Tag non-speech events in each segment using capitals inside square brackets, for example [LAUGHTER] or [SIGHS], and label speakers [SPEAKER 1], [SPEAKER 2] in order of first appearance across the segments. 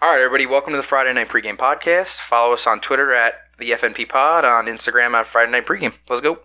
[SPEAKER 1] All right, everybody, welcome to the Friday Night Pregame Podcast. Follow us on Twitter at the FNP Pod, on Instagram at Friday Night Pregame. Let's go.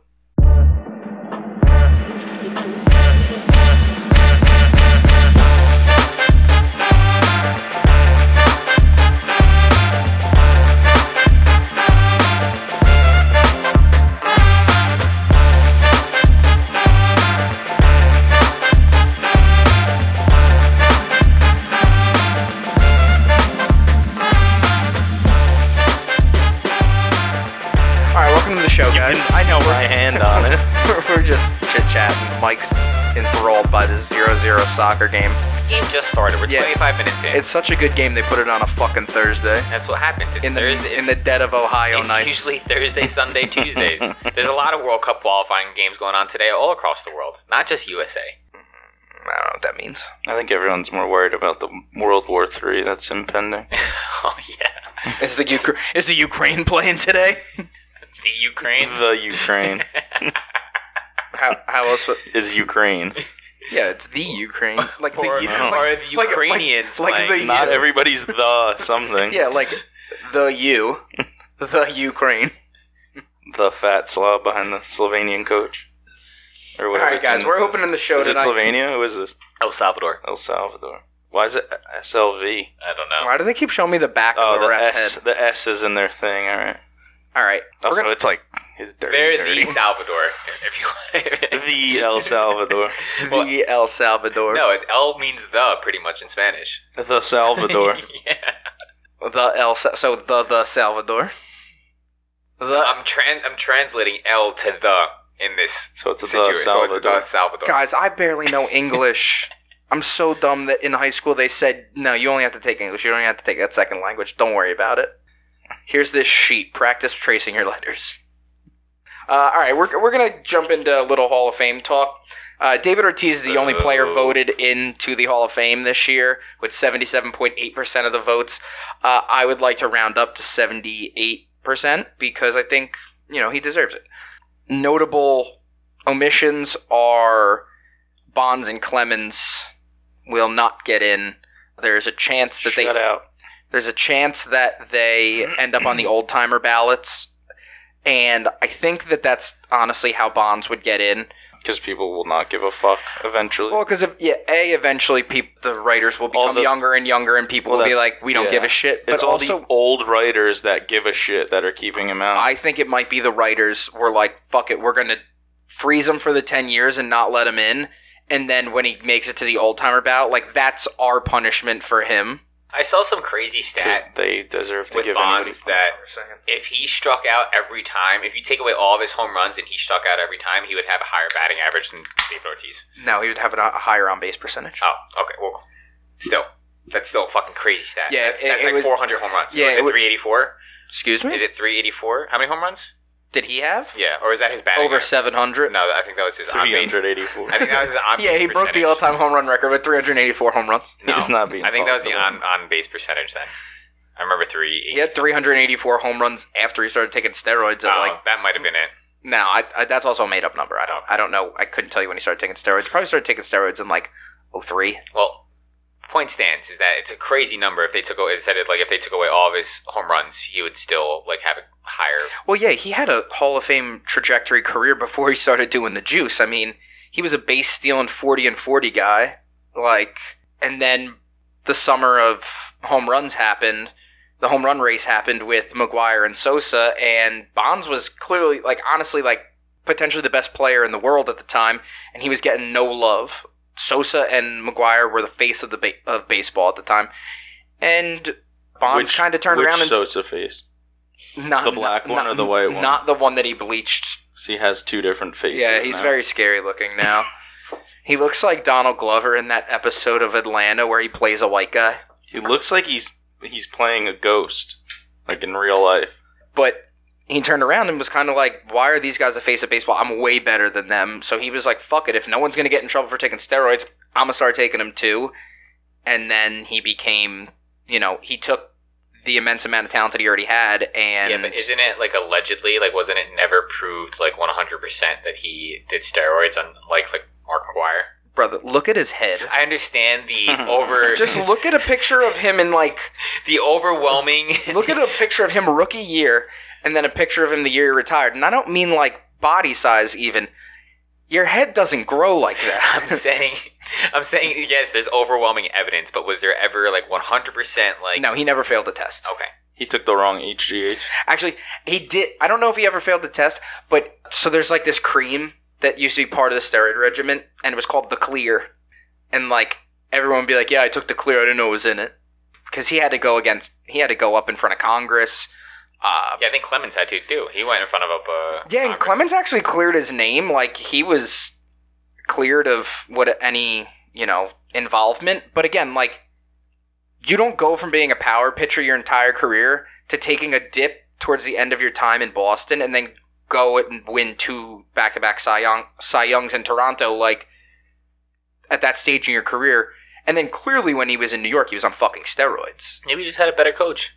[SPEAKER 1] All right, welcome to the show, guys. I know
[SPEAKER 2] my hand on it.
[SPEAKER 1] [LAUGHS] we're, we're just chit chatting. Mike's enthralled by this 0 0 soccer game.
[SPEAKER 2] Game just started. We're
[SPEAKER 1] Yeah.
[SPEAKER 2] 25 minutes in.
[SPEAKER 1] It's such a good game, they put it on a fucking Thursday.
[SPEAKER 2] That's what happens. It's
[SPEAKER 1] In the,
[SPEAKER 2] Thursday.
[SPEAKER 1] in
[SPEAKER 2] it's-
[SPEAKER 1] the dead of Ohio
[SPEAKER 2] it's
[SPEAKER 1] nights.
[SPEAKER 2] usually
[SPEAKER 1] [LAUGHS]
[SPEAKER 2] Thursday, Sunday, Tuesdays. There's a lot of World Cup qualifying games going on today all across the world, not just USA.
[SPEAKER 1] I don't know what that means.
[SPEAKER 3] I think everyone's more worried about the World War III that's
[SPEAKER 1] [LAUGHS]
[SPEAKER 3] impending.
[SPEAKER 2] [LAUGHS] Oh yeah,
[SPEAKER 1] Is the, Ukra- is the Ukraine playing today?
[SPEAKER 2] the Ukraine.
[SPEAKER 3] the Ukraine
[SPEAKER 1] How, how else would. [LAUGHS]
[SPEAKER 3] is Ukraine.
[SPEAKER 1] Yeah, it's the
[SPEAKER 2] [LAUGHS]
[SPEAKER 1] Ukraine. Like the,
[SPEAKER 2] [LAUGHS] or,
[SPEAKER 1] like-
[SPEAKER 2] or the
[SPEAKER 1] like-
[SPEAKER 2] Ukrainians
[SPEAKER 1] like- like
[SPEAKER 2] playing.
[SPEAKER 1] the-
[SPEAKER 3] Not
[SPEAKER 1] Yeah.
[SPEAKER 3] everybody's the something.
[SPEAKER 1] Yeah, like the
[SPEAKER 2] [LAUGHS]
[SPEAKER 1] you, the Ukraine.
[SPEAKER 3] The fat slob behind the Slovenian coach. Or
[SPEAKER 1] All
[SPEAKER 3] whatever.
[SPEAKER 1] right, guys,
[SPEAKER 3] team
[SPEAKER 1] we're
[SPEAKER 3] this is.
[SPEAKER 1] opening the show
[SPEAKER 3] Is it
[SPEAKER 1] tonight.
[SPEAKER 3] Slovenia? Who is this?
[SPEAKER 2] El Salvador.
[SPEAKER 3] El Salvador. Why is it SLV?
[SPEAKER 2] I don't know.
[SPEAKER 1] Why do they keep showing me the back
[SPEAKER 3] Oh,
[SPEAKER 1] of the,
[SPEAKER 3] the
[SPEAKER 1] ref's
[SPEAKER 3] S.
[SPEAKER 1] head?
[SPEAKER 3] The S is in their thing. All right.
[SPEAKER 1] All right, we're
[SPEAKER 3] Also,
[SPEAKER 1] gonna-
[SPEAKER 3] it's like his dirty.
[SPEAKER 2] They're
[SPEAKER 3] dirty.
[SPEAKER 2] the Salvador. If you [LAUGHS]
[SPEAKER 3] [LAUGHS] The El Salvador.
[SPEAKER 2] well-
[SPEAKER 1] the El Salvador,
[SPEAKER 2] no, it, El means the pretty much in Spanish. [LAUGHS]
[SPEAKER 1] [LAUGHS]
[SPEAKER 3] the Salvador.
[SPEAKER 2] yeah.
[SPEAKER 1] the El Sa- so the the Salvador, the
[SPEAKER 2] I'm tran- I'm translating El to the in this
[SPEAKER 3] So it's the
[SPEAKER 2] situation. So it's
[SPEAKER 3] Salvador.
[SPEAKER 2] the Salvador.
[SPEAKER 1] guys. I barely know English. I'm so dumb that in high school they said no, you only have to take English. You don't even have to take that second language. Don't worry about it. Here's this sheet. Practice tracing your letters. Uh, all right, we're, we're going to jump into a little Hall of Fame talk. Uh, David Ortiz is the only player
[SPEAKER 2] Oh.
[SPEAKER 1] voted into the Hall of Fame this year with 77.8% of the votes. Uh, I would like to round up to 78% because I think, you know, he deserves it. Notable omissions are Bonds and Clemens will not get in. There's a chance that they
[SPEAKER 3] Shut out.
[SPEAKER 1] there's a chance that they end up on the old timer ballots. And I think that that's honestly how Bonds would get in.
[SPEAKER 3] Because people will not give a fuck eventually.
[SPEAKER 1] Well, because if yeah, a eventually peop- the writers will
[SPEAKER 3] All
[SPEAKER 1] become
[SPEAKER 3] the-
[SPEAKER 1] younger and younger, and people
[SPEAKER 3] Well,
[SPEAKER 1] will be
[SPEAKER 3] that's-
[SPEAKER 1] like, "We don't
[SPEAKER 3] yeah.
[SPEAKER 1] give a shit." But
[SPEAKER 3] it's all
[SPEAKER 1] also,
[SPEAKER 3] the old writers that give a shit that are keeping him out.
[SPEAKER 1] I think it might be the writers were like, "Fuck it, we're gonna freeze him for the ten years and not let him in." And then when he makes it to the old timer ballot, like that's our punishment for him.
[SPEAKER 2] I saw some crazy
[SPEAKER 3] 'Cause
[SPEAKER 2] stat
[SPEAKER 3] they deserve to
[SPEAKER 2] with
[SPEAKER 3] give anybody.
[SPEAKER 2] Bonds that if he struck out every time, if you take away all of his home runs and he struck out every time, he would have a higher batting average than David Ortiz.
[SPEAKER 1] No, he would have a, a higher on base percentage.
[SPEAKER 2] Oh, okay. Well, still, that's still a fucking crazy stat.
[SPEAKER 1] Yeah,
[SPEAKER 2] that's,
[SPEAKER 1] it-
[SPEAKER 2] that's
[SPEAKER 1] it
[SPEAKER 2] like
[SPEAKER 1] was-
[SPEAKER 2] 400 home runs.
[SPEAKER 1] Yeah, it
[SPEAKER 2] Yeah,
[SPEAKER 1] Hmm?
[SPEAKER 2] is it
[SPEAKER 1] was-
[SPEAKER 2] 384?
[SPEAKER 1] Excuse me.
[SPEAKER 2] Is it 384? How many home runs?
[SPEAKER 1] Did he have
[SPEAKER 2] Yeah, or is that his batting
[SPEAKER 1] over
[SPEAKER 2] average?
[SPEAKER 1] seven hundred?
[SPEAKER 2] No, I think that was his on base.
[SPEAKER 3] 384.
[SPEAKER 2] I think that was his on
[SPEAKER 1] [LAUGHS] Yeah, he broke the all-time home run record with 384 home runs.
[SPEAKER 2] No,
[SPEAKER 3] [LAUGHS] He's not being
[SPEAKER 2] I think that was the
[SPEAKER 3] talked
[SPEAKER 2] on, on base percentage then. I remember three.
[SPEAKER 1] He had 384 home runs after he started taking steroids. At
[SPEAKER 2] oh,
[SPEAKER 1] like
[SPEAKER 2] that might have been it.
[SPEAKER 1] no, I, I, that's also a made-up number. I
[SPEAKER 2] Oh.
[SPEAKER 1] don't, I don't know. I couldn't tell you when he started taking steroids. Probably started taking steroids in like 03.
[SPEAKER 2] Well, point stands is that it's a crazy number. If they took away, it said it like if they took away all of his home runs, he would still like have a higher.
[SPEAKER 1] Well, yeah, he had a Hall of Fame trajectory career before he started doing the juice. I mean, he was a base stealing 40 and 40 guy. Like, and then the summer of home runs happened. The home run race happened with McGuire and Sosa, and Bonds was clearly, like, honestly, like, potentially the best player in the world at the time, and he was getting no love. Sosa and McGuire were the face of the ba- of baseball at the time, and Bonds
[SPEAKER 3] Which-
[SPEAKER 1] kind of turned
[SPEAKER 3] which
[SPEAKER 1] around and
[SPEAKER 3] Sosa face?
[SPEAKER 1] not
[SPEAKER 3] The black one or the white one?
[SPEAKER 1] Not the one that he bleached.
[SPEAKER 3] So he has two different faces.
[SPEAKER 1] yeah, he's
[SPEAKER 3] now.
[SPEAKER 1] very scary looking now. he looks like Donald Glover in that episode of Atlanta where he plays a white guy.
[SPEAKER 3] He looks like he's he's playing a ghost, like in real life.
[SPEAKER 1] But he turned around and was kind of like, "Why are these guys the face of baseball? I'm way better than them." So he was like, "Fuck it. If no one's gonna get in trouble for taking steroids, I'm gonna start taking them too." And then he became, you know, he took the immense amount of talent that he already had, and
[SPEAKER 2] yeah, but isn't it like allegedly? Like, wasn't it never proved like one hundred percent that he did steroids on like like Mark McGuire?
[SPEAKER 1] brother, look at his head.
[SPEAKER 2] [LAUGHS] I understand the
[SPEAKER 1] [LAUGHS]
[SPEAKER 2] over [LAUGHS]
[SPEAKER 1] Just look at a picture of him in like
[SPEAKER 2] the overwhelming. [LAUGHS]
[SPEAKER 1] look at a picture of him rookie year and then a picture of him the year he retired. And I don't mean like body size even. Your head doesn't grow like
[SPEAKER 2] [LAUGHS]
[SPEAKER 1] [LAUGHS]
[SPEAKER 2] I'm
[SPEAKER 1] that.
[SPEAKER 2] saying, I'm saying yes. There's overwhelming evidence, but was there ever like 100 percent like?
[SPEAKER 1] no, he never failed a test.
[SPEAKER 2] Okay.
[SPEAKER 3] He took the wrong HGH.
[SPEAKER 1] Actually, he did. I don't know if he ever failed the test, but so there's like this cream that used to be part of the steroid regimen, and it was called the Clear. And like everyone would be like, "Yeah, I took the Clear. I didn't know it was in it," because he had to go against. He had to go up in front of Congress. Uh,
[SPEAKER 2] Yeah, I think Clemens had to too. He went in front of a. Uh,
[SPEAKER 1] yeah, and
[SPEAKER 2] Congress.
[SPEAKER 1] Clemens actually cleared his name. Like he was cleared of what any you know involvement. But again, like you don't go from being a power pitcher your entire career to taking a dip towards the end of your time in Boston and then go and win two back-to-back Cy Young Cy Youngs in Toronto. Like at that stage in your career, and then clearly when he was in New York, he was on fucking steroids.
[SPEAKER 2] Maybe he just had a better coach.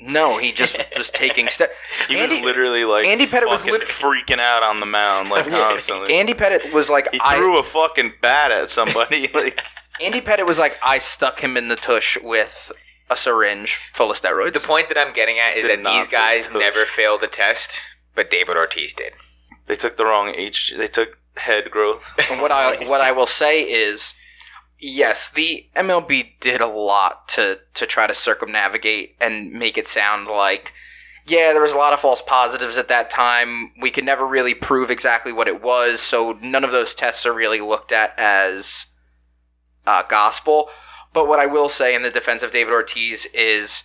[SPEAKER 1] No, he just was
[SPEAKER 3] [LAUGHS]
[SPEAKER 1] taking ste-
[SPEAKER 3] He was
[SPEAKER 1] Andy-
[SPEAKER 3] literally like
[SPEAKER 1] Andy Pettit was
[SPEAKER 3] fucking
[SPEAKER 1] lit-
[SPEAKER 3] freaking out on the mound
[SPEAKER 1] [LAUGHS]
[SPEAKER 3] like
[SPEAKER 2] Yeah.
[SPEAKER 3] constantly.
[SPEAKER 1] Andy Pettit was like
[SPEAKER 3] he
[SPEAKER 1] I-
[SPEAKER 3] threw a fucking bat at somebody. [LAUGHS] Like
[SPEAKER 1] Andy Pettit was like, I stuck him in the tush with a syringe full of steroids.
[SPEAKER 2] The point that I'm getting at is
[SPEAKER 3] Did
[SPEAKER 2] that
[SPEAKER 3] not
[SPEAKER 2] these guys
[SPEAKER 3] say touch.
[SPEAKER 2] never failed a test, but David Ortiz did.
[SPEAKER 3] they took the wrong H. They took head growth.
[SPEAKER 1] And what [LAUGHS] I what I will say is, yes, the MLB did a lot to to try to circumnavigate and make it sound like, yeah, there was a lot of false positives at that time. We could never really prove exactly what it was, so none of those tests are really looked at as uh, gospel. But what I will say in the defense of David Ortiz is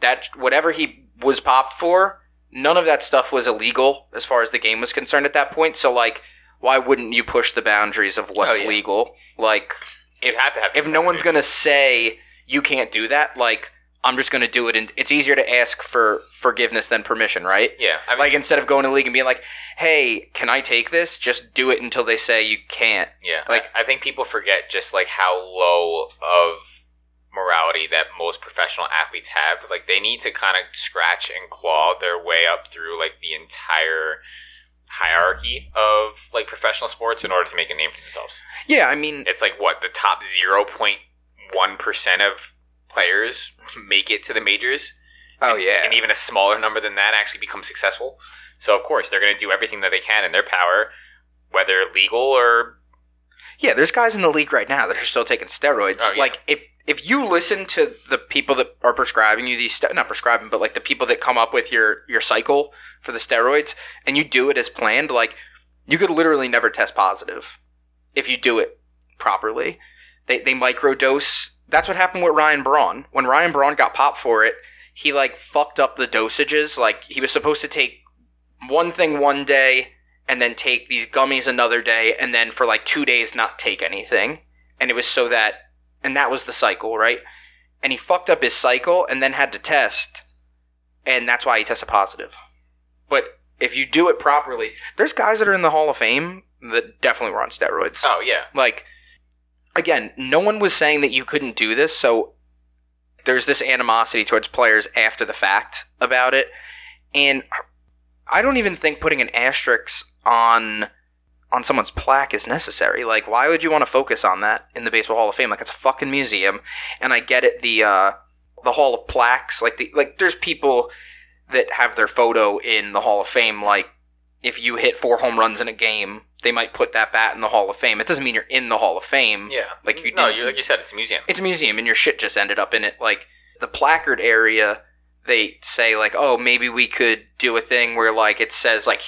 [SPEAKER 1] that whatever he was popped for, none of that stuff was illegal as far as the game was concerned at that point. So like, why wouldn't you push the boundaries of what's
[SPEAKER 2] Oh, yeah.
[SPEAKER 1] legal? Like,
[SPEAKER 2] You have to have.
[SPEAKER 1] if no one's gonna say you can't do that, like I'm just gonna do it, and it's easier to ask for forgiveness than permission, right?
[SPEAKER 2] Yeah, I mean,
[SPEAKER 1] Like instead of going to the league and being like, "Hey, can I take this?" Just do it until they say you can't.
[SPEAKER 2] yeah.
[SPEAKER 1] like-
[SPEAKER 2] Like I think people forget just like how low of morality that most professional athletes have. Like they need to kind of scratch and claw their way up through like the entire hierarchy of like professional sports in order to make a name for themselves.
[SPEAKER 1] Yeah, I mean,
[SPEAKER 2] It's like what the top 0.1% of players [LAUGHS] make it to the majors.
[SPEAKER 1] oh
[SPEAKER 2] And-
[SPEAKER 1] yeah,
[SPEAKER 2] And even a smaller number than that actually become successful. So, of course, they're going to do everything that they can in their power, whether legal or.
[SPEAKER 1] Yeah, there's guys in the league right now that are still taking steroids.
[SPEAKER 2] Oh, yeah.
[SPEAKER 1] Like if if you listen to the people that are prescribing you these ste- not prescribing, but like the people that come up with your your cycle for the steroids, and you do it as planned, like you could literally never test positive if you do it properly. They they microdose. That's what happened with Ryan Braun. When Ryan Braun got popped for it, he like fucked up the dosages. Like he was supposed to take one thing one day and then take these gummies another day and then for like two days not take anything and it was so that and that was the cycle right and he fucked up his cycle and then had to test and that's why he tested positive but if you do it properly there's guys that are in the hall of fame that definitely were on steroids
[SPEAKER 2] Oh, yeah.
[SPEAKER 1] like again no one was saying that you couldn't do this so there's this animosity towards players after the fact about it and i don't even think putting an asterisk on on someone's plaque is necessary like why would you want to focus on that in the baseball hall of fame like it's a fucking museum and i get it the uh the hall of plaques like the like there's people that have their photo in the hall of fame like if you hit four home runs in a game, they might put that bat in the Hall of Fame. It doesn't mean you're in the Hall of Fame.
[SPEAKER 2] Yeah.
[SPEAKER 1] Like you
[SPEAKER 2] No,
[SPEAKER 1] didn't-
[SPEAKER 2] you, like you said, it's a museum.
[SPEAKER 1] It's a museum, and your shit just ended up in it. Like the placard area, they say like, oh, maybe we could do a thing where like it says like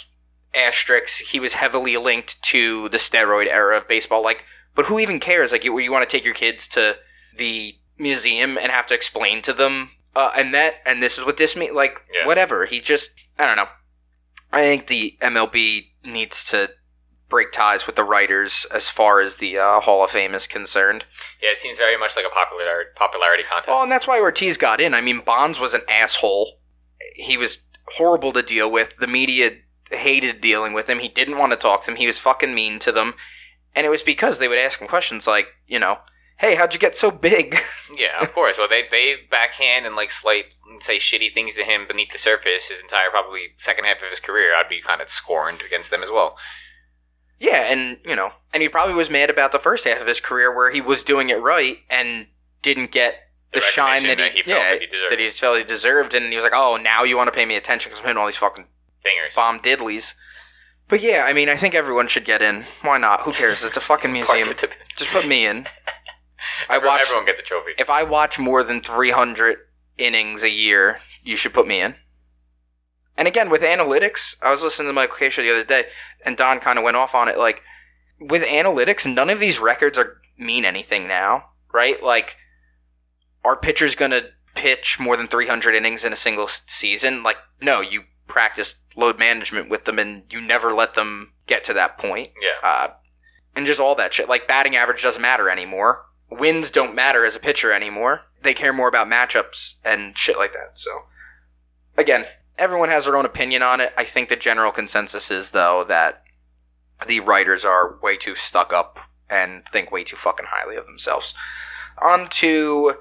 [SPEAKER 1] asterisk he was heavily linked to the steroid era of baseball. Like, but who even cares? Like, you, you want to take your kids to the museum and have to explain to them uh, and that and this is what this means. Like,
[SPEAKER 2] Yeah.
[SPEAKER 1] whatever. He just I don't know. I think the MLB needs to break ties with the writers as far as the uh, Hall of Fame is concerned.
[SPEAKER 2] Yeah, it seems very much like a popular, popularity contest.
[SPEAKER 1] Well, and that's why Ortiz got in. I mean, Bonds was an asshole. He was horrible to deal with. The media hated dealing with him. He didn't want to talk to them. He was fucking mean to them. And it was because they would ask him questions like, you know, hey, how'd you get so big? [LAUGHS]
[SPEAKER 2] Yeah, of course. Well, they they backhand and like slight say shitty things to him beneath the surface his entire probably second half of his career. I'd be kind of scorned against them as well.
[SPEAKER 1] Yeah, and you know, and he probably was mad about the first half of his career where he was doing it right and didn't get the, shine that
[SPEAKER 2] recognition
[SPEAKER 1] he,
[SPEAKER 2] felt
[SPEAKER 1] yeah,
[SPEAKER 2] that he deserved.
[SPEAKER 1] that he felt he deserved, and he was like, "Oh, now you want to pay me attention because I'm hitting all these fucking
[SPEAKER 2] Dingers.
[SPEAKER 1] bomb diddlies." But yeah, I mean, I think everyone should get in. Why not? Who cares? It's a fucking
[SPEAKER 2] Of course
[SPEAKER 1] museum.
[SPEAKER 2] it did.
[SPEAKER 1] Just put me in. I watch
[SPEAKER 2] Everyone gets a trophy.
[SPEAKER 1] if I watch more than 300 innings a year, you should put me in. And again, with analytics, I was listening to Michael K. Show the other day, and Don kind of went off on it. Like, with analytics, none of these records are mean anything now, right? Like, are pitchers going to pitch more than 300 innings in a single s- season? Like, no, you practice load management with them, and you never let them get to that point
[SPEAKER 2] yeah.
[SPEAKER 1] uh, and just all that shit. Like batting average doesn't matter anymore. Wins don't matter as a pitcher anymore. They care more about matchups and shit like that. So, again, everyone has their own opinion on it. I think the general consensus is though that the writers are way too stuck up and think way too fucking highly of themselves. On to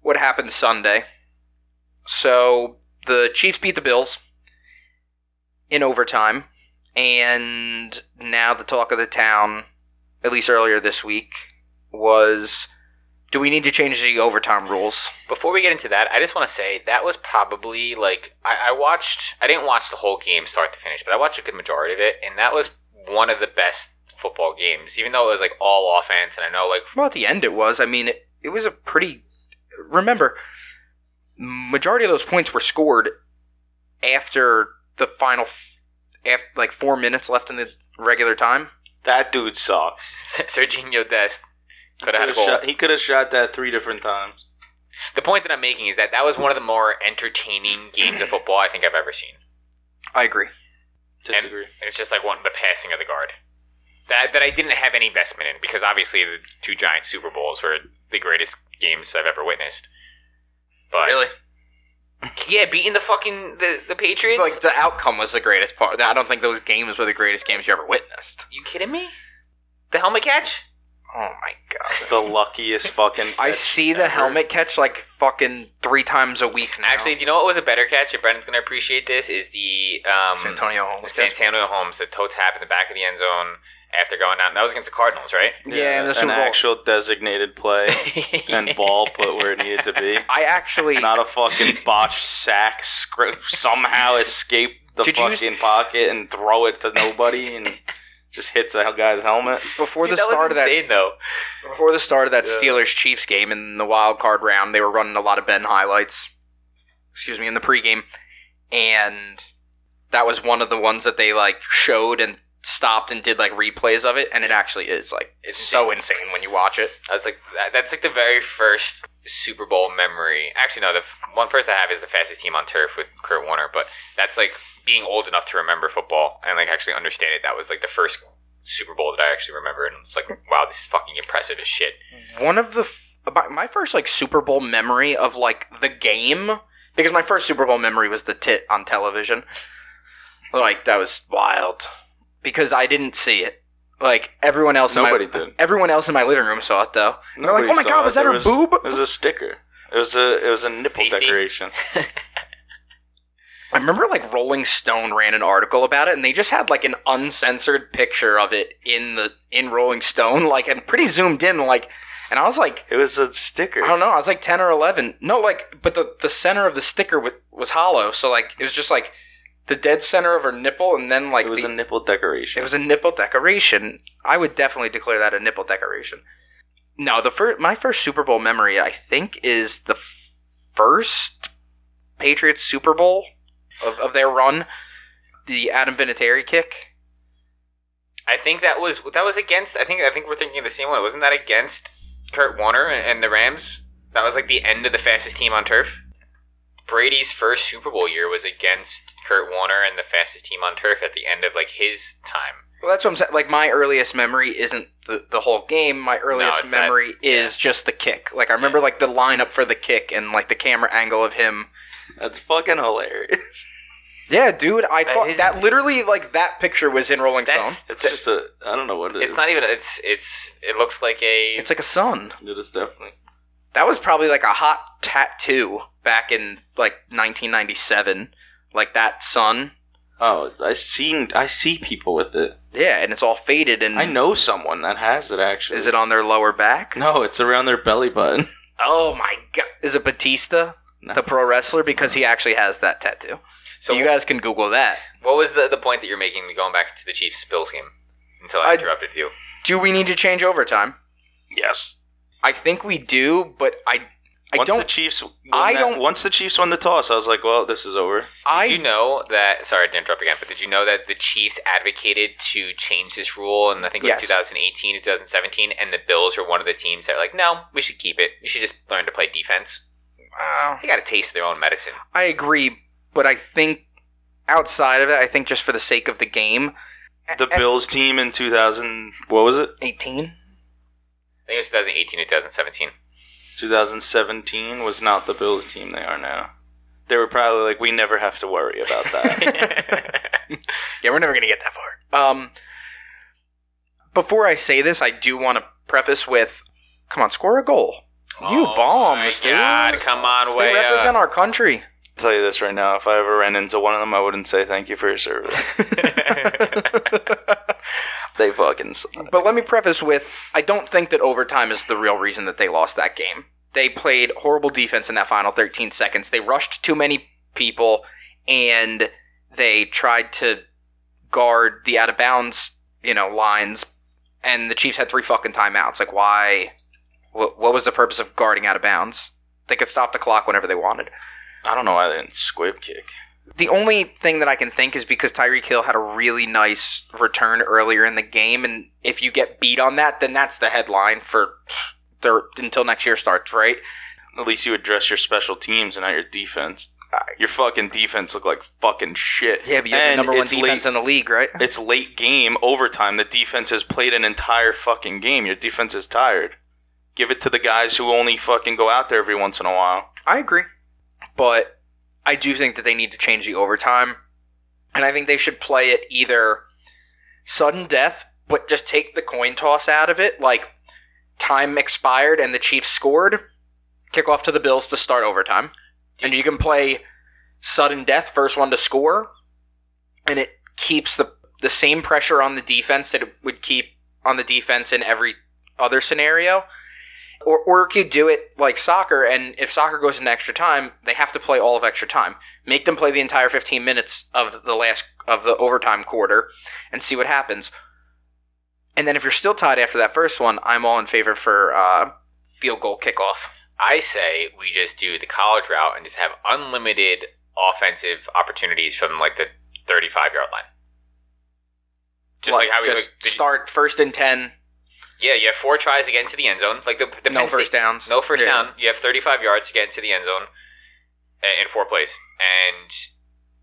[SPEAKER 1] what happened Sunday. So the Chiefs beat the Bills in overtime and now the talk of the town, at least earlier this week, was do we need to change the overtime rules?
[SPEAKER 2] Before we get into that, I just want to say that was probably like I, I watched. I didn't watch the whole game start to finish, but I watched a good majority of it, and that was one of the best football games. Even though it was like all offense, and I know like [LAUGHS]
[SPEAKER 1] Well, at the end it was. I mean, it, it was a pretty. Remember, majority of those points were scored after the final, f- after, like four minutes left in the regular time.
[SPEAKER 3] That dude sucks.
[SPEAKER 2] Serginho Dest could have
[SPEAKER 3] He
[SPEAKER 2] had a
[SPEAKER 3] could've
[SPEAKER 2] goal.
[SPEAKER 3] shot- he could have shot that three different times.
[SPEAKER 2] The point that I'm making is that that was one of the more entertaining games of football I think I've ever seen.
[SPEAKER 1] I agree.
[SPEAKER 3] Disagree.
[SPEAKER 2] It's just like one the passing of the guard. That that I didn't have any investment in because obviously the two giant Super Bowls were the greatest games I've ever witnessed. But yeah, beating the fucking the, the Patriots.
[SPEAKER 1] Like the outcome was the greatest part. I don't think those games were the greatest games you ever witnessed.
[SPEAKER 2] you kidding me? The helmet catch?
[SPEAKER 1] Oh my god.
[SPEAKER 3] [LAUGHS] the luckiest fucking.
[SPEAKER 1] I
[SPEAKER 3] catch [LAUGHS]
[SPEAKER 1] see the
[SPEAKER 3] ever.
[SPEAKER 1] helmet catch like fucking three times a week now.
[SPEAKER 2] Actually, do you know what was a better catch? And Brendan's gonna appreciate this. Is the um,
[SPEAKER 1] Santonio Holmes.
[SPEAKER 2] San Antonio Holmes the toe tap in the back of the end zone after going down. That was against the Cardinals, [LAUGHS] right?
[SPEAKER 1] Yeah, in the
[SPEAKER 3] an
[SPEAKER 1] Super Bowl.
[SPEAKER 3] actual designated play [LAUGHS] and ball put where it needed to be.
[SPEAKER 1] I actually
[SPEAKER 3] Not a fucking botched sack. Scr- somehow escape the
[SPEAKER 1] Did you-
[SPEAKER 3] fucking pocket and throw it to nobody and
[SPEAKER 1] [LAUGHS]
[SPEAKER 3] just hits a guy's helmet.
[SPEAKER 1] before
[SPEAKER 2] Dude,
[SPEAKER 1] the start
[SPEAKER 2] was
[SPEAKER 1] of that
[SPEAKER 2] insane, though.
[SPEAKER 1] before the start of that
[SPEAKER 2] Yeah.
[SPEAKER 1] Steelers Chiefs game in the wild card round, they were running a lot of Ben highlights. Excuse me, in the pregame, and that was one of the ones that they like showed and stopped and did like replays of it, and it actually is like it's so insane when you watch it.
[SPEAKER 2] I was like, that, that's like the very first Super Bowl memory. Actually, no, the f- one first I have is the fastest team on turf with Kurt Warner, but that's like being old enough to remember football and like actually understand it. That was like the first Super Bowl that I actually remember, and it's like, wow, this is fucking impressive as shit.
[SPEAKER 1] one of the f- my, my first like Super Bowl memory of like the game because my first Super Bowl memory was the tit on television. Like that was wild because I didn't see it. Like everyone else,
[SPEAKER 3] Nobody
[SPEAKER 1] in my,
[SPEAKER 3] did.
[SPEAKER 1] Everyone else in my living room saw it though. And they're like,
[SPEAKER 3] Nobody
[SPEAKER 1] "Oh my
[SPEAKER 3] saw
[SPEAKER 1] god, was that
[SPEAKER 3] There
[SPEAKER 1] her boob?"
[SPEAKER 3] It was a sticker. It was a it was a nipple
[SPEAKER 2] Pasty.
[SPEAKER 3] decoration.
[SPEAKER 1] I remember like Rolling Stone ran an article about it, and they just had like an uncensored picture of it in the in Rolling Stone, [LAUGHS] like and pretty zoomed in, like. And I was like,
[SPEAKER 3] It was a sticker.
[SPEAKER 1] I don't know. I was like ten or eleven. No, like, but the the center of the sticker w- was hollow, so like it was just like the dead center of her nipple, and then like
[SPEAKER 3] it was
[SPEAKER 1] the,
[SPEAKER 3] a nipple decoration.
[SPEAKER 1] it was a nipple decoration. I would definitely declare that a nipple decoration. No, the first my first Super Bowl memory, I think, is the f- first Patriots Super Bowl of, of their run, the Adam Vinatieri kick.
[SPEAKER 2] I think that was that was against. I think I think we're thinking of the same one. Wasn't that against Kurt Warner and, and the Rams? That was like the end of the fastest team on turf. Brady's first Super Bowl year was against Kurt Warner and the fastest team on turf at the end of like his time.
[SPEAKER 1] Well, that's what I'm saying. Like my earliest memory isn't the, the whole game. My earliest
[SPEAKER 2] it's that-
[SPEAKER 1] memory is just the kick. Like I remember like the lineup for the kick and like the camera angle of him.
[SPEAKER 3] That's fucking hilarious.
[SPEAKER 1] Yeah, dude, I
[SPEAKER 2] That
[SPEAKER 1] thought
[SPEAKER 2] is-
[SPEAKER 1] that literally like that picture was in Rolling
[SPEAKER 2] That's
[SPEAKER 1] Stone.
[SPEAKER 3] It's just a I don't know what it is.
[SPEAKER 2] it's not even it's it's it looks like a
[SPEAKER 1] It's like a sun.
[SPEAKER 3] it is definitely
[SPEAKER 1] That was probably like a hot tattoo back in like 1997. Like that sun.
[SPEAKER 3] Oh, I seen I see people with it.
[SPEAKER 1] Yeah, and it's all faded and
[SPEAKER 3] I know someone that has Hmm. it actually.
[SPEAKER 1] is it on their lower back?
[SPEAKER 3] No, it's around their belly button. [LAUGHS]
[SPEAKER 1] Oh my god. Is it Batista?
[SPEAKER 3] No.
[SPEAKER 1] The pro wrestler because he actually has that tattoo.
[SPEAKER 2] So
[SPEAKER 1] you guys can Google that.
[SPEAKER 2] what was the, the point that you're making going back to the Chiefs Bills game until I,
[SPEAKER 1] I-
[SPEAKER 2] interrupted you?
[SPEAKER 1] Do we need to change overtime?
[SPEAKER 3] Yes.
[SPEAKER 1] I think we do, but I I
[SPEAKER 3] once the
[SPEAKER 1] don't
[SPEAKER 3] Chiefs won
[SPEAKER 1] I
[SPEAKER 3] that-
[SPEAKER 1] don't-
[SPEAKER 3] once the Chiefs won the toss, I was like, well, this is over.
[SPEAKER 1] I
[SPEAKER 2] Did you know that? Sorry to interrupt again, but did you know that the Chiefs advocated to change this rule? And I think it was
[SPEAKER 1] Yes.
[SPEAKER 2] 2018 or 2017, and the Bills are one of the teams that are like, no, we should keep it. We should just learn to play defense.
[SPEAKER 1] uh,
[SPEAKER 2] They got a taste of their own medicine.
[SPEAKER 1] I agree, but I think outside of it, I think just for the sake of the game,
[SPEAKER 3] The Bills team in 2000, what was it? [LAUGHS]
[SPEAKER 1] 18.
[SPEAKER 2] I think it was 2018 or 2017.
[SPEAKER 3] 2017 was not the Bills team they are now. They were probably like, we never have to worry about [LAUGHS] that.
[SPEAKER 1] [LAUGHS] Yeah, we're never going to get that far. Um, before I say this, I do want to preface with come on, score a goal. You
[SPEAKER 2] Oh my
[SPEAKER 1] bombs, dude.
[SPEAKER 2] God, come on,
[SPEAKER 1] They
[SPEAKER 2] way
[SPEAKER 1] represent our country.
[SPEAKER 3] I'll tell you this right now, if I ever ran into one of them, I wouldn't say thank you for your [LAUGHS] service. they fucking suck.
[SPEAKER 1] But let me preface with I don't think that overtime is the real reason that they lost that game. They played horrible defense in that final 13 seconds. They rushed too many people and they tried to guard the out of bounds, you know, lines and the Chiefs had three fucking timeouts. Like why what, what was the purpose of guarding out of bounds? They could stop the clock whenever they wanted.
[SPEAKER 3] I don't know why they didn't squib kick.
[SPEAKER 1] The only thing that I can think is because Tyreek Hill had a really nice return earlier in the game, and if you get beat on that, then that's the headline for their, until next year starts, right?
[SPEAKER 3] At least you address your special teams and not your defense. Your fucking defense looked like fucking shit.
[SPEAKER 1] Yeah, but you have the
[SPEAKER 3] And
[SPEAKER 1] number one
[SPEAKER 3] it's
[SPEAKER 1] defense
[SPEAKER 3] late-
[SPEAKER 1] in the league, right?
[SPEAKER 3] it's late game overtime. The defense has played an entire fucking game. Your defense is tired. Give it to the guys who only fucking go out there every once in a while.
[SPEAKER 1] I agree, but I do think that they need to change the overtime, and I think they should play it either sudden death, but just take the coin toss out of it, like time expired and the Chiefs scored, kick off to the Bills to start overtime, and you can play sudden death, first one to score, and it keeps the the same pressure on the defense that it would keep on the defense in every other scenario or or you could do it like soccer and if soccer goes into extra time they have to play all of extra time make them play the entire 15 minutes of the last of the overtime quarter and see what happens and then if you're still tied after that first one i'm all in favor for uh, field goal kickoff
[SPEAKER 2] I say we just do the college route and just have unlimited offensive opportunities from like the 35 yard line. Just like, how we
[SPEAKER 1] just
[SPEAKER 2] like, did you-
[SPEAKER 1] start first and 10
[SPEAKER 2] yeah, you have four tries to get into the end zone. Like the, the
[SPEAKER 1] no
[SPEAKER 2] Penn State-
[SPEAKER 1] first downs
[SPEAKER 2] no first
[SPEAKER 1] Yeah.
[SPEAKER 2] down. You have 35 yards to get into the end zone uh, in four plays. And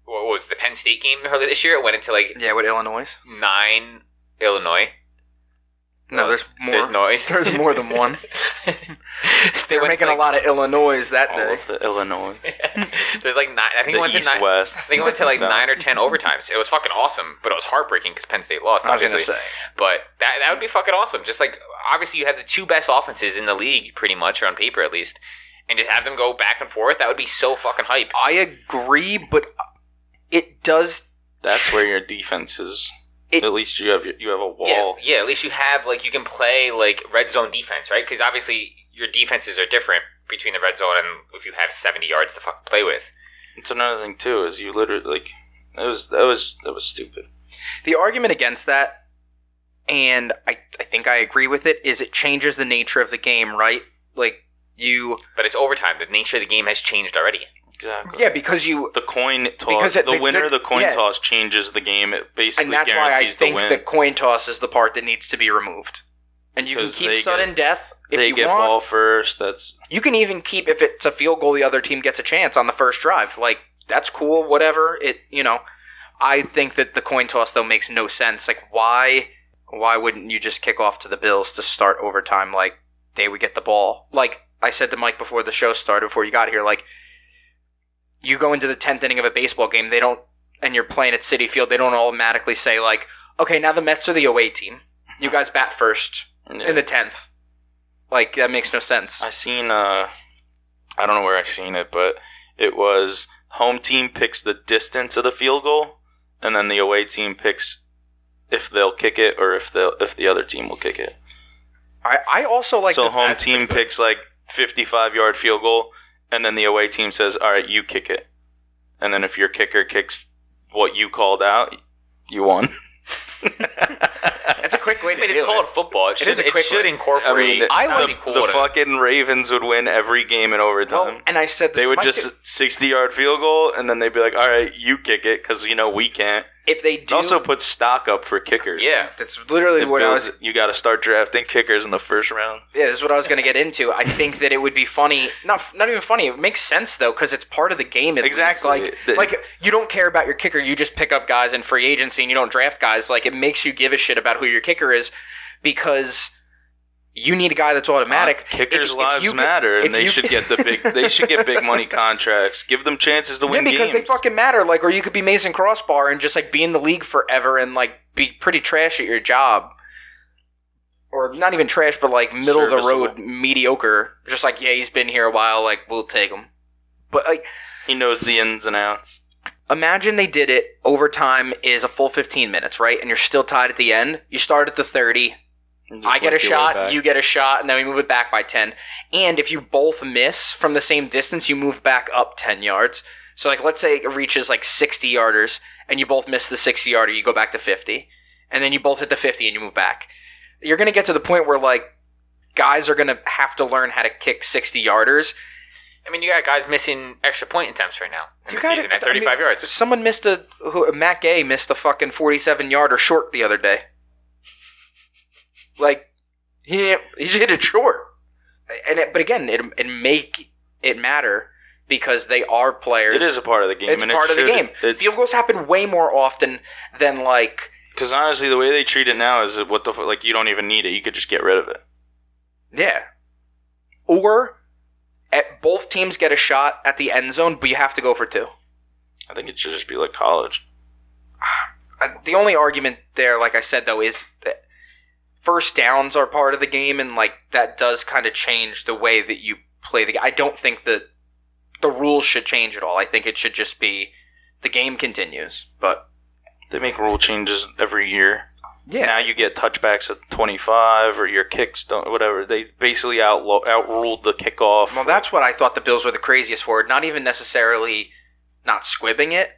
[SPEAKER 2] what was the Penn State game earlier this year? It went into like
[SPEAKER 1] yeah with illinois
[SPEAKER 2] nine Illinois.
[SPEAKER 1] no
[SPEAKER 2] Uh,
[SPEAKER 1] there's more
[SPEAKER 2] There's
[SPEAKER 1] [LAUGHS] there's,
[SPEAKER 2] noise. [LAUGHS]
[SPEAKER 1] more than one
[SPEAKER 2] they
[SPEAKER 1] they're
[SPEAKER 2] went
[SPEAKER 1] making
[SPEAKER 2] to,
[SPEAKER 1] a
[SPEAKER 2] like,
[SPEAKER 1] lot of illinois that
[SPEAKER 3] All
[SPEAKER 1] day
[SPEAKER 3] of the Illinois,
[SPEAKER 2] [LAUGHS] There's like nine. I think it
[SPEAKER 3] the
[SPEAKER 2] went to
[SPEAKER 3] East
[SPEAKER 2] nine.
[SPEAKER 3] West.
[SPEAKER 2] I think it went to like
[SPEAKER 3] So,
[SPEAKER 2] nine or ten overtimes. It was fucking awesome, but it was heartbreaking because Penn State lost,
[SPEAKER 1] i was
[SPEAKER 2] obviously.
[SPEAKER 1] gonna say
[SPEAKER 2] But that that would be fucking awesome. Just like obviously you have the two best offenses in the league, pretty much, or on paper at least, and just have them go back and forth. That would be so fucking hype.
[SPEAKER 1] i agree but it does
[SPEAKER 3] That's where your defense is.
[SPEAKER 1] It-
[SPEAKER 3] At least you have your, you have a
[SPEAKER 2] Yeah,
[SPEAKER 3] wall.
[SPEAKER 2] yeah. At least you have like you can play like red zone defense, right? Because obviously your defenses are different between the red zone and if you have seventy yards to fucking play with.
[SPEAKER 3] It's another thing too is you literally like that was that was that was stupid.
[SPEAKER 1] The argument against that, and I, I think I agree with it, is it changes the nature of the game, right? Like you,
[SPEAKER 2] But it's overtime. The nature of the game has changed already.
[SPEAKER 3] Exactly.
[SPEAKER 1] yeah, because you,
[SPEAKER 3] The coin toss.
[SPEAKER 1] Because it-
[SPEAKER 3] The
[SPEAKER 1] they-
[SPEAKER 3] winner
[SPEAKER 1] they-
[SPEAKER 3] of the coin
[SPEAKER 1] yeah.
[SPEAKER 3] toss changes the game. It basically
[SPEAKER 1] and that's why
[SPEAKER 3] guarantees
[SPEAKER 1] I think
[SPEAKER 3] the win.
[SPEAKER 1] the coin toss is the part that needs to be removed. And you can
[SPEAKER 3] 'Cause they
[SPEAKER 1] keep sudden death if
[SPEAKER 3] they
[SPEAKER 1] you
[SPEAKER 3] get
[SPEAKER 1] want.
[SPEAKER 3] ball first. That's
[SPEAKER 1] You can even keep if it's a field goal, the other team gets a chance on the first drive. Like that's cool, whatever. It you know, I think that the coin toss though makes no sense. Like why why wouldn't you just kick off to the Bills to start overtime? Like they would get the ball. Like I said to Mike before the show started, before you got here, like you go into the tenth inning of a baseball game, they don't, and you're playing at City Field, they don't automatically say like, okay, now the Mets are the away team. You guys bat first in the tenth. Like that makes no sense.
[SPEAKER 3] I seen uh I don't know where I seen it, but it was home team picks the distance of the field goal and then the away team picks if they'll kick it or if the if the other team will kick it.
[SPEAKER 1] I, I also like
[SPEAKER 3] so
[SPEAKER 1] the
[SPEAKER 3] home
[SPEAKER 2] that's
[SPEAKER 3] team
[SPEAKER 2] pretty good.
[SPEAKER 3] picks like 55 yard field goal, and then the away team says, "All right, you kick it," and then if your kicker kicks what you called out, you won.
[SPEAKER 1] It's a quick way
[SPEAKER 2] I
[SPEAKER 3] [LAUGHS]
[SPEAKER 1] to
[SPEAKER 2] mean,
[SPEAKER 1] do
[SPEAKER 2] it's called football. It
[SPEAKER 1] It
[SPEAKER 2] should,
[SPEAKER 1] is a
[SPEAKER 2] it
[SPEAKER 1] quick
[SPEAKER 2] should
[SPEAKER 1] way.
[SPEAKER 2] incorporate.
[SPEAKER 3] I mean,
[SPEAKER 1] I
[SPEAKER 2] how
[SPEAKER 1] would-
[SPEAKER 2] many
[SPEAKER 3] the, the
[SPEAKER 2] quarters.
[SPEAKER 3] fucking Ravens would win every game in overtime.
[SPEAKER 1] Well, and I said this
[SPEAKER 3] they
[SPEAKER 1] to
[SPEAKER 3] would
[SPEAKER 1] my
[SPEAKER 3] just
[SPEAKER 1] kid.
[SPEAKER 3] 60 yard field goal, and then they'd be like, "All right, you kick it," because you know we can't.
[SPEAKER 1] if they
[SPEAKER 3] It
[SPEAKER 1] do.
[SPEAKER 3] also puts stock up for kickers.
[SPEAKER 2] Yeah,
[SPEAKER 1] that's literally
[SPEAKER 3] It
[SPEAKER 1] what I
[SPEAKER 3] builds-
[SPEAKER 1] was.
[SPEAKER 3] you got to start drafting kickers in the first round.
[SPEAKER 1] Yeah, this is what I was going to get into. I think that it would be funny. Not not even funny. It makes sense though because it's part of the game. at least.
[SPEAKER 3] Exactly.
[SPEAKER 1] Like
[SPEAKER 3] The-
[SPEAKER 1] like you don't care about your kicker. You just pick up guys in free agency and you don't draft guys. Like it makes you give a shit about who your kicker is because you need a guy that's automatic.
[SPEAKER 3] Kickers'
[SPEAKER 1] If- if
[SPEAKER 3] lives
[SPEAKER 1] you could-
[SPEAKER 3] matter,
[SPEAKER 1] if
[SPEAKER 3] and they
[SPEAKER 1] you
[SPEAKER 3] should
[SPEAKER 1] could-
[SPEAKER 3] get the big. They should get big money contracts. Give them chances to
[SPEAKER 1] Yeah,
[SPEAKER 3] win
[SPEAKER 1] because they
[SPEAKER 3] games.
[SPEAKER 1] fucking matter. Like, or you could be Mason Crossbar and just like be in the league forever and like be pretty trash at your job, or not even trash, but like middle of the road mediocre. Just like, yeah, he's been here a while. Like, we'll take him. But like,
[SPEAKER 3] he knows the ins and outs.
[SPEAKER 1] imagine they did it. Overtime is a full fifteen minutes, right? And you're still tied at the end. You start at the thirty.
[SPEAKER 3] and just
[SPEAKER 1] I get a
[SPEAKER 3] work your way
[SPEAKER 1] shot,
[SPEAKER 3] back.
[SPEAKER 1] you get a shot, and then we move it back by 10. And if you both miss from the same distance, you move back up 10 yards. So, like, let's say it reaches like 60 yarders, and you both miss the 60 yarder, you go back to 50. And then you both hit the 50 and you move back. You're going to get to the point where, like, guys are going to have to learn how to kick 60 yarders.
[SPEAKER 2] I mean, you got guys missing extra point attempts right now in
[SPEAKER 1] You
[SPEAKER 2] the
[SPEAKER 1] gotta-
[SPEAKER 2] season at
[SPEAKER 1] I mean,
[SPEAKER 2] 35 yards.
[SPEAKER 1] Someone missed a, who, Matt Gay missed a fucking 47 yarder short the other day. Like, he didn't- he just hit it short, and it, but again, it it make it matter because they are players.
[SPEAKER 3] It is a part of the game.
[SPEAKER 1] It's
[SPEAKER 3] and
[SPEAKER 1] part
[SPEAKER 3] it
[SPEAKER 1] of the
[SPEAKER 3] should-
[SPEAKER 1] game.
[SPEAKER 3] it-
[SPEAKER 1] Field goals happen way more often than like
[SPEAKER 3] Because honestly, the way they treat it now is that what the fu- like you don't even need it. You could just get rid of it.
[SPEAKER 1] yeah, or at both teams get a shot at the end zone, but you have to go for two.
[SPEAKER 3] I think it should just be like college.
[SPEAKER 1] I- the only argument there, like I said though, is that first downs are part of the game, and like that does kind of change the way that you play the game. I don't think that the rules should change at all. I think it should just be the game continues. But
[SPEAKER 3] They make rule changes every year.
[SPEAKER 1] yeah,
[SPEAKER 3] Now you get touchbacks at twenty five or your kicks don't whatever. They basically outlaw outruled the kickoff.
[SPEAKER 1] well, that's what I thought the Bills were the craziest for. Not even necessarily not squibbing it,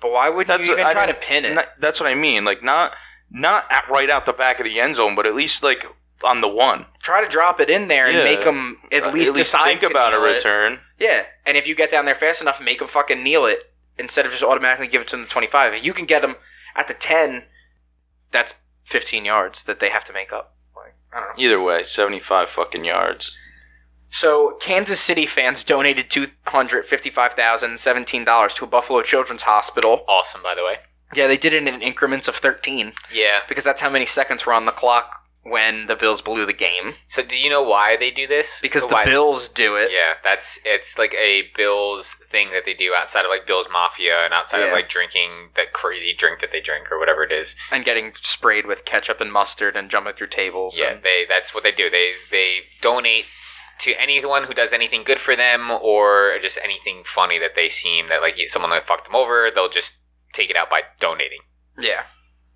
[SPEAKER 1] but why would
[SPEAKER 3] That's
[SPEAKER 1] you
[SPEAKER 3] what
[SPEAKER 1] even
[SPEAKER 3] I
[SPEAKER 1] try to
[SPEAKER 3] don't-
[SPEAKER 1] pin it?
[SPEAKER 3] Not- that's what I mean. Like not not at, right out the back of the end zone, but at least like on the one.
[SPEAKER 1] try to drop it in there and
[SPEAKER 3] Yeah. Uh,
[SPEAKER 1] make 'em make them at least decide
[SPEAKER 3] think
[SPEAKER 1] to
[SPEAKER 3] about a
[SPEAKER 1] kneel it.
[SPEAKER 3] return.
[SPEAKER 1] Yeah, and if you get down there fast enough, make them fucking kneel it instead of just automatically give it to them 25. If you can get them at the 10, that's 15 yards that they have to make up. Like, I don't know.
[SPEAKER 3] Either way, seventy five fucking yards.
[SPEAKER 1] So, Kansas City fans donated $255,017 to Buffalo Children's Hospital.
[SPEAKER 2] Awesome, by the way.
[SPEAKER 1] Yeah, they did it in increments of 13
[SPEAKER 2] Yeah.
[SPEAKER 1] because that's how many seconds were on the clock when the Bills blew the game.
[SPEAKER 2] So do you know why they do this?
[SPEAKER 1] Because
[SPEAKER 2] Or
[SPEAKER 1] the
[SPEAKER 2] why-
[SPEAKER 1] Bills do it.
[SPEAKER 2] Yeah, that's it's like a Bills thing that they do outside of like Bills Mafia and outside
[SPEAKER 1] Yeah.
[SPEAKER 2] of like drinking that crazy drink that they drink or whatever it is.
[SPEAKER 1] and getting sprayed with ketchup and mustard and jumping through tables.
[SPEAKER 2] Yeah,
[SPEAKER 1] and-
[SPEAKER 2] they that's what they do. They they donate to anyone who does anything good for them or just anything funny that they seem that like someone that fucked them over. They'll just take it out by donating.
[SPEAKER 1] Yeah.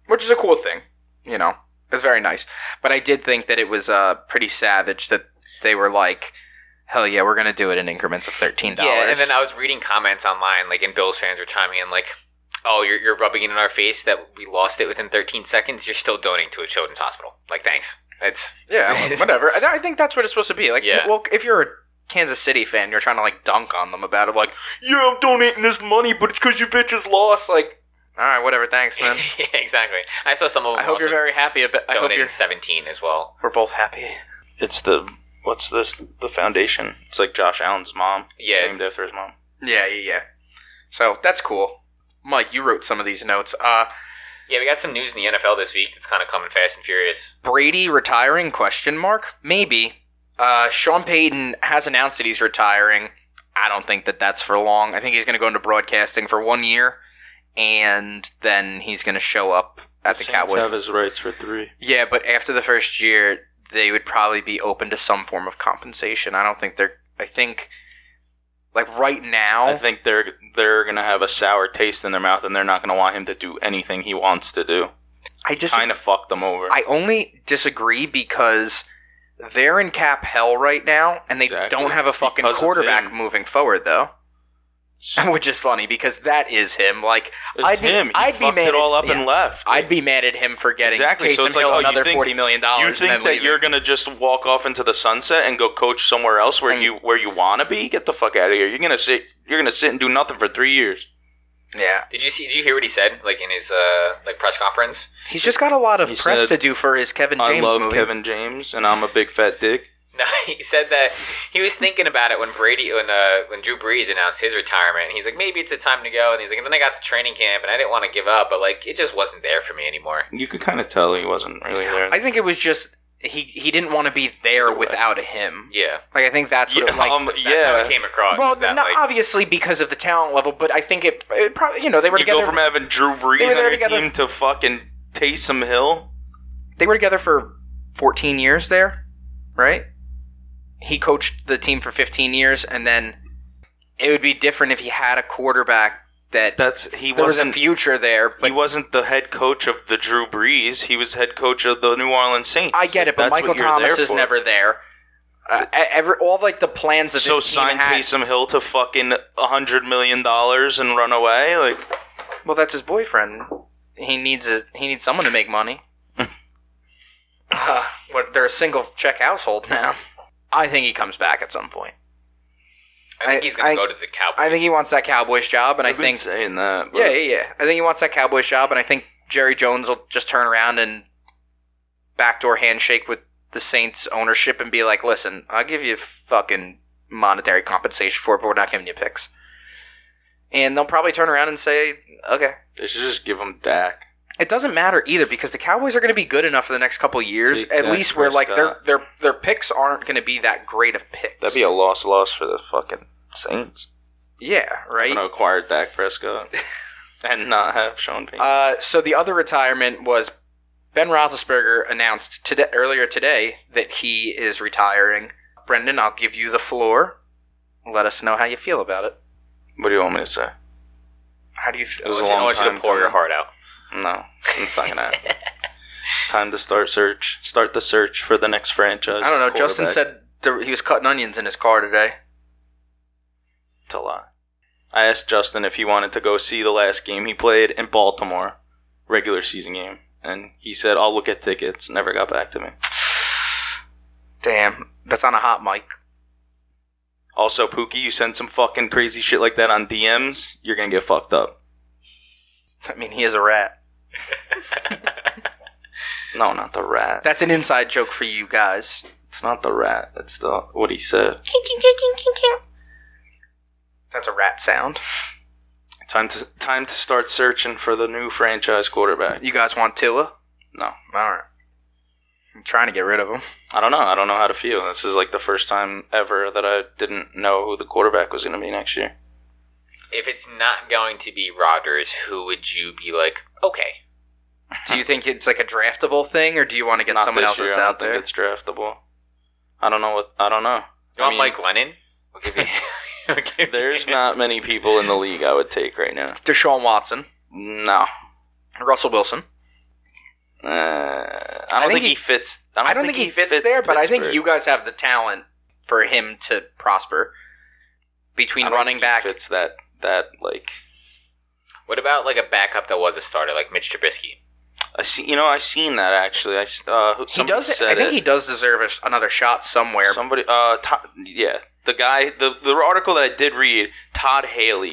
[SPEAKER 1] Which is a cool thing, you know. It's very nice. But I did think that it was uh, pretty savage that they were like, hell yeah, we're going to do it in increments of $13.
[SPEAKER 2] Yeah, and then I was reading comments online, like, and Bills fans were chiming in, like, "Oh, you're, you're rubbing it in our face that we lost it within 13 seconds. You're still donating to a children's hospital. Like, thanks. That's
[SPEAKER 1] yeah, [LAUGHS] well, whatever. I, I think that's what it's supposed to be. Like,
[SPEAKER 2] Yeah.
[SPEAKER 1] well, if you're a Kansas City fan, you're trying to like dunk on them about it. Like,
[SPEAKER 3] Yeah, I'm donating this money, but it's because you bitches lost. Like
[SPEAKER 1] all right, whatever. Thanks, man.
[SPEAKER 2] [LAUGHS] yeah, exactly. I saw some of
[SPEAKER 1] [LAUGHS]
[SPEAKER 2] them.
[SPEAKER 1] I hope
[SPEAKER 2] also
[SPEAKER 1] you're very happy. About, I hope
[SPEAKER 2] donating
[SPEAKER 1] you're.
[SPEAKER 2] 17 as well.
[SPEAKER 1] We're both happy.
[SPEAKER 3] it's the what's this the foundation? It's like Josh Allen's mom.
[SPEAKER 2] Yeah,
[SPEAKER 3] it's named
[SPEAKER 2] it's-
[SPEAKER 3] after his mom.
[SPEAKER 1] Yeah, yeah, yeah. So that's cool. Mike, you wrote some of these notes. Uh,
[SPEAKER 2] Yeah, we got some news in the NFL this week that's kind of coming fast and furious.
[SPEAKER 1] Brady retiring? Question mark. Maybe. Uh, Sean Payton has announced that he's retiring. I don't think that that's for long. I think he's going to go into broadcasting for one year, and then he's going to show up at the,
[SPEAKER 3] Saints
[SPEAKER 1] Cowboys.
[SPEAKER 3] have his rights for three.
[SPEAKER 1] yeah, but after the first year, they would probably be open to some form of compensation. I don't think they're. I think Like right now,
[SPEAKER 3] I think they're they're gonna have a sour taste in their mouth, and they're not gonna want him to do anything he wants to do.
[SPEAKER 1] I just
[SPEAKER 3] Kind of fuck them over.
[SPEAKER 1] I only disagree because they're in cap hell right now, and they
[SPEAKER 3] Exactly.
[SPEAKER 1] don't have a fucking
[SPEAKER 3] Because of
[SPEAKER 1] quarterback
[SPEAKER 3] him.
[SPEAKER 1] moving forward though. [LAUGHS] Which is funny because that is him. Like
[SPEAKER 3] it's
[SPEAKER 1] I'd be-
[SPEAKER 3] him. He
[SPEAKER 1] I'd be
[SPEAKER 3] fucked
[SPEAKER 1] mad
[SPEAKER 3] it all
[SPEAKER 1] at-
[SPEAKER 3] up
[SPEAKER 1] yeah.
[SPEAKER 3] and left.
[SPEAKER 1] I'd be mad at him for getting
[SPEAKER 3] Exactly,
[SPEAKER 1] Taysom
[SPEAKER 3] so it's like,
[SPEAKER 1] Hill
[SPEAKER 3] oh, you
[SPEAKER 1] another
[SPEAKER 3] think-
[SPEAKER 1] forty million dollars.
[SPEAKER 3] you think that you're gonna just walk off into the sunset and go coach somewhere else where
[SPEAKER 1] And-
[SPEAKER 3] you where you wanna be? Get the fuck out of here. You're gonna sit. You're gonna sit and do nothing for three years.
[SPEAKER 1] yeah.
[SPEAKER 2] Did you see? Did you hear what he said? Like in his uh, like press conference.
[SPEAKER 1] He's just got a lot of
[SPEAKER 3] He
[SPEAKER 1] press
[SPEAKER 3] said,
[SPEAKER 1] to do for his Kevin James
[SPEAKER 3] I love
[SPEAKER 1] movie.
[SPEAKER 3] Kevin James, and I'm a big fat dick.
[SPEAKER 2] No, [LAUGHS] he said that he was thinking about it when Brady, when uh, when Drew Brees announced his retirement. And he's like, maybe it's a time to go. And he's like, and then I got to training camp, and I didn't want to give up, but like, it just wasn't there for me anymore.
[SPEAKER 3] You could kind of tell he wasn't really there.
[SPEAKER 1] I think it was just he he didn't want to be there without him.
[SPEAKER 2] Yeah,
[SPEAKER 1] Like I think that's what
[SPEAKER 3] yeah,
[SPEAKER 1] it, [LAUGHS] like
[SPEAKER 3] um,
[SPEAKER 2] that's how
[SPEAKER 3] yeah.
[SPEAKER 2] it came across.
[SPEAKER 1] well,
[SPEAKER 2] is that,
[SPEAKER 1] not
[SPEAKER 2] like,
[SPEAKER 1] obviously because of the talent level, but I think it, it probably you know they were
[SPEAKER 3] you
[SPEAKER 1] together.
[SPEAKER 3] go from having Drew
[SPEAKER 1] They
[SPEAKER 3] Brees
[SPEAKER 1] were
[SPEAKER 3] on
[SPEAKER 1] there
[SPEAKER 3] your
[SPEAKER 1] together.
[SPEAKER 3] team to fucking Taysom Hill.
[SPEAKER 1] they were together for 14 years there, right? He coached the team for 15 years, and then it would be different if he had a quarterback that
[SPEAKER 3] That's he
[SPEAKER 1] there was a
[SPEAKER 3] wasn't.
[SPEAKER 1] future there. But
[SPEAKER 3] he wasn't the head coach of the Drew Brees. He was head coach of the New Orleans Saints.
[SPEAKER 1] I get it, but
[SPEAKER 3] That's what
[SPEAKER 1] Michael
[SPEAKER 3] you're there
[SPEAKER 1] Thomas is
[SPEAKER 3] for.
[SPEAKER 1] never there. Uh, e- every all like the plans that
[SPEAKER 3] So
[SPEAKER 1] this team
[SPEAKER 3] sign
[SPEAKER 1] had.
[SPEAKER 3] Taysom Hill to fucking hundred million dollars and run away. Like
[SPEAKER 1] Well, that's his boyfriend. He needs a he needs someone to make
[SPEAKER 3] [LAUGHS]
[SPEAKER 1] money. uh, what, they're a single check household now. I think he comes back at some point.
[SPEAKER 2] I think
[SPEAKER 1] I-
[SPEAKER 2] he's gonna
[SPEAKER 1] I-
[SPEAKER 2] go to the Cowboys.
[SPEAKER 1] I think he wants that Cowboys job, and
[SPEAKER 3] I've
[SPEAKER 1] I
[SPEAKER 3] been
[SPEAKER 1] think
[SPEAKER 3] saying that. but
[SPEAKER 1] yeah, yeah, yeah. I think he wants that Cowboys job, and I think Jerry Jones will just turn around and backdoor handshake with the Saints ownership and be like, "Listen, I'll give you fucking monetary compensation for it, but we're not giving you picks." And they'll probably turn around and say, "Okay."
[SPEAKER 3] They should just give him Dak.
[SPEAKER 1] It doesn't matter either because the Cowboys are going to be good enough for the next couple years,
[SPEAKER 3] Take
[SPEAKER 1] at
[SPEAKER 3] Dak
[SPEAKER 1] least where like their
[SPEAKER 3] Prescott.
[SPEAKER 1] their their picks aren't going to be that great of picks.
[SPEAKER 3] That'd be a loss loss for the fucking Saints.
[SPEAKER 1] yeah,
[SPEAKER 3] I'm
[SPEAKER 1] right.
[SPEAKER 3] gonna acquire Dak Prescott
[SPEAKER 1] [LAUGHS]
[SPEAKER 3] and not have Sean Payton.
[SPEAKER 1] Uh, so the other retirement was Ben Roethlisberger announced today earlier today that he is retiring. Brendan, I'll give you the floor. Let us know how you feel about it.
[SPEAKER 3] what do you want me to say?
[SPEAKER 1] How do you
[SPEAKER 3] It
[SPEAKER 1] feel?
[SPEAKER 3] was a
[SPEAKER 2] I
[SPEAKER 3] long
[SPEAKER 2] want you to
[SPEAKER 3] time
[SPEAKER 2] pour your
[SPEAKER 3] coming.
[SPEAKER 2] heart out.
[SPEAKER 3] No, it's not gonna happen. Time to start search. Start the search for the next franchise.
[SPEAKER 1] I don't know. Justin
[SPEAKER 3] quarterback.
[SPEAKER 1] said th- he was cutting onions in his car today.
[SPEAKER 3] It's a lot. I asked Justin if he wanted to go see the last game he played in Baltimore, regular season game, and he said, "I'll look at tickets." Never got back to me.
[SPEAKER 1] Damn, that's on a hot mic.
[SPEAKER 3] Also, Pookie, you send some fucking crazy shit like that on DMs, you're gonna get fucked up.
[SPEAKER 1] I mean, he is a rat.
[SPEAKER 3] No, not the rat.
[SPEAKER 1] That's an inside joke for you guys.
[SPEAKER 3] It's not the rat. It's the what he said.
[SPEAKER 1] That's a rat sound.
[SPEAKER 3] Time to time to start searching for the new franchise quarterback.
[SPEAKER 1] You guys want Tua?
[SPEAKER 3] No,
[SPEAKER 1] All right. I'm trying to get rid of him.
[SPEAKER 3] I don't know. I don't know how to feel. This is like the first time ever that I didn't know who the quarterback was going to be next year.
[SPEAKER 2] If it's not going to be Rodgers, who would you be like? Okay,
[SPEAKER 1] Do you think it's like a draftable thing, or do you want to get
[SPEAKER 3] Not
[SPEAKER 1] someone
[SPEAKER 3] this
[SPEAKER 1] else
[SPEAKER 3] year.
[SPEAKER 1] that's
[SPEAKER 3] I don't
[SPEAKER 1] out
[SPEAKER 3] think
[SPEAKER 1] there?
[SPEAKER 3] It's draftable. I don't know what. I don't know.
[SPEAKER 2] you
[SPEAKER 3] I
[SPEAKER 2] want
[SPEAKER 3] mean,
[SPEAKER 2] Mike Lennon? We'll give you- [LAUGHS] we'll give you-
[SPEAKER 3] There's not many people in the league I would take right now.
[SPEAKER 1] Deshaun Watson,
[SPEAKER 3] No.
[SPEAKER 1] Russell Wilson.
[SPEAKER 3] Uh, I don't think,
[SPEAKER 1] think
[SPEAKER 3] he,
[SPEAKER 1] he-
[SPEAKER 3] fits. I don't,
[SPEAKER 1] I don't think, he fits, there, but I think you guys have the talent for him to prosper between running back.
[SPEAKER 3] fits that that like.
[SPEAKER 2] [LAUGHS] What about like a backup that was a starter, like Mitch Trubisky?
[SPEAKER 3] I see. You know, I seen that actually. I s- uh, who-
[SPEAKER 1] He
[SPEAKER 3] somebody
[SPEAKER 1] does.
[SPEAKER 3] Said
[SPEAKER 1] I think
[SPEAKER 3] it.
[SPEAKER 1] he does deserve a, sh- another shot somewhere.
[SPEAKER 3] [LAUGHS] Somebody, uh, Todd, yeah, the guy, the the article that I did read, Todd Haley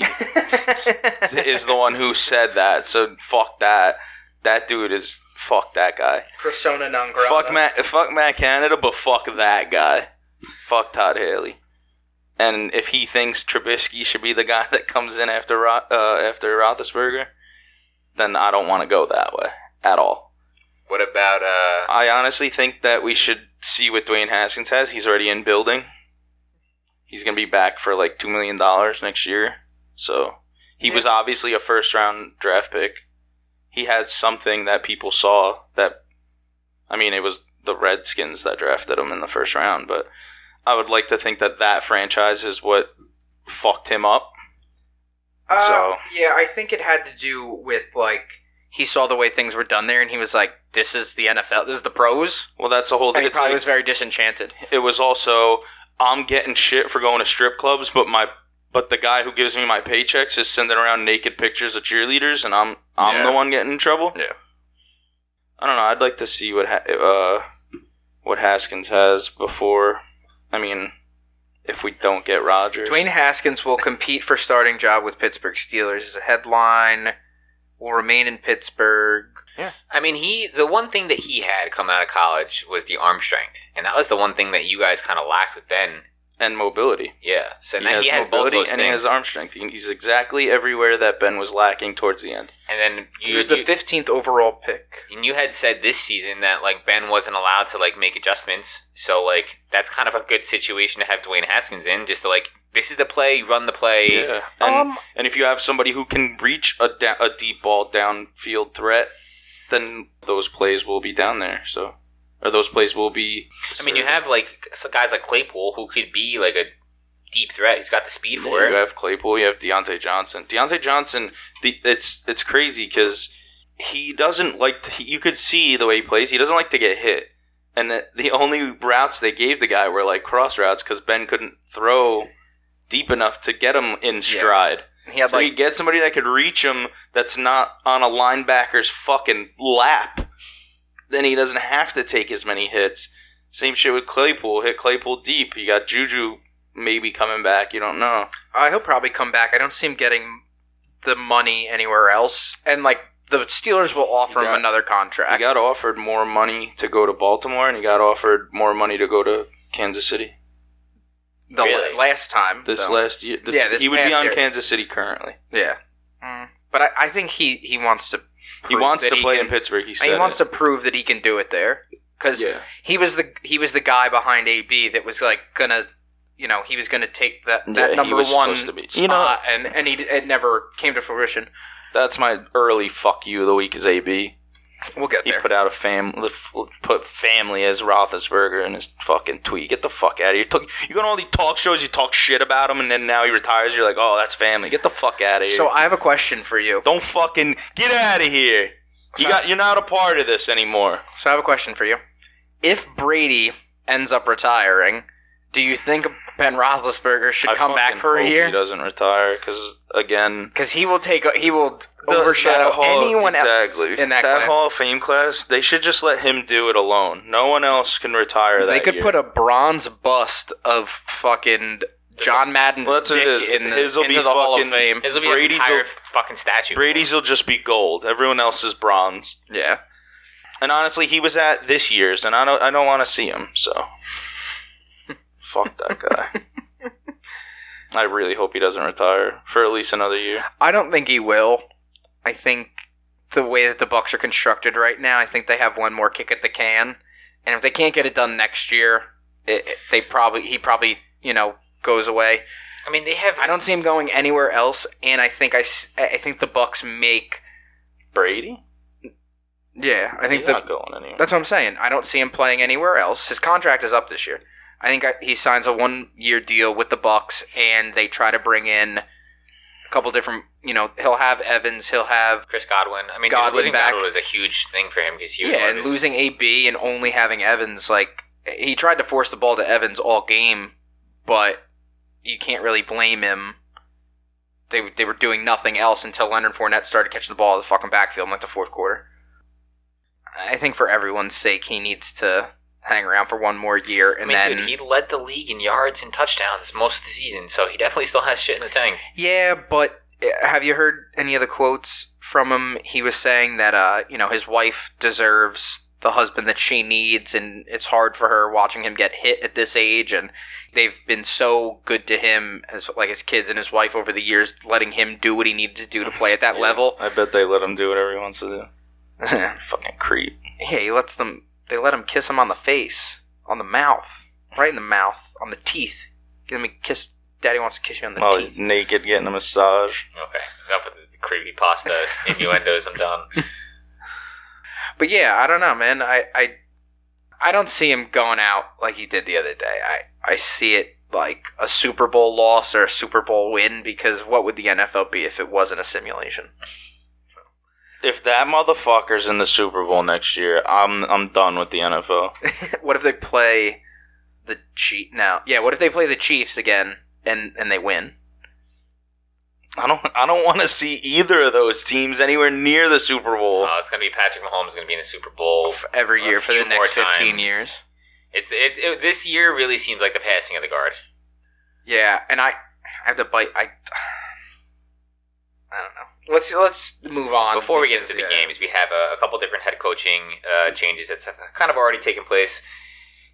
[SPEAKER 3] is the one who said that. So fuck that. That dude is fuck that guy.
[SPEAKER 1] [LAUGHS] Persona non
[SPEAKER 3] Fuck Matt, fuck Matt Canada, but fuck that guy. Fuck Todd Haley. And if he thinks Trubisky should be the guy that comes in after Ro- uh, after Roethlisberger, then I don't want to go that way at all.
[SPEAKER 2] What about uh?
[SPEAKER 3] I honestly think that we should see what Dwayne Haskins has. He's already in building. He's gonna be back for like two million dollars next year. So he was obviously a first round draft pick. He had something that people saw that I mean it was the Redskins that drafted him in the first round, but I would like to think that that franchise is what fucked him up.
[SPEAKER 1] Uh,
[SPEAKER 3] So-
[SPEAKER 1] yeah, I think it had to do with like he saw the way things were done there, and he was like, "This is the NFL. This is the pros."
[SPEAKER 3] Well, that's the whole
[SPEAKER 1] And
[SPEAKER 3] thing.
[SPEAKER 1] he
[SPEAKER 3] It's
[SPEAKER 1] probably
[SPEAKER 3] like-
[SPEAKER 1] was very disenchanted.
[SPEAKER 3] it was also I'm getting shit for going to strip clubs, but my but the guy who gives me my paychecks is sending around naked pictures of cheerleaders, and I'm I'm
[SPEAKER 1] Yeah.
[SPEAKER 3] the one getting in trouble.
[SPEAKER 1] Yeah.
[SPEAKER 3] I don't know. I'd like to see what ha- uh what Haskins has before. I mean, if we don't get Rodgers,
[SPEAKER 1] Dwayne Haskins will compete for starting job with Pittsburgh Steelers as a headline. Will remain in Pittsburgh.
[SPEAKER 2] I mean, he the one thing that he had coming out of college was the arm strength, and that was the one thing that you guys kind of lacked with Ben.
[SPEAKER 3] and mobility.
[SPEAKER 2] Yeah, so now he has both
[SPEAKER 3] mobility
[SPEAKER 2] those
[SPEAKER 3] and
[SPEAKER 2] things.
[SPEAKER 3] he has arm strength. He- He's exactly everywhere that Ben was lacking towards the end.
[SPEAKER 2] and then you,
[SPEAKER 1] He was the
[SPEAKER 2] you-
[SPEAKER 1] fifteenth overall pick.
[SPEAKER 2] and you had said this season that like Ben wasn't allowed to like make adjustments, so like that's kind of a good situation to have Dwayne Haskins in, just to like this is the play, run the play.
[SPEAKER 3] And,
[SPEAKER 1] um,
[SPEAKER 3] And if you have somebody who can reach a, da- a deep ball downfield threat, then those plays will be down there. So, or those plays will be.
[SPEAKER 2] I mean, you have like so guys like Claypool who could be like a deep threat. He's got the speed for
[SPEAKER 3] You
[SPEAKER 2] it.
[SPEAKER 3] have Claypool. You have Deontay Johnson. Deontay Johnson. The it's it's crazy because he doesn't like. To, you could see the way he plays. He doesn't like to get hit. And the, the only routes they gave the guy were like cross routes because Ben couldn't throw deep enough to get him in stride.
[SPEAKER 1] he had
[SPEAKER 3] So
[SPEAKER 1] like
[SPEAKER 3] you get somebody that could reach him that's not on a linebacker's fucking lap. Then he doesn't have to take as many hits. Same shit with Claypool. Hit Claypool deep. You got Juju maybe coming back. You don't know.
[SPEAKER 1] Uh, he'll probably come back. I don't see him getting the money anywhere else. And like the Steelers will offer
[SPEAKER 3] You
[SPEAKER 1] him
[SPEAKER 3] got-
[SPEAKER 1] another
[SPEAKER 3] He
[SPEAKER 1] contract.
[SPEAKER 3] got offered more money to go to Baltimore, and he got offered more money to go to Kansas City
[SPEAKER 1] the
[SPEAKER 2] Really?
[SPEAKER 1] last time.
[SPEAKER 3] this
[SPEAKER 1] so-
[SPEAKER 3] last year. the-
[SPEAKER 1] Yeah, this
[SPEAKER 3] he would be
[SPEAKER 1] past
[SPEAKER 3] on
[SPEAKER 1] year.
[SPEAKER 3] Kansas City currently.
[SPEAKER 1] yeah. Mm. But I, I think he he wants to.
[SPEAKER 3] He
[SPEAKER 1] prove
[SPEAKER 3] wants
[SPEAKER 1] that
[SPEAKER 3] to play
[SPEAKER 1] can-
[SPEAKER 3] in Pittsburgh. He
[SPEAKER 1] and
[SPEAKER 3] said
[SPEAKER 1] he wants
[SPEAKER 3] it.
[SPEAKER 1] to prove that he can do it there because
[SPEAKER 3] Yeah.
[SPEAKER 1] he was the he was the guy behind AB that was like gonna. You know, he was going to take that,
[SPEAKER 3] Yeah,
[SPEAKER 1] that
[SPEAKER 3] he
[SPEAKER 1] number
[SPEAKER 3] was
[SPEAKER 1] one
[SPEAKER 3] supposed to be.
[SPEAKER 1] spot,
[SPEAKER 3] You know-
[SPEAKER 1] and and he, it never came to fruition.
[SPEAKER 3] That's my early fuck you of the week is AB.
[SPEAKER 1] We'll get
[SPEAKER 3] He
[SPEAKER 1] there.
[SPEAKER 3] put out a fam, lif- put family as Roethlisberger in his fucking tweet. Get the fuck out of here! Talk- you go on all these talk shows, you talk shit about him, and then now he retires. You're like, oh, that's family. Get the fuck out of here!
[SPEAKER 1] So I have a question for you.
[SPEAKER 3] don't fucking get out of here. You got, you're not a part of this anymore.
[SPEAKER 1] So I have a question for you. If Brady ends up retiring, do you think Ben Roethlisberger should
[SPEAKER 3] I
[SPEAKER 1] come back
[SPEAKER 3] fucking
[SPEAKER 1] for a
[SPEAKER 3] hope He
[SPEAKER 1] year?
[SPEAKER 3] doesn't retire because again,
[SPEAKER 1] Because he will take he will
[SPEAKER 3] the-
[SPEAKER 1] overshadow
[SPEAKER 3] that Hall-
[SPEAKER 1] anyone
[SPEAKER 3] exactly.
[SPEAKER 1] else in that, class.
[SPEAKER 3] Hall of Fame class. They should just let him do it alone. No one else can retire.
[SPEAKER 1] they
[SPEAKER 3] that
[SPEAKER 1] could
[SPEAKER 3] year.
[SPEAKER 1] put a bronze bust of fucking John Madden's
[SPEAKER 3] Well, that's what
[SPEAKER 1] dick
[SPEAKER 3] it is.
[SPEAKER 1] in the,
[SPEAKER 3] His'll
[SPEAKER 1] into
[SPEAKER 3] be
[SPEAKER 1] the Hall of
[SPEAKER 3] fucking-
[SPEAKER 1] Fame.
[SPEAKER 2] This will be
[SPEAKER 3] Brady's
[SPEAKER 2] an entire
[SPEAKER 3] a-
[SPEAKER 2] fucking statue.
[SPEAKER 3] Brady's will just be gold. Everyone else is bronze.
[SPEAKER 1] Yeah.
[SPEAKER 3] And honestly, he was at this year's, and I don't, I don't want to see him. So, [LAUGHS] fuck that guy. [LAUGHS] I really hope he doesn't retire for at least another year.
[SPEAKER 1] I don't think he will. I think the way that the Bucks are constructed right now, I think they have one more kick at the can, and if they can't get it done next year, it, it- they probably he probably you know goes away.
[SPEAKER 2] I mean, they have.
[SPEAKER 1] I don't see him going anywhere else, and I think I, s- I think the Bucks make
[SPEAKER 3] Brady?
[SPEAKER 1] yeah. I think
[SPEAKER 3] He's
[SPEAKER 1] the,
[SPEAKER 3] not going anywhere.
[SPEAKER 1] that's what I'm saying. I don't see him playing anywhere else. His contract is up this year. I think I, he signs a one year deal with the Bucks, and they try to bring in a couple different. You know, he'll have Evans, he'll have
[SPEAKER 2] Chris Godwin. I mean,
[SPEAKER 1] Godwin
[SPEAKER 2] losing
[SPEAKER 1] back.
[SPEAKER 2] Godwin was a huge thing for him because he was
[SPEAKER 1] yeah,
[SPEAKER 2] one of
[SPEAKER 1] and
[SPEAKER 2] his-
[SPEAKER 1] losing AB and only having Evans, like he tried to force the ball to Evans all game, but you can't really blame him. They they were doing nothing else until Leonard Fournette started catching the ball in the fucking backfield in like the fourth quarter. I think for everyone's sake, he needs to hang around for one more year,
[SPEAKER 2] I
[SPEAKER 1] and
[SPEAKER 2] mean,
[SPEAKER 1] then
[SPEAKER 2] dude, he led the league in yards and touchdowns most of the season, so he definitely still has shit in the tank.
[SPEAKER 1] Yeah, but uh, have you heard any of the quotes from him? He was saying that uh, you know, his wife deserves the husband that she needs and it's hard for her watching him get hit at this age and they've been so good to him as like his kids and his wife over the years letting him do what he needed to do to play at that
[SPEAKER 3] Yeah. [LAUGHS]
[SPEAKER 1] level.
[SPEAKER 3] I bet they let him do whatever he wants to do.
[SPEAKER 1] yeah,
[SPEAKER 3] Fucking creep.
[SPEAKER 1] he lets them they let him kiss him on the face, on the mouth, right in the mouth, on the teeth. Let me kiss Daddy wants to kiss you on the
[SPEAKER 3] While
[SPEAKER 1] teeth.
[SPEAKER 3] he's naked getting a massage.
[SPEAKER 2] Okay, enough with the creepy pasta [LAUGHS] innuendos. I'm done.
[SPEAKER 1] But yeah, I don't know, man. I I, I don't see him going out like he did the other day. I, I see it like a Super Bowl loss or a Super Bowl win because what would the NFL be if it wasn't a simulation? [LAUGHS]
[SPEAKER 3] If that motherfucker's in the Super Bowl next year, I'm I'm done with the NFL.
[SPEAKER 1] what if they play the Chiefs now? Yeah, what if they play the Chiefs again and and they win?
[SPEAKER 3] I don't I don't want to see either of those teams anywhere near the Super Bowl. [LAUGHS]
[SPEAKER 2] Uh, it's going to be Patrick Mahomes going to be in the Super Bowl.
[SPEAKER 1] F- every
[SPEAKER 2] a
[SPEAKER 1] year for the
[SPEAKER 2] few more
[SPEAKER 1] next 15
[SPEAKER 2] times.
[SPEAKER 1] years.
[SPEAKER 2] It's it, it, this year really seems like the passing of the guard.
[SPEAKER 1] Yeah, and I I have to bite I [SIGHS] I don't know. Let's let's move on
[SPEAKER 2] Before we get into the
[SPEAKER 1] because, yeah.
[SPEAKER 2] games, we have a, a couple different head coaching uh, changes that's kind of already taken place.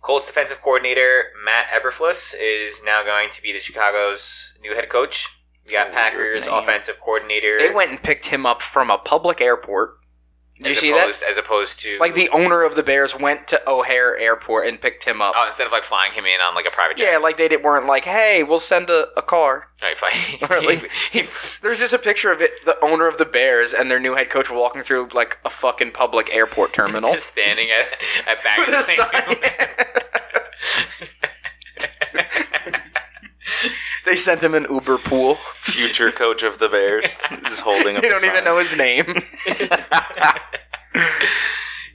[SPEAKER 2] Colts defensive coordinator Matt Eberflus is now going to be the Chicago's new head coach. We got
[SPEAKER 3] That's a weird
[SPEAKER 2] Packers
[SPEAKER 3] name.
[SPEAKER 2] offensive coordinator.
[SPEAKER 1] They went and picked him up from a public airport. Did
[SPEAKER 2] as
[SPEAKER 1] you see that?
[SPEAKER 2] opposed, As opposed to
[SPEAKER 1] Like the owner of the Bears went to O'Hare Airport and picked him up.
[SPEAKER 2] oh, instead of like flying him in on like a private jet.
[SPEAKER 1] yeah, like they didn't, weren't like, hey, we'll send a, a car. [LAUGHS]
[SPEAKER 2] All right, [LAUGHS]
[SPEAKER 1] Or
[SPEAKER 2] fine.
[SPEAKER 1] like- There's just a picture of it, the owner of the Bears and their new head coach walking through like a fucking public airport terminal.
[SPEAKER 2] just standing
[SPEAKER 1] [LAUGHS]
[SPEAKER 2] at, at back
[SPEAKER 1] With
[SPEAKER 2] of the
[SPEAKER 1] a
[SPEAKER 2] thing.
[SPEAKER 1] [LAUGHS] they sent him an Uber pool.
[SPEAKER 3] Future coach of the Bears is holding. up
[SPEAKER 1] they
[SPEAKER 3] a
[SPEAKER 1] don't even
[SPEAKER 3] sign.
[SPEAKER 1] know his name.
[SPEAKER 2] [LAUGHS]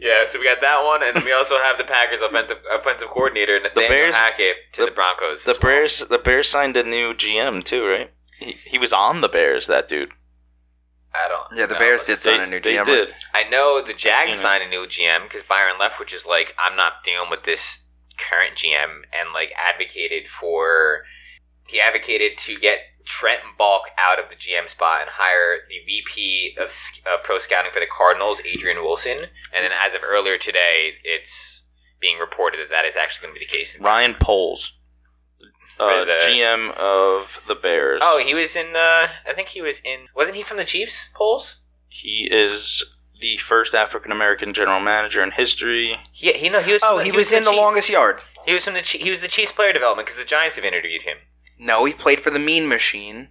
[SPEAKER 2] yeah, so we got that one, and we also have the Packers offensive offensive coordinator Nathaniel
[SPEAKER 3] Bears-
[SPEAKER 2] Hackett to the,
[SPEAKER 3] the-
[SPEAKER 2] Broncos.
[SPEAKER 3] The Bears the Bears signed a new GM too, right? He, he was on the Bears. That dude.
[SPEAKER 2] I don't.
[SPEAKER 1] yeah, the
[SPEAKER 2] know.
[SPEAKER 1] Bears did sign
[SPEAKER 3] They,
[SPEAKER 1] a new GM.
[SPEAKER 3] they
[SPEAKER 1] right?
[SPEAKER 3] did.
[SPEAKER 2] I know the Jags
[SPEAKER 3] seen it.
[SPEAKER 2] signed a new GM because Byron Leftwich is like, I'm not dealing with this current GM, and like advocated for he advocated to get Trent Balk out of the GM spot and hire the VP of sc- uh, pro scouting for the Cardinals, Adrian Wilson. And then as of earlier today, it's being reported that that is actually going to be the case.
[SPEAKER 3] Ryan Poles, uh,
[SPEAKER 2] For the-
[SPEAKER 3] GM of the Bears.
[SPEAKER 2] Oh, he was in. Uh, I think he was in. Wasn't he from the Chiefs polls?
[SPEAKER 3] he is the first African American general manager in history.
[SPEAKER 2] He, he no, he was.
[SPEAKER 1] Oh,
[SPEAKER 2] from
[SPEAKER 1] he was in the
[SPEAKER 2] Chiefs.
[SPEAKER 1] longest yard.
[SPEAKER 2] He was from the. Chi- He was the Chiefs player development because the Giants have interviewed him
[SPEAKER 1] No, he played for the Mean Machine.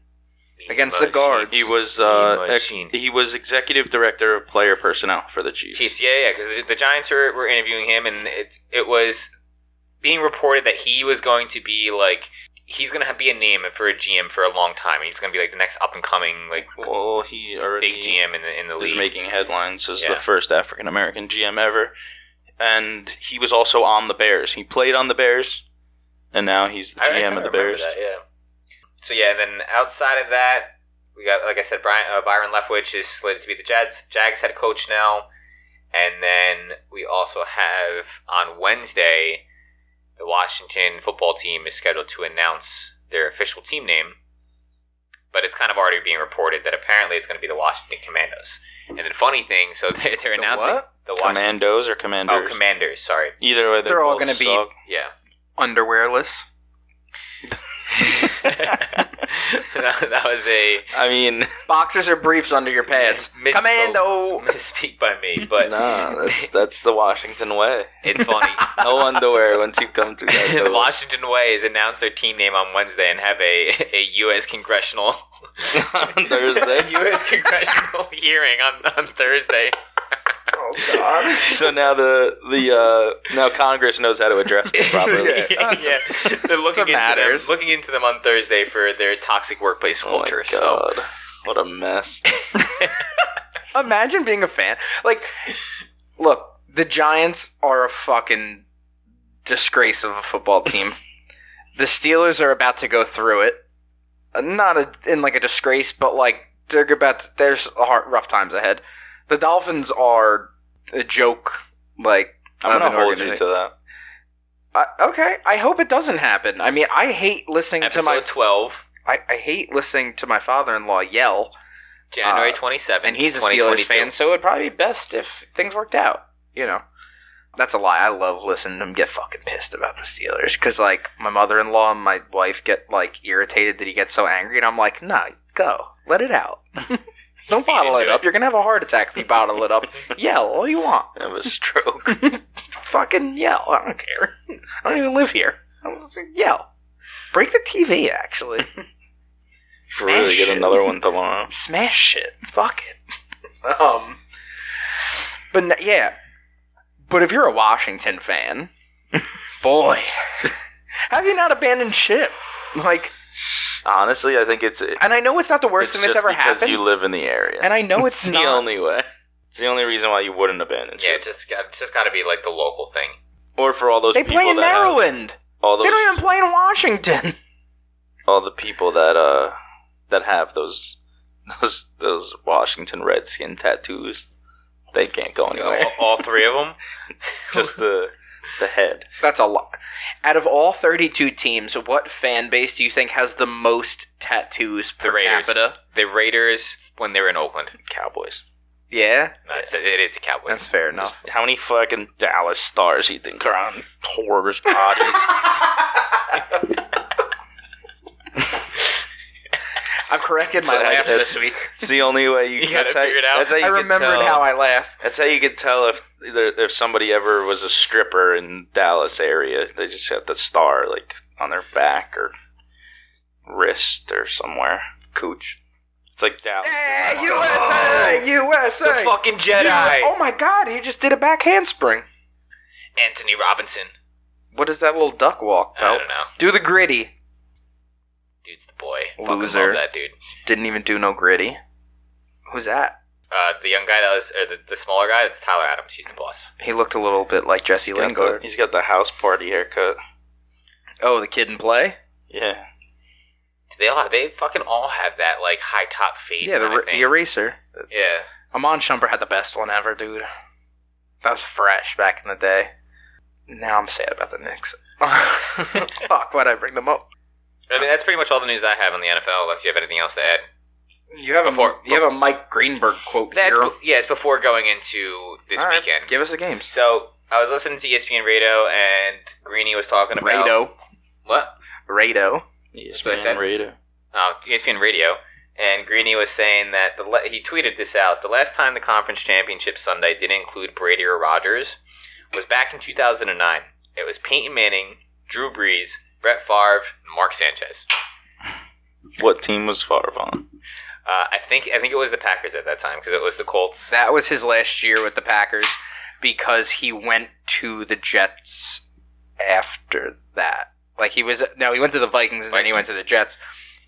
[SPEAKER 1] Against the
[SPEAKER 2] Machine.
[SPEAKER 1] guards.
[SPEAKER 3] He was uh,
[SPEAKER 2] Mean
[SPEAKER 3] ex-
[SPEAKER 2] machine.
[SPEAKER 3] he was executive director of player personnel for the Chiefs.
[SPEAKER 2] Chiefs, yeah, yeah, because the, the Giants were, were interviewing him, and it it was being reported that he was going to be like he's gonna have, be a name for a GM for a long time, and he's gonna be like the next up and coming like
[SPEAKER 3] Well, he already
[SPEAKER 2] big GM in the in the
[SPEAKER 3] is
[SPEAKER 2] league.
[SPEAKER 3] making headlines as
[SPEAKER 2] Yeah.
[SPEAKER 3] the first African American GM ever, and he was also on the Bears. He played on the Bears, and now he's the
[SPEAKER 2] I- I
[SPEAKER 3] GM
[SPEAKER 2] kinda
[SPEAKER 3] of the
[SPEAKER 2] remember
[SPEAKER 3] Bears.
[SPEAKER 2] that, yeah. So yeah, and then outside of that, we got like I said, Brian uh, Byron Leftwich is slated to be the Jags Jags head coach now, and then we also have on Wednesday, the Washington football team is scheduled to announce their official team name. But it's kind of already being reported that apparently it's going to be the Washington Commandos. And then funny thing, so [LAUGHS] they're, they're
[SPEAKER 1] The
[SPEAKER 2] announcing
[SPEAKER 1] what?
[SPEAKER 2] the Washington
[SPEAKER 3] Commandos or commanders?
[SPEAKER 2] oh Commanders, sorry,
[SPEAKER 3] Either way, they
[SPEAKER 1] They're all
[SPEAKER 3] both
[SPEAKER 1] gonna be-
[SPEAKER 3] suck. [LAUGHS]
[SPEAKER 2] yeah. [LAUGHS]
[SPEAKER 1] Underwearless.
[SPEAKER 2] that, that was a [LAUGHS]
[SPEAKER 3] I mean, [LAUGHS]
[SPEAKER 1] Boxers or briefs under your pads.
[SPEAKER 2] Misspoke.
[SPEAKER 1] Commando.
[SPEAKER 2] [LAUGHS] misspeak by me, but
[SPEAKER 3] nah, that's that's the Washington way.
[SPEAKER 1] [LAUGHS]
[SPEAKER 2] it's funny.
[SPEAKER 3] No underwear once you come
[SPEAKER 2] [LAUGHS]
[SPEAKER 3] through that
[SPEAKER 2] the
[SPEAKER 3] door.
[SPEAKER 2] Washington Way has announced their team name on Wednesday and have a, [LAUGHS] a U.S. congressional
[SPEAKER 3] [LAUGHS]
[SPEAKER 2] [LAUGHS]
[SPEAKER 3] on Thursday.
[SPEAKER 2] U.S. congressional [LAUGHS] hearing on,
[SPEAKER 1] [LAUGHS]
[SPEAKER 2] on Thursday.
[SPEAKER 1] Oh God.
[SPEAKER 3] So now the the uh, now Congress knows how to address this properly.
[SPEAKER 2] [LAUGHS] yeah, they're looking into them,
[SPEAKER 1] matters.
[SPEAKER 2] looking into them on Thursday for their toxic workplace
[SPEAKER 3] Oh my
[SPEAKER 2] culture. so
[SPEAKER 3] god, what a mess!
[SPEAKER 1] [LAUGHS] Imagine being a fan. Like, look, the Giants are a fucking disgrace of a football [LAUGHS] team. the Steelers are about to go through it. Uh, Not a, in like a disgrace, but like they're about. To, there's a hard, rough times ahead. The Dolphins are a joke. Like
[SPEAKER 3] I'm
[SPEAKER 1] of
[SPEAKER 3] gonna
[SPEAKER 1] an
[SPEAKER 3] hold you to
[SPEAKER 1] organization.
[SPEAKER 3] that.
[SPEAKER 1] I, okay, I hope it doesn't happen. I mean, I hate listening
[SPEAKER 2] episode
[SPEAKER 1] to my.
[SPEAKER 2] twelve,
[SPEAKER 1] I, I hate listening to my father-in-law yell,
[SPEAKER 2] January
[SPEAKER 1] Uh,
[SPEAKER 2] twenty seventh,
[SPEAKER 1] and he's a Steelers fan, so it'd probably be best if things worked out. You know, that's a lie. I love listening to him get fucking pissed about the Steelers because, like, my mother-in-law and my wife get like irritated that he gets so angry, and I'm like, nah, go, let it out. Don't bottle
[SPEAKER 2] into
[SPEAKER 1] it up. You're gonna have a heart attack if you bottle it up. yell all you want.
[SPEAKER 3] I have a [LAUGHS] stroke.
[SPEAKER 1] Fucking yell. I don't care. [LAUGHS] I don't even live here. I'll just yell. Break the TV. Actually,
[SPEAKER 3] really
[SPEAKER 1] Smash
[SPEAKER 3] get
[SPEAKER 1] it.
[SPEAKER 3] another one tomorrow.
[SPEAKER 1] smash it. Fuck it. Um, but n-
[SPEAKER 3] [LAUGHS]
[SPEAKER 1] yeah, but if you're a Washington fan, boy, Have you not abandoned ship? Like,
[SPEAKER 3] [LAUGHS] Honestly, I think it's
[SPEAKER 1] and I know it's not the worst
[SPEAKER 3] it's
[SPEAKER 1] thing that's
[SPEAKER 3] just
[SPEAKER 1] ever
[SPEAKER 3] because
[SPEAKER 1] happened.
[SPEAKER 3] you live in the area.
[SPEAKER 1] and I
[SPEAKER 3] [LAUGHS]
[SPEAKER 1] know it's,
[SPEAKER 3] it's the
[SPEAKER 1] not.
[SPEAKER 3] only way. It's the only reason why you wouldn't abandon.
[SPEAKER 2] Yeah,
[SPEAKER 3] ship.
[SPEAKER 2] it's just got, it's just got to be like the local thing.
[SPEAKER 3] or for all those
[SPEAKER 1] they
[SPEAKER 3] people
[SPEAKER 1] play in
[SPEAKER 3] that have-
[SPEAKER 1] Maryland.
[SPEAKER 3] all
[SPEAKER 1] They
[SPEAKER 3] those
[SPEAKER 1] don't even play in Washington. [LAUGHS]
[SPEAKER 3] all the people that uh that have those [LAUGHS] those those Washington Redskin tattoos. They can't go anywhere. [LAUGHS]
[SPEAKER 2] All, all three of
[SPEAKER 1] [LAUGHS]
[SPEAKER 2] them.
[SPEAKER 3] Just the the head.
[SPEAKER 1] That's a lot. Out of all 32 teams, what fan base do you think has the most tattoos per
[SPEAKER 2] The Raiders.
[SPEAKER 1] capita?
[SPEAKER 2] The Raiders when they were in Oakland.
[SPEAKER 3] Cowboys.
[SPEAKER 1] Yeah,
[SPEAKER 2] No, it's, it is the Cowboys. [LAUGHS]
[SPEAKER 1] that's fair enough.
[SPEAKER 3] How many fucking Dallas stars you think are on horrors
[SPEAKER 1] [LAUGHS]
[SPEAKER 3] bodies?
[SPEAKER 1] I've
[SPEAKER 3] [LAUGHS]
[SPEAKER 1] corrected my
[SPEAKER 3] So I-
[SPEAKER 1] laugh.
[SPEAKER 2] Laugh this week.
[SPEAKER 3] it's the only way you,
[SPEAKER 2] You
[SPEAKER 3] that's
[SPEAKER 2] gotta
[SPEAKER 3] how-
[SPEAKER 2] figure it out.
[SPEAKER 3] That's how you
[SPEAKER 1] I
[SPEAKER 3] can
[SPEAKER 1] remembered
[SPEAKER 3] tell-
[SPEAKER 1] how I laugh.
[SPEAKER 3] That's how you could tell if there, if somebody ever was a stripper in Dallas area. They just had the star like on their back or wrist or somewhere.
[SPEAKER 1] Cooch.
[SPEAKER 3] It's like Dallas.
[SPEAKER 1] Hey,
[SPEAKER 3] [LAUGHS]
[SPEAKER 1] USA! USA!
[SPEAKER 2] Oh, The fucking Jedi.
[SPEAKER 1] Oh my god, he just did a back handspring.
[SPEAKER 2] Anthony Robinson.
[SPEAKER 1] What is that little duck walk,
[SPEAKER 2] I
[SPEAKER 1] pal?
[SPEAKER 2] don't know.
[SPEAKER 1] Do the gritty.
[SPEAKER 2] Dude's the boy. Fucking
[SPEAKER 1] Loser.
[SPEAKER 2] love that dude.
[SPEAKER 1] Didn't even do no gritty. Who's that?
[SPEAKER 2] Uh, the young guy that was, or the, the smaller guy, that's Tyler Adams. He's the boss.
[SPEAKER 1] He looked a little bit like Jesse
[SPEAKER 3] He's got, the,
[SPEAKER 1] Lingard.
[SPEAKER 3] he's got the house party haircut.
[SPEAKER 1] Oh, the kid in play?
[SPEAKER 3] Yeah,
[SPEAKER 2] They all have, they fucking all have that like high top fade.
[SPEAKER 1] Yeah, the,
[SPEAKER 2] kinda
[SPEAKER 1] er- the
[SPEAKER 2] thing.
[SPEAKER 1] eraser.
[SPEAKER 2] yeah.
[SPEAKER 1] Amon Shumpert had the best one ever, dude. That was fresh back in the day. Now I'm sad about the Knicks. [LAUGHS] Fuck, why'd I bring them up?
[SPEAKER 2] I mean, that's pretty much all the news I have on the NFL. Unless you have anything else to add.
[SPEAKER 1] You have
[SPEAKER 2] Before-
[SPEAKER 1] a you have a Mike Greenberg quote
[SPEAKER 2] That's
[SPEAKER 1] here.
[SPEAKER 2] yeah. It's before going into this
[SPEAKER 1] All right,
[SPEAKER 2] weekend.
[SPEAKER 1] Give us the games.
[SPEAKER 2] So I was listening to E ESPN Radio, and Greeny was talking about
[SPEAKER 1] Rado.
[SPEAKER 2] what?
[SPEAKER 1] Rado.
[SPEAKER 3] yes,
[SPEAKER 2] what I said.
[SPEAKER 3] Raider.
[SPEAKER 2] Oh, ESPN Radio. And Greeny was saying that the le- he tweeted this out. The last time the conference championship Sunday didn't include Brady or Rodgers was back in 2009. It was Peyton Manning, Drew Brees, Brett Favre, and Mark Sanchez.
[SPEAKER 3] What team was Favre on?
[SPEAKER 2] Uh, I think I think it was the Packers at that time because it was the Colts.
[SPEAKER 1] That was his last year with the Packers because he went to the Jets after that. Like he was no, he went to the Vikings and then he went to the Jets.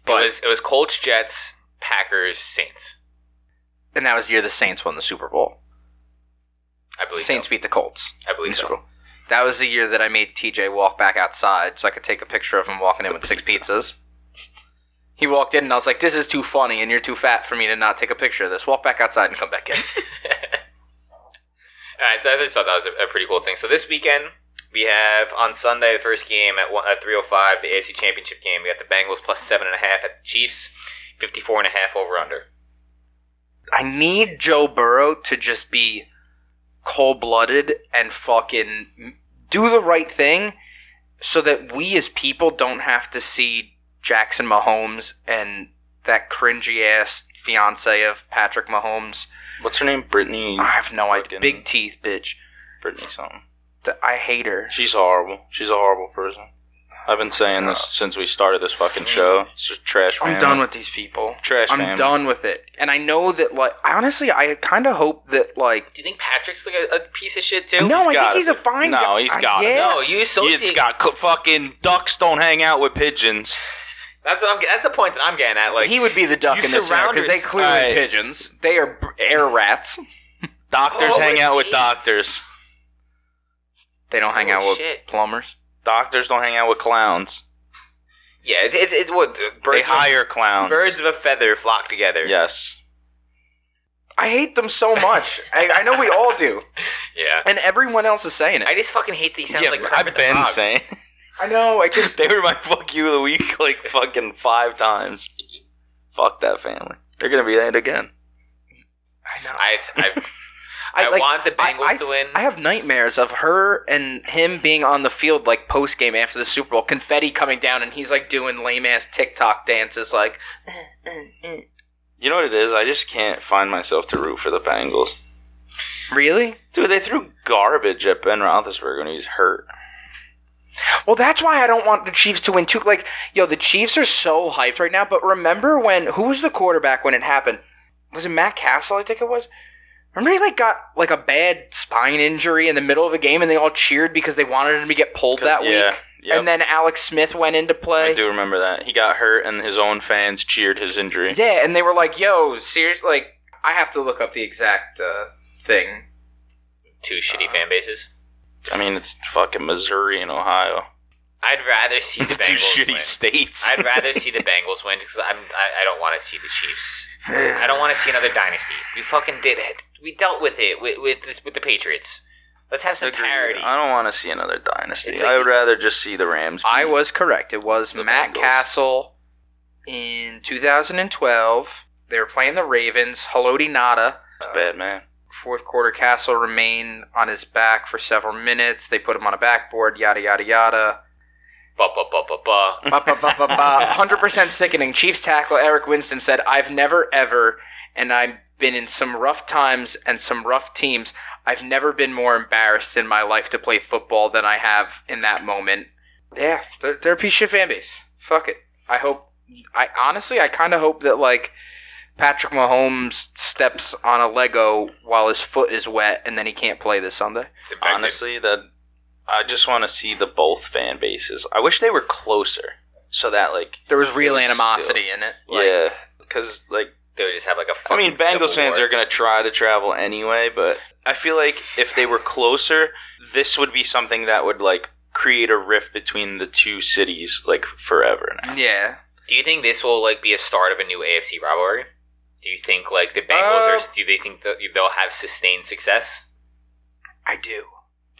[SPEAKER 2] it was it was Colts, Jets, Packers, Saints.
[SPEAKER 1] And that was the year the Saints won the Super Bowl.
[SPEAKER 2] I believe
[SPEAKER 1] Saints beat the Colts.
[SPEAKER 2] so. I believe so.
[SPEAKER 1] That was the year that I made TJ walk back outside so I could take a picture of him walking in with six pizzas. He walked in and I was like, "This is too funny, and you're too fat for me to not take a picture of this. Walk back outside and come back in."
[SPEAKER 2] [LAUGHS] All right, so I just thought that was a, a pretty cool thing. So this weekend we have on Sunday the first game at one, at three o five the AFC Championship game. We got the Bengals plus seven and a half at the Chiefs, fifty four and a half over under.
[SPEAKER 1] I need Joe Burrow to just be cold blooded and fucking do the right thing so that we as people don't have to see Jackson Mahomes and that cringy ass fiance of Patrick Mahomes.
[SPEAKER 3] What's her name? Brittany.
[SPEAKER 1] I have no idea.
[SPEAKER 3] Fucking-
[SPEAKER 1] Big teeth, bitch.
[SPEAKER 3] Brittany something.
[SPEAKER 1] Th- I hate her.
[SPEAKER 3] She's horrible. She's a horrible person. I've been saying this since we started this fucking show. It's just trash.
[SPEAKER 1] Uh, I'm
[SPEAKER 3] family.
[SPEAKER 1] done with these people.
[SPEAKER 3] trash.
[SPEAKER 1] I'm
[SPEAKER 3] family.
[SPEAKER 1] done with it. And I know that, like, I honestly, I kind of hope that, like,
[SPEAKER 2] Do you think Patrick's like a, a piece of shit too?
[SPEAKER 1] no, I think
[SPEAKER 3] gotta
[SPEAKER 1] he's a
[SPEAKER 3] be.
[SPEAKER 1] fine
[SPEAKER 3] No,
[SPEAKER 1] guy.
[SPEAKER 3] he's
[SPEAKER 1] I-
[SPEAKER 3] gotta be.
[SPEAKER 1] yeah.
[SPEAKER 2] no, you associate.
[SPEAKER 3] It's got cl- fucking ducks. Don't hang out with pigeons.
[SPEAKER 2] that's what I'm, that's the point that I'm getting at. Like
[SPEAKER 1] he would be the duck
[SPEAKER 2] you
[SPEAKER 1] in this scenario
[SPEAKER 2] surround
[SPEAKER 1] because they
[SPEAKER 2] yourself-
[SPEAKER 1] clearly [LAUGHS]
[SPEAKER 3] Alright.
[SPEAKER 1] pigeons. They are b- air rats.
[SPEAKER 3] Doctors
[SPEAKER 2] Oh,
[SPEAKER 3] hang out
[SPEAKER 2] see?
[SPEAKER 3] with doctors.
[SPEAKER 1] They don't hang
[SPEAKER 2] Oh,
[SPEAKER 1] out with
[SPEAKER 2] shit.
[SPEAKER 1] plumbers.
[SPEAKER 3] Doctors don't hang out with clowns.
[SPEAKER 2] yeah, it's it's, it's what the
[SPEAKER 3] They
[SPEAKER 2] birds of,
[SPEAKER 3] hire clowns.
[SPEAKER 2] birds of a feather flock together.
[SPEAKER 3] Yes.
[SPEAKER 1] I hate them so
[SPEAKER 2] [LAUGHS]
[SPEAKER 1] much. I, I know we all do,
[SPEAKER 2] yeah.
[SPEAKER 1] and everyone else is saying
[SPEAKER 2] I
[SPEAKER 1] it.
[SPEAKER 2] just fucking hate that he sounds like
[SPEAKER 3] I've
[SPEAKER 2] Kermit the
[SPEAKER 3] been
[SPEAKER 2] Frog.
[SPEAKER 3] saying [LAUGHS]
[SPEAKER 1] I know. I
[SPEAKER 2] [LAUGHS]
[SPEAKER 1] just
[SPEAKER 3] they were my fuck you of the week like fucking five times. Fuck that family. They're gonna be that again.
[SPEAKER 1] I know.
[SPEAKER 2] I I, I,
[SPEAKER 1] like,
[SPEAKER 2] want the Bengals
[SPEAKER 1] I, I,
[SPEAKER 2] to win.
[SPEAKER 1] I have nightmares of her and him being on the field like post game after the Super Bowl, confetti coming down, and he's like doing lame ass TikTok dances. Like,
[SPEAKER 3] You know what it is? I just can't find myself to root for the Bengals.
[SPEAKER 1] really?
[SPEAKER 3] Dude, they threw garbage at Ben Roethlisberger when he was hurt.
[SPEAKER 1] Well, that's why I don't want the Chiefs to win too. Like, yo, the Chiefs are so hyped right now. But remember when who was the quarterback when it happened? Was it Matt Castle? I think it was. Remember he like got like a bad spine injury in the middle of a game, and they all cheered because they wanted him to get pulled that
[SPEAKER 3] yeah,
[SPEAKER 1] week.
[SPEAKER 3] yep.
[SPEAKER 1] And then Alex Smith went into
[SPEAKER 3] I
[SPEAKER 1] play.
[SPEAKER 3] do remember that. He got hurt, and his own fans cheered his injury.
[SPEAKER 1] Yeah, and they were like, "Yo, serious? Like, I have to look up the exact uh, thing."
[SPEAKER 2] Two shitty fan bases.
[SPEAKER 3] I mean, it's fucking Missouri and Ohio. [LAUGHS]
[SPEAKER 2] I'd rather see the
[SPEAKER 3] Two
[SPEAKER 2] Bengals
[SPEAKER 3] shitty
[SPEAKER 2] win.
[SPEAKER 3] states.
[SPEAKER 2] I'd rather see the Bengals win because I'm I, I don't want to see the Chiefs. I don't want to see another dynasty. We fucking did it. We dealt with it with with, this, with the Patriots. Let's have some
[SPEAKER 3] Agreed.
[SPEAKER 2] parity.
[SPEAKER 3] I don't want to see another dynasty.
[SPEAKER 2] It's like-
[SPEAKER 3] I would rather just see the Rams.
[SPEAKER 1] I
[SPEAKER 3] beat-
[SPEAKER 1] was correct. It was
[SPEAKER 3] The
[SPEAKER 1] Matt
[SPEAKER 3] Bengals.
[SPEAKER 1] Castle in 2012. They were playing the Ravens. Haloti Nada.
[SPEAKER 3] It's bad, man.
[SPEAKER 1] Fourth quarter, Castle remained on his back for several minutes. They put him on a backboard, yada, yada, yada.
[SPEAKER 2] Ba ba ba ba ba.
[SPEAKER 3] [LAUGHS]
[SPEAKER 1] Ba, ba, ba, ba, ba. 100% sickening. Chiefs tackle Eric Winston said, I've never ever, and I've been in some rough times and some rough teams, I've never been more embarrassed in my life to play football than I have in that moment. Yeah, they're, they're a piece of shit fan base. Fuck it. I hope, I honestly, I kind of hope that, like, Patrick Mahomes steps on a Lego while his foot is wet and then he can't play this Sunday.
[SPEAKER 2] It's infected.
[SPEAKER 3] Honestly, that I just want to see the both fan bases. I wish they were closer, so that like
[SPEAKER 1] There was real
[SPEAKER 3] It's
[SPEAKER 1] animosity in it. Like,
[SPEAKER 3] yeah. 'Cause yeah, because like
[SPEAKER 2] they would just have like a.
[SPEAKER 3] I
[SPEAKER 2] Fucking
[SPEAKER 3] mean, Bengals
[SPEAKER 2] civil
[SPEAKER 3] fans
[SPEAKER 2] war.
[SPEAKER 3] are gonna try to travel anyway, but I feel like if they were closer, this would be something that would like create a rift between the two cities like forever. Now.
[SPEAKER 1] yeah.
[SPEAKER 2] Do you think this will like be a start of a new AFC rivalry? Do you think like the Bengals
[SPEAKER 1] Uh,
[SPEAKER 2] are? Do they think that they'll have sustained success?
[SPEAKER 1] I do.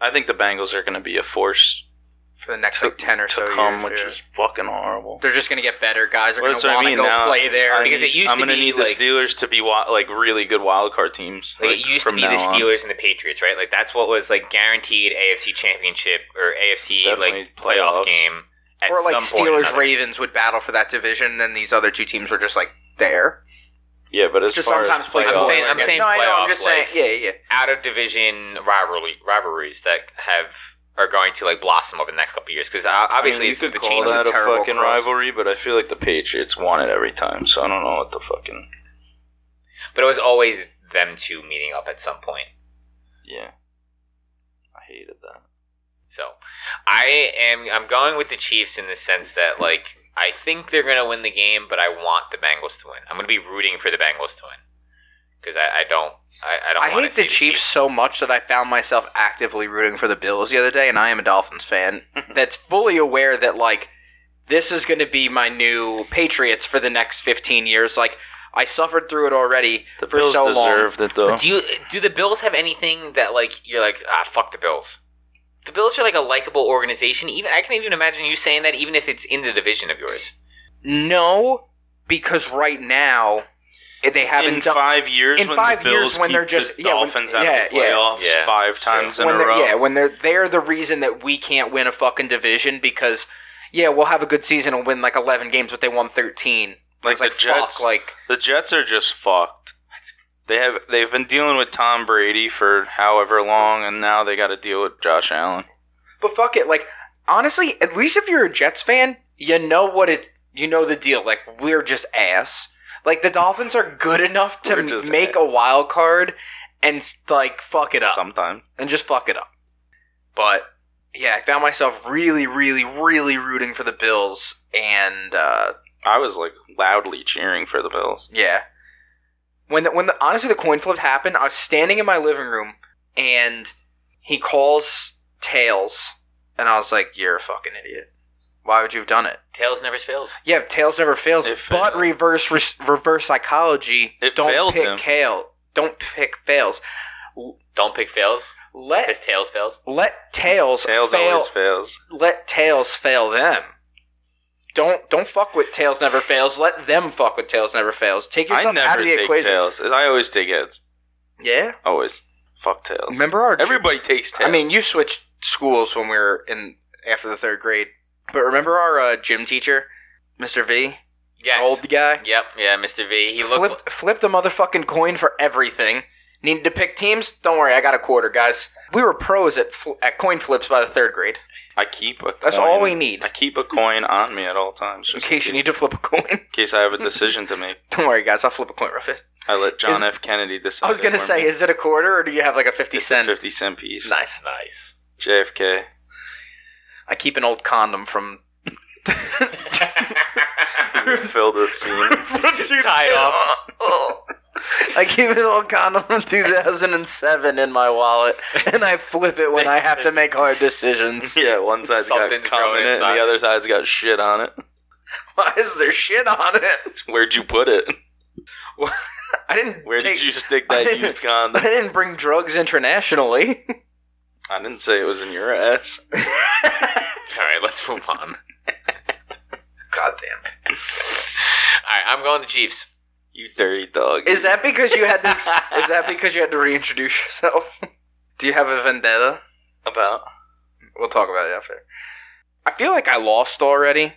[SPEAKER 3] I think the Bengals are gonna be a force
[SPEAKER 1] for the next
[SPEAKER 3] to-
[SPEAKER 1] like ten or
[SPEAKER 3] to
[SPEAKER 1] so
[SPEAKER 3] come,
[SPEAKER 1] years.
[SPEAKER 3] which
[SPEAKER 1] yeah.
[SPEAKER 3] is fucking horrible.
[SPEAKER 1] they're just gonna get better. Guys are
[SPEAKER 3] Well, that's
[SPEAKER 1] gonna
[SPEAKER 3] what I
[SPEAKER 1] want to
[SPEAKER 3] mean,
[SPEAKER 1] go
[SPEAKER 3] now-
[SPEAKER 1] play there.
[SPEAKER 3] I
[SPEAKER 2] because it used
[SPEAKER 3] am
[SPEAKER 2] to
[SPEAKER 3] gonna
[SPEAKER 2] be,
[SPEAKER 3] need
[SPEAKER 2] like-
[SPEAKER 3] the Steelers to be wa- like really good wild card teams.
[SPEAKER 2] Like, it used to be the
[SPEAKER 3] now on.
[SPEAKER 2] Steelers and the Patriots, right? Like that's what was like guaranteed AFC championship or AFC
[SPEAKER 3] Definitely
[SPEAKER 2] like playoff
[SPEAKER 3] playoffs.
[SPEAKER 2] game. At
[SPEAKER 1] or like
[SPEAKER 2] some point or
[SPEAKER 1] Steelers
[SPEAKER 2] another.
[SPEAKER 1] Ravens would battle for that division, then these other two teams were just like there.
[SPEAKER 3] Yeah, but as
[SPEAKER 1] just
[SPEAKER 3] far
[SPEAKER 1] sometimes
[SPEAKER 3] as
[SPEAKER 1] play.
[SPEAKER 2] I'm
[SPEAKER 1] football.
[SPEAKER 2] saying- I'm
[SPEAKER 1] Yeah.
[SPEAKER 2] saying
[SPEAKER 1] no, I know. I'm
[SPEAKER 2] playoff,
[SPEAKER 1] just
[SPEAKER 2] like-
[SPEAKER 1] saying. Yeah, yeah.
[SPEAKER 2] out of division rivalry rivalries that have are going to like blossom over the next couple of years because obviously
[SPEAKER 3] you
[SPEAKER 2] it's
[SPEAKER 3] could
[SPEAKER 2] the
[SPEAKER 3] call
[SPEAKER 2] change.
[SPEAKER 1] is a
[SPEAKER 3] that a
[SPEAKER 1] terrible
[SPEAKER 3] fucking
[SPEAKER 1] cross.
[SPEAKER 3] rivalry, but I feel like the Patriots won it every time, so I don't know what the fucking
[SPEAKER 2] but it was always them two meeting up at some point.
[SPEAKER 3] yeah. I hated that.
[SPEAKER 2] So I am I'm going with the Chiefs in the sense that like I think they're gonna win the game, but I want the Bengals to win. I'm gonna be rooting for the Bengals to win because I, I don't I, I don't.
[SPEAKER 1] I
[SPEAKER 2] wanna
[SPEAKER 1] hate
[SPEAKER 2] see
[SPEAKER 1] the Chiefs so much that I found myself actively rooting for the Bills the other day, and I am a Dolphins [LAUGHS] fan that's fully aware that like this is going to be my new Patriots for the next 15 years. Like I suffered through it already
[SPEAKER 3] The
[SPEAKER 1] for
[SPEAKER 3] Bills
[SPEAKER 1] so long.
[SPEAKER 3] deserved it though.
[SPEAKER 2] Do you do the Bills have anything that like you're like ah fuck the Bills? The Bills are like a likable organization. Even I can even imagine you saying that even if it's in the division of yours.
[SPEAKER 1] No, because right now they haven't
[SPEAKER 3] in
[SPEAKER 1] done.
[SPEAKER 3] five years,
[SPEAKER 1] in
[SPEAKER 3] when
[SPEAKER 1] five
[SPEAKER 3] the
[SPEAKER 1] years
[SPEAKER 3] Bills
[SPEAKER 1] when
[SPEAKER 3] keep
[SPEAKER 1] they're just-
[SPEAKER 3] the
[SPEAKER 1] yeah, when-
[SPEAKER 3] Dolphins
[SPEAKER 1] yeah,
[SPEAKER 3] out of the
[SPEAKER 1] yeah.
[SPEAKER 3] playoffs
[SPEAKER 2] Yeah.
[SPEAKER 3] five times in
[SPEAKER 1] when
[SPEAKER 3] a
[SPEAKER 1] they're
[SPEAKER 3] row.
[SPEAKER 1] yeah when they're they're the reason that we can't win a fucking division because yeah we'll have a good season and win like 11 games but they won 13
[SPEAKER 3] Like
[SPEAKER 1] It's like
[SPEAKER 3] the Jets.
[SPEAKER 1] fuck like
[SPEAKER 3] The Jets are just fucked. They have they've been dealing with Tom Brady for however long, and now they got to deal with Josh Allen.
[SPEAKER 1] but fuck it like honestly at least if you're a Jets fan you know what it you know the deal like we're just ass like the Dolphins are good enough to
[SPEAKER 3] We're just
[SPEAKER 1] make a
[SPEAKER 3] ass.
[SPEAKER 1] wild card and s- like fuck it up
[SPEAKER 3] Sometimes
[SPEAKER 1] and just fuck it up but yeah I found myself really really really rooting for the Bills and uh
[SPEAKER 3] I was like loudly cheering for the Bills.
[SPEAKER 1] Yeah. When the, when the, honestly the coin flip happened, I was standing in my living room and he calls tails, and I was like, "You're a fucking idiot. Why would you have done it?"
[SPEAKER 2] Tails never fails.
[SPEAKER 1] Yeah, tails never fails,
[SPEAKER 3] It
[SPEAKER 1] but
[SPEAKER 3] failed.
[SPEAKER 1] reverse res, reverse psychology.
[SPEAKER 3] It
[SPEAKER 1] don't
[SPEAKER 3] failed
[SPEAKER 1] pick
[SPEAKER 3] him.
[SPEAKER 1] tail. Don't pick fails.
[SPEAKER 2] Don't pick fails because
[SPEAKER 1] Let
[SPEAKER 2] tails fails.
[SPEAKER 1] let tails,
[SPEAKER 3] Tails
[SPEAKER 1] fail.
[SPEAKER 3] always fails.
[SPEAKER 1] let tails fail them. Don't don't fuck with tails never fails. Let them fuck with tails never fails. Take yourself
[SPEAKER 3] I never
[SPEAKER 1] out of the
[SPEAKER 3] take
[SPEAKER 1] equation.
[SPEAKER 3] tails. I always take heads.
[SPEAKER 1] Yeah.
[SPEAKER 3] Always. Fuck tails.
[SPEAKER 1] Remember our
[SPEAKER 3] Everybody takes tails.
[SPEAKER 1] I mean, you switched schools when we were in after the third grade, but remember our uh, gym teacher, Mr. V,
[SPEAKER 2] Yes.
[SPEAKER 1] old guy,
[SPEAKER 2] Yep. Yeah, Mr. V. He looked.
[SPEAKER 1] flipped flipped a motherfucking coin for everything. Needed to pick teams. Don't worry, I got a quarter, guys. we were pros at fl- at coin flips by the third grade.
[SPEAKER 3] I keep a.
[SPEAKER 1] That's
[SPEAKER 3] coin-
[SPEAKER 1] all we need.
[SPEAKER 3] Oh, I keep a coin on me at all times,
[SPEAKER 1] In
[SPEAKER 3] just
[SPEAKER 1] case you need to flip a coin. [LAUGHS]
[SPEAKER 3] in case I have a decision to make.
[SPEAKER 1] Don't worry, guys. I'll flip a coin real fast.
[SPEAKER 3] I let John
[SPEAKER 1] Is-
[SPEAKER 3] F. Kennedy decide.
[SPEAKER 1] I was gonna
[SPEAKER 3] for
[SPEAKER 1] say,
[SPEAKER 3] me.
[SPEAKER 1] is it a quarter or do you have like a fifty
[SPEAKER 3] It's a
[SPEAKER 1] cent?
[SPEAKER 3] fifty cent piece.
[SPEAKER 1] Nice.
[SPEAKER 2] Nice. [LAUGHS]
[SPEAKER 1] [LAUGHS]
[SPEAKER 3] JFK.
[SPEAKER 1] I keep an old condom
[SPEAKER 3] [LAUGHS]
[SPEAKER 1] from.
[SPEAKER 3] Is it filled with
[SPEAKER 1] [LAUGHS]
[SPEAKER 3] semen?
[SPEAKER 2] Tied off.
[SPEAKER 1] I keep an old condom from 2007 in my wallet, and I flip it when I have to make hard [LAUGHS]
[SPEAKER 3] [LAUGHS]
[SPEAKER 1] decisions.
[SPEAKER 3] Yeah, one side's
[SPEAKER 2] Something's
[SPEAKER 3] got cum
[SPEAKER 2] growing
[SPEAKER 3] in it, and
[SPEAKER 2] inside.
[SPEAKER 3] the other side's got shit on it.
[SPEAKER 1] Why is there shit on it?
[SPEAKER 3] Where'd you put it?
[SPEAKER 1] I didn't.
[SPEAKER 3] Where
[SPEAKER 1] take-
[SPEAKER 3] did you stick that used
[SPEAKER 1] [LAUGHS] I
[SPEAKER 3] condom?
[SPEAKER 1] didn't bring drugs
[SPEAKER 3] [LAUGHS]
[SPEAKER 1] internationally.
[SPEAKER 3] I didn't say it was in your ass.
[SPEAKER 2] All right, let's move on. All
[SPEAKER 1] God damn
[SPEAKER 2] right, I'm going to Jeeves.
[SPEAKER 3] You dirty dog.
[SPEAKER 1] Is that because you had to?
[SPEAKER 3] [LAUGHS]
[SPEAKER 1] Ex- is that because you had to reintroduce yourself? [LAUGHS] Do you have a vendetta?
[SPEAKER 3] about?
[SPEAKER 1] We'll talk about it after. I feel like I lost
[SPEAKER 3] [LAUGHS]
[SPEAKER 1] already.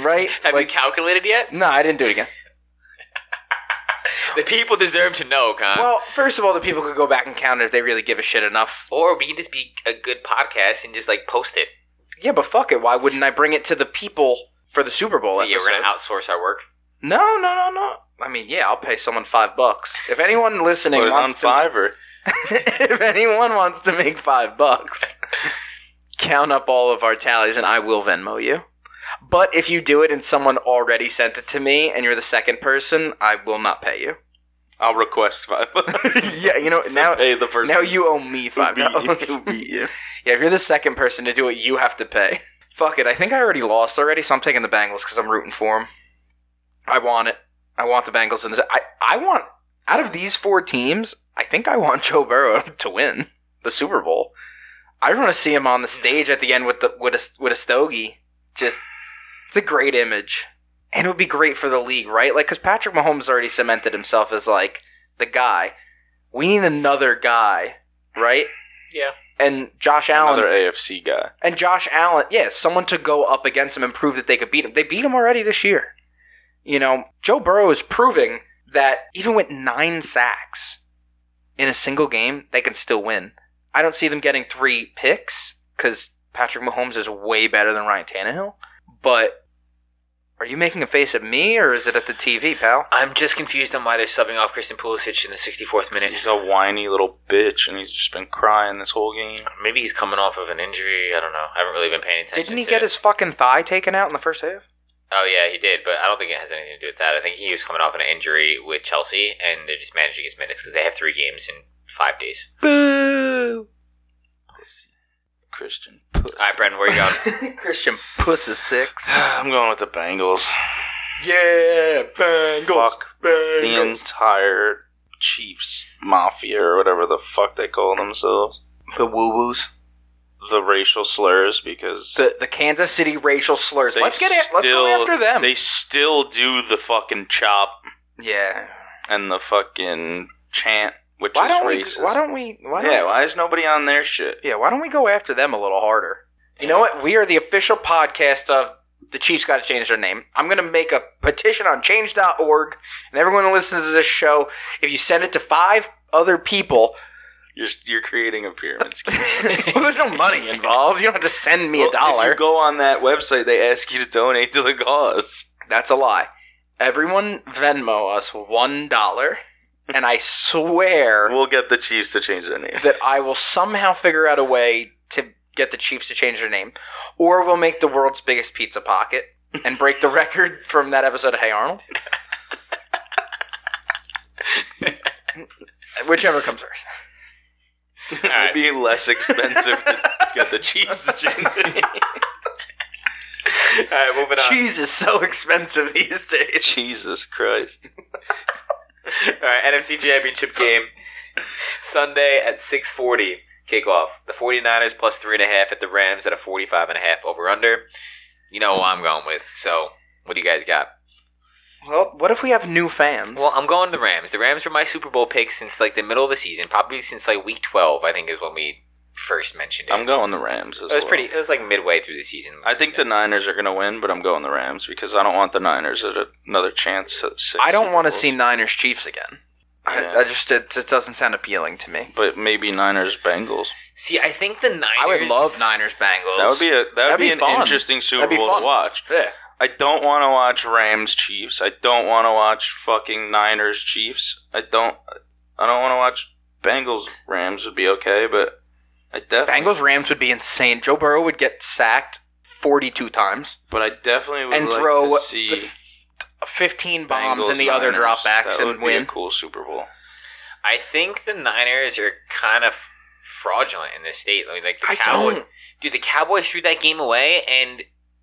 [SPEAKER 1] Right?
[SPEAKER 2] Have
[SPEAKER 1] like,
[SPEAKER 2] you calculated yet?
[SPEAKER 1] no, I didn't do it again.
[SPEAKER 2] The people deserve to know,
[SPEAKER 3] Uh,
[SPEAKER 2] Con.
[SPEAKER 1] Well, first of all, the people could go back and count it if they really give a shit enough.
[SPEAKER 2] or we can just be a good podcast and just like post it.
[SPEAKER 1] Yeah, but fuck it. Why wouldn't I bring it to the people for the Super Bowl
[SPEAKER 2] yeah,
[SPEAKER 1] episode?
[SPEAKER 2] we're gonna outsource our work.
[SPEAKER 1] no, no, no, no. I mean, yeah, I'll pay someone five bucks. If anyone listening
[SPEAKER 3] Put it on
[SPEAKER 1] wants to,
[SPEAKER 3] Fiverr.
[SPEAKER 1] [LAUGHS] if anyone wants to make five
[SPEAKER 3] [LAUGHS]
[SPEAKER 1] bucks, count up all of our tallies and I will Venmo you. But if you do it and someone already sent it to me and you're the second person, I will not pay you.
[SPEAKER 3] I'll request five bucks.
[SPEAKER 1] [LAUGHS] yeah, you know, now
[SPEAKER 3] to pay the person. [LAUGHS]
[SPEAKER 1] now you owe me [LAUGHS]
[SPEAKER 3] who
[SPEAKER 1] five
[SPEAKER 3] beat you-
[SPEAKER 1] dollars.
[SPEAKER 3] who beat you.
[SPEAKER 1] yeah, if you're the second person to do it, you have to pay. [LAUGHS] Fuck it. I think I already lost already, so I'm taking the Bengals because I'm rooting for them. I want it. I want the Bengals in this. I I want out of these four teams, I think I want [LAUGHS] Joe Burrow to win the Super Bowl. I want to see him on the stage at the end with the with a with a stogie. Just it's a great image, and it would be great for the league, right? Like because Patrick Mahomes already cemented himself as like the guy. We need another guy, right?
[SPEAKER 2] Yeah.
[SPEAKER 1] And Josh Allen
[SPEAKER 3] Another AFC guy.
[SPEAKER 1] and Josh Allen, yeah, someone to go up against him and prove that they could beat him. They beat him already this year. You know, Joe Burrow is proving that even with nine sacks in a single game, they can still win. I don't see them getting three picks because Patrick Mahomes is way better than Ryan Tannehill. But are you making a face at me or is it at the TV, pal?
[SPEAKER 2] I'm just confused on why they're subbing off Kristen Pulisic in the 64th minute.
[SPEAKER 3] He's a whiny little bitch, and he's just been crying this whole game.
[SPEAKER 2] Maybe he's coming off of an injury. I don't know. I haven't really been paying attention.
[SPEAKER 1] Didn't he
[SPEAKER 2] to
[SPEAKER 1] get
[SPEAKER 2] it.
[SPEAKER 1] his fucking thigh taken out in the first half?
[SPEAKER 2] Oh yeah, he did, but I don't think it has anything to do with that. I think he was coming off an injury with Chelsea, and they're just managing his minutes because they have three games in five days.
[SPEAKER 1] Boo!
[SPEAKER 3] Pussy. Christian pussy.
[SPEAKER 2] All right, Brendan, where you
[SPEAKER 1] [LAUGHS]
[SPEAKER 2] going?
[SPEAKER 1] Christian Puss is six.
[SPEAKER 3] [SIGHS] I'm going with the Bengals.
[SPEAKER 1] Yeah, Bengals.
[SPEAKER 3] Fuck the entire Chiefs mafia or whatever the fuck they call themselves.
[SPEAKER 1] the woo woos.
[SPEAKER 3] The racial slurs because
[SPEAKER 1] The the Kansas City racial slurs.
[SPEAKER 3] they
[SPEAKER 1] let's get it. Let's go
[SPEAKER 3] still-
[SPEAKER 1] after them.
[SPEAKER 3] They still do the fucking chop
[SPEAKER 1] yeah.
[SPEAKER 3] and the fucking chant, which
[SPEAKER 1] Why
[SPEAKER 3] is
[SPEAKER 1] don't
[SPEAKER 3] racist.
[SPEAKER 1] we? Why don't we? Why don't,
[SPEAKER 3] yeah, why is nobody on their shit?
[SPEAKER 1] yeah. Why don't we go after them a little harder? You know what? We are the official podcast of the Chiefs. Got to change their name. I'm going to make a petition on Change.org, and everyone who listens to this show, if you send it to five other people, [LAUGHS]
[SPEAKER 3] You're, you're creating a pyramid scheme.
[SPEAKER 1] well, there's no money involved. You don't have to send me
[SPEAKER 3] Well,
[SPEAKER 1] a dollar.
[SPEAKER 3] If you go on that website, they ask you to donate to the cause.
[SPEAKER 1] That's a lie. Everyone Venmo us one dollar, and I swear
[SPEAKER 3] We'll get the Chiefs to change their
[SPEAKER 1] [LAUGHS]
[SPEAKER 3] name.
[SPEAKER 1] that I will somehow figure out a way to get the Chiefs to change their name, or we'll make the world's biggest pizza pocket and break the [LAUGHS] record from that episode of Hey [LAUGHS] Arnold. Whichever comes first.
[SPEAKER 2] right.
[SPEAKER 3] It'd be less expensive to
[SPEAKER 1] [LAUGHS]
[SPEAKER 3] get the Chiefs to change their name.
[SPEAKER 2] All right, moving on.
[SPEAKER 1] Cheese is so expensive these days.
[SPEAKER 3] Jesus Christ.
[SPEAKER 2] All right, NFC Championship game Sunday at 6:40 kickoff. The 49ers plus three and a half at the Rams at a 45 and a half over under. You know who I'm going with. So, what do you guys got?
[SPEAKER 1] Well, what if we have new fans?
[SPEAKER 2] Well, I'm going the Rams. The Rams were my Super Bowl pick since like the middle of the season, probably since like week 12. I think is when we first mentioned it.
[SPEAKER 3] I'm going the Rams as
[SPEAKER 2] it was
[SPEAKER 3] well.
[SPEAKER 2] pretty. It was like midway through the season.
[SPEAKER 3] I think the Niners are going to win, but I'm going the Rams because I don't want the Niners at a- another chance at six.
[SPEAKER 1] I don't want to
[SPEAKER 3] Super
[SPEAKER 1] see Niners Chiefs again. I,
[SPEAKER 3] Yeah.
[SPEAKER 1] I just it, it doesn't sound appealing to me.
[SPEAKER 3] Bowls. But maybe Niners Bengals.
[SPEAKER 2] See, I think the Niners.
[SPEAKER 1] I would love Niners Bengals.
[SPEAKER 3] That would be a that would
[SPEAKER 1] That'd
[SPEAKER 3] be,
[SPEAKER 1] be
[SPEAKER 3] an
[SPEAKER 1] fun.
[SPEAKER 3] interesting Super
[SPEAKER 1] That'd be
[SPEAKER 3] Bowl
[SPEAKER 1] fun.
[SPEAKER 3] to watch.
[SPEAKER 1] yeah.
[SPEAKER 3] I don't want to watch Rams Chiefs. I don't want to watch fucking Niners Chiefs. I don't I don't want to watch Bengals Rams would be okay, but I definitely
[SPEAKER 1] Bengals Rams would be insane. Joe Burrow would get sacked 42 times
[SPEAKER 3] but I definitely would
[SPEAKER 1] and
[SPEAKER 3] like
[SPEAKER 1] throw
[SPEAKER 3] to see
[SPEAKER 1] the f- 15 bombs
[SPEAKER 3] Bengals
[SPEAKER 1] in the other
[SPEAKER 3] Niners.
[SPEAKER 1] dropbacks
[SPEAKER 3] That would
[SPEAKER 1] and
[SPEAKER 3] be a
[SPEAKER 1] win.
[SPEAKER 3] cool Super Bowl.
[SPEAKER 2] I think the Niners are kind of fraudulent in this state. I mean, like the
[SPEAKER 1] I
[SPEAKER 2] Cowboys.
[SPEAKER 1] don't.
[SPEAKER 2] Dude, the Cowboys threw that game away, and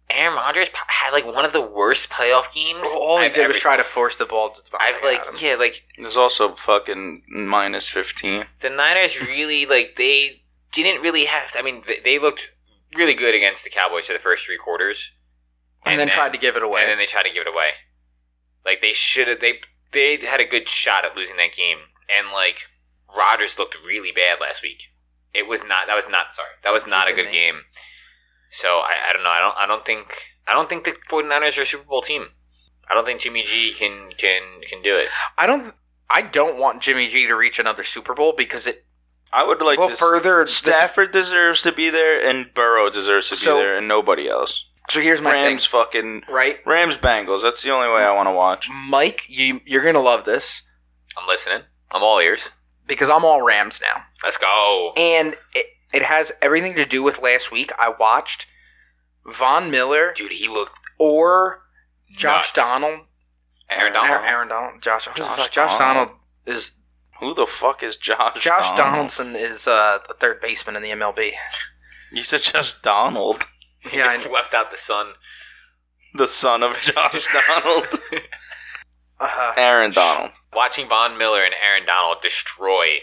[SPEAKER 2] Aaron Rodgers p- had like one of the worst playoff games.
[SPEAKER 1] All he
[SPEAKER 2] I've
[SPEAKER 1] did
[SPEAKER 2] ever
[SPEAKER 1] was try to force the ball to Devontae
[SPEAKER 2] I've like
[SPEAKER 1] Adams.
[SPEAKER 2] yeah, like
[SPEAKER 3] There's also fucking minus 15.
[SPEAKER 2] the Niners really like they didn't really have. To, I mean, they, they looked really good against the Cowboys for the first three quarters,
[SPEAKER 1] and, then tried to give it away.
[SPEAKER 2] and then they tried to give it away. Like they should have. They they had a good shot at losing that game, and like Rodgers looked really bad last week. It was not. That was not. Sorry, that was not a good game. So I, I don't know. I don't. I don't think. I don't think the 49ers are a Super Bowl team. I don't think Jimmy G can can can do it.
[SPEAKER 1] I don't. I don't want Jimmy G to reach another Super Bowl because it
[SPEAKER 3] I would like
[SPEAKER 1] will
[SPEAKER 3] to
[SPEAKER 1] further this-
[SPEAKER 3] Stafford deserves to be there and Burrow deserves to be
[SPEAKER 1] So-
[SPEAKER 3] there and nobody else.
[SPEAKER 1] So here's my
[SPEAKER 3] Rams fucking
[SPEAKER 1] thing, right?
[SPEAKER 3] Rams Bengals. That's the only way I want to watch.
[SPEAKER 1] Mike, you you're gonna love this
[SPEAKER 2] I'm listening. I'm all ears.
[SPEAKER 1] because I'm all Rams now.
[SPEAKER 2] Let's go.
[SPEAKER 1] and it, it has everything to do with last week. I watched Von Miller
[SPEAKER 2] Dude, he looked.
[SPEAKER 1] or Josh
[SPEAKER 2] Nuts.
[SPEAKER 1] Donald.
[SPEAKER 2] Aaron Donald.
[SPEAKER 1] Aaron, Aaron Donald. Josh. who the
[SPEAKER 3] Josh
[SPEAKER 1] fuck? Josh
[SPEAKER 3] Donald.
[SPEAKER 1] Donald is
[SPEAKER 3] Who the fuck is Josh?
[SPEAKER 1] Josh
[SPEAKER 3] Donald?
[SPEAKER 1] Donaldson is uh, the third baseman in the MLB.
[SPEAKER 3] You said Josh Donald, [LAUGHS]
[SPEAKER 2] He
[SPEAKER 1] Yeah,
[SPEAKER 2] just left out the sun.
[SPEAKER 3] the son of Josh
[SPEAKER 1] [LAUGHS]
[SPEAKER 3] Donald,
[SPEAKER 1] uh,
[SPEAKER 3] Aaron Donald.
[SPEAKER 2] Watching Von Miller and Aaron Donald destroy.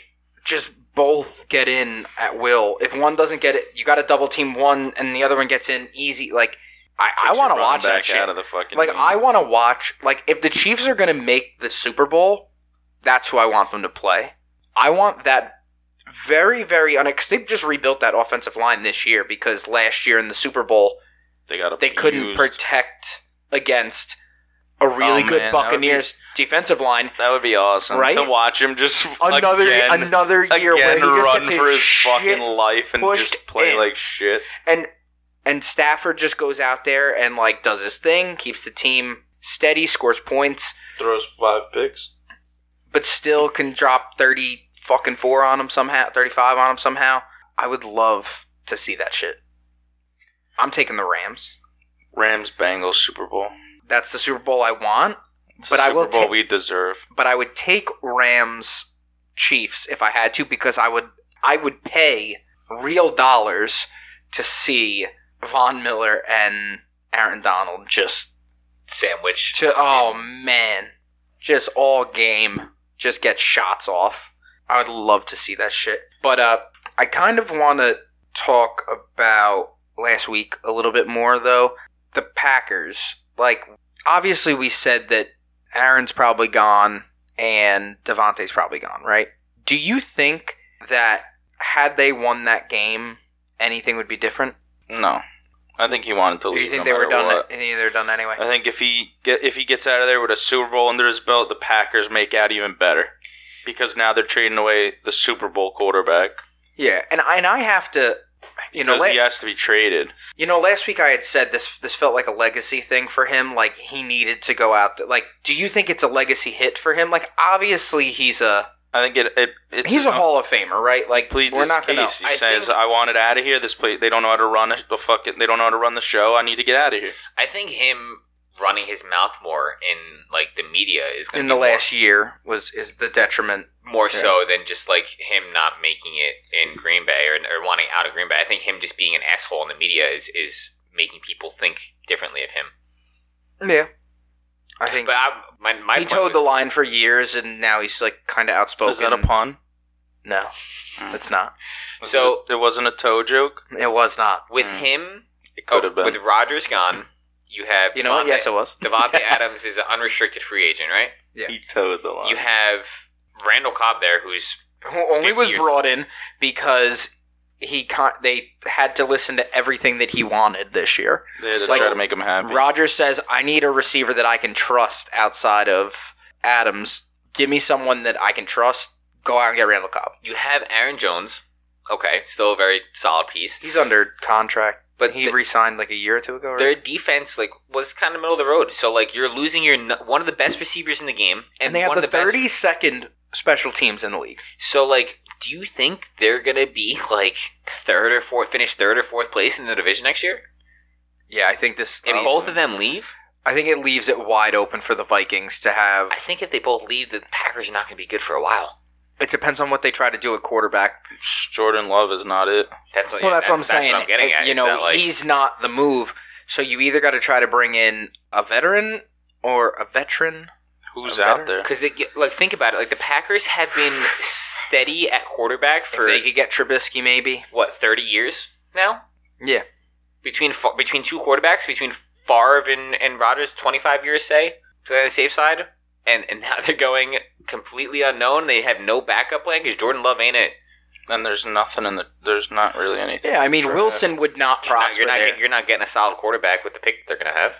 [SPEAKER 1] just both get in at will. If one doesn't get it, you got to double team one, and the other one gets in easy. Like I, I want
[SPEAKER 3] Takes
[SPEAKER 1] to
[SPEAKER 3] your running
[SPEAKER 1] watch that
[SPEAKER 3] back
[SPEAKER 1] shit.
[SPEAKER 3] out of the fucking.
[SPEAKER 1] like
[SPEAKER 3] league.
[SPEAKER 1] I want to watch like if the Chiefs are going to make the Super Bowl, that's who I want them to play. I want that very very un. 'cause They just rebuilt that offensive line this year because last year in the Super Bowl
[SPEAKER 3] they got
[SPEAKER 1] they couldn't
[SPEAKER 3] abused.
[SPEAKER 1] protect against a really
[SPEAKER 3] Oh,
[SPEAKER 1] good
[SPEAKER 3] man, that would
[SPEAKER 1] Buccaneers defensive line.
[SPEAKER 3] That would be awesome,
[SPEAKER 1] Right?
[SPEAKER 3] To watch him just
[SPEAKER 1] [LAUGHS] Another
[SPEAKER 3] again,
[SPEAKER 1] another year where
[SPEAKER 3] again
[SPEAKER 1] he just
[SPEAKER 3] run
[SPEAKER 1] gets his
[SPEAKER 3] for his
[SPEAKER 1] shit
[SPEAKER 3] fucking life and
[SPEAKER 1] pushed
[SPEAKER 3] just play
[SPEAKER 1] in.
[SPEAKER 3] like shit.
[SPEAKER 1] and and Stafford just goes out there and like does his thing, keeps the team steady, scores points.
[SPEAKER 3] Throws five picks.
[SPEAKER 1] but still can drop 30 fucking 4 on him somehow, 35 on him somehow. I would love to see that shit. I'm taking the Rams.
[SPEAKER 3] Rams Bengals Super Bowl.
[SPEAKER 1] That's the Super Bowl I want,
[SPEAKER 3] It's
[SPEAKER 1] But
[SPEAKER 3] a
[SPEAKER 1] I
[SPEAKER 3] Super
[SPEAKER 1] will
[SPEAKER 3] Bowl
[SPEAKER 1] ta-
[SPEAKER 3] we deserve.
[SPEAKER 1] but I would take Rams Chiefs if I had to because I would I would pay real dollars to see Von Miller and Aaron Donald just
[SPEAKER 2] Sandwich.
[SPEAKER 1] to oh man, just all game, just get shots off. I would love to see that shit. But uh, I kind of want to talk about last week a little bit more though. The Packers, like obviously we said that Aaron's probably gone and Devontae's probably gone, right? Do you think that had they won that game, anything would be different?
[SPEAKER 3] No, I think he wanted
[SPEAKER 1] Do
[SPEAKER 3] to leave.
[SPEAKER 1] you think
[SPEAKER 3] no
[SPEAKER 1] they were
[SPEAKER 3] matter
[SPEAKER 1] done?
[SPEAKER 3] what.
[SPEAKER 1] You think they were done anyway?
[SPEAKER 3] I think if he get if he gets out of there with a Super Bowl under his belt, the Packers make out even better because now they're trading away the Super Bowl quarterback.
[SPEAKER 1] Yeah, and I, and I have to, you know,
[SPEAKER 3] Because
[SPEAKER 1] la-
[SPEAKER 3] he has to be traded.
[SPEAKER 1] You know, last week I had said this. This felt like a legacy thing for him. Like he needed to go out. th- like, do you think it's a legacy hit for him? Like, obviously he's a
[SPEAKER 3] I think it. it it's
[SPEAKER 1] he's a Hall of Famer, right? Like,
[SPEAKER 3] Pleads
[SPEAKER 1] we're
[SPEAKER 3] his
[SPEAKER 1] not gonna.
[SPEAKER 3] case. He
[SPEAKER 2] I
[SPEAKER 3] says,
[SPEAKER 2] think-
[SPEAKER 3] "I want it out of here. This place. They don't know how to run a, the fucking. They don't know how to run the show. I need to get out of here."
[SPEAKER 2] I think him running his mouth more in like the media is going
[SPEAKER 1] In the
[SPEAKER 2] to be more-
[SPEAKER 1] last year was is the detriment.
[SPEAKER 2] more so than just like him not making it in Green Bay or, or wanting out of Green Bay. I think him just being an asshole in the media is is making people think differently of him.
[SPEAKER 1] Yeah, I think.
[SPEAKER 2] But I, my my
[SPEAKER 1] he
[SPEAKER 2] point
[SPEAKER 1] towed the
[SPEAKER 2] was-
[SPEAKER 1] line for years, and now he's like kind of outspoken.
[SPEAKER 3] Is that a Hmm. pun?
[SPEAKER 1] No, it's not.
[SPEAKER 3] Was
[SPEAKER 2] So-
[SPEAKER 3] it, it wasn't a toe joke.
[SPEAKER 1] It was not.
[SPEAKER 2] with
[SPEAKER 3] Mm.
[SPEAKER 2] him
[SPEAKER 3] It could have
[SPEAKER 2] oh,
[SPEAKER 3] been.
[SPEAKER 2] with Rogers gone. You have
[SPEAKER 1] You know what?
[SPEAKER 2] Devontae-
[SPEAKER 1] Yes, it was. [LAUGHS]
[SPEAKER 2] Devontae Adams is an unrestricted free agent, right?
[SPEAKER 3] he towed the line.
[SPEAKER 2] You have Randall Cobb there, who's
[SPEAKER 1] who only
[SPEAKER 2] 50
[SPEAKER 1] was
[SPEAKER 2] years.
[SPEAKER 1] brought in because he con- they had to listen to everything that he wanted this year.
[SPEAKER 3] they had to
[SPEAKER 1] like-
[SPEAKER 3] try to make him happy.
[SPEAKER 1] Rogers says, "I need a receiver that I can trust outside of Adams. Give me someone that I can trust. Go out and get Randall Cobb."
[SPEAKER 2] you have Aaron Jones, Okay, still a very solid piece.
[SPEAKER 1] He's under contract,
[SPEAKER 2] But
[SPEAKER 1] but he
[SPEAKER 2] the-
[SPEAKER 1] re-signed like a year or two ago. Right?
[SPEAKER 2] Their defense like was kind of middle of the road. So like you're losing your n- one of the best receivers in the game, and,
[SPEAKER 1] and, they have
[SPEAKER 2] one
[SPEAKER 1] the
[SPEAKER 2] of the best-
[SPEAKER 1] thirty second special teams in the league.
[SPEAKER 2] So like, do you think they're gonna be like third or fourth, finish third or fourth place in the division next year,
[SPEAKER 1] Yeah, I think this.
[SPEAKER 2] and both of them leave?
[SPEAKER 1] I think it leaves it wide open for the Vikings to have.
[SPEAKER 2] I think if they both leave, the Packers are not gonna be good for a while.
[SPEAKER 1] It depends on what they try to do at quarterback.
[SPEAKER 3] Jordan Love is not it.
[SPEAKER 2] That's what,
[SPEAKER 1] well,
[SPEAKER 2] yeah,
[SPEAKER 1] that's, what I'm saying.
[SPEAKER 2] I'm getting
[SPEAKER 1] It-
[SPEAKER 2] at.
[SPEAKER 1] You
[SPEAKER 2] It's
[SPEAKER 1] know,
[SPEAKER 2] not like-
[SPEAKER 1] he's not the move. So you either got to try to bring in a veteran or a veteran.
[SPEAKER 3] Who's
[SPEAKER 1] A
[SPEAKER 3] out
[SPEAKER 1] better-
[SPEAKER 3] there?
[SPEAKER 2] Because they get, like think about it, like the Packers have been steady at quarterback
[SPEAKER 1] For,
[SPEAKER 2] for
[SPEAKER 1] if they could get Trubisky, maybe.
[SPEAKER 2] what thirty years now
[SPEAKER 1] Yeah,
[SPEAKER 2] between Fa- between two quarterbacks between Favre and and Rodgers, twenty five years say to the safe side, and and now [LAUGHS] they're going completely unknown. They have no backup plan because Jordan Love ain't it.
[SPEAKER 3] And there's nothing in the. There's not really anything.
[SPEAKER 1] yeah. I mean,
[SPEAKER 3] Sure.
[SPEAKER 1] Wilson would not
[SPEAKER 2] You're not,
[SPEAKER 1] prosper
[SPEAKER 2] you're not
[SPEAKER 1] there,
[SPEAKER 2] get- you're not getting a solid quarterback with the pick that they're gonna have.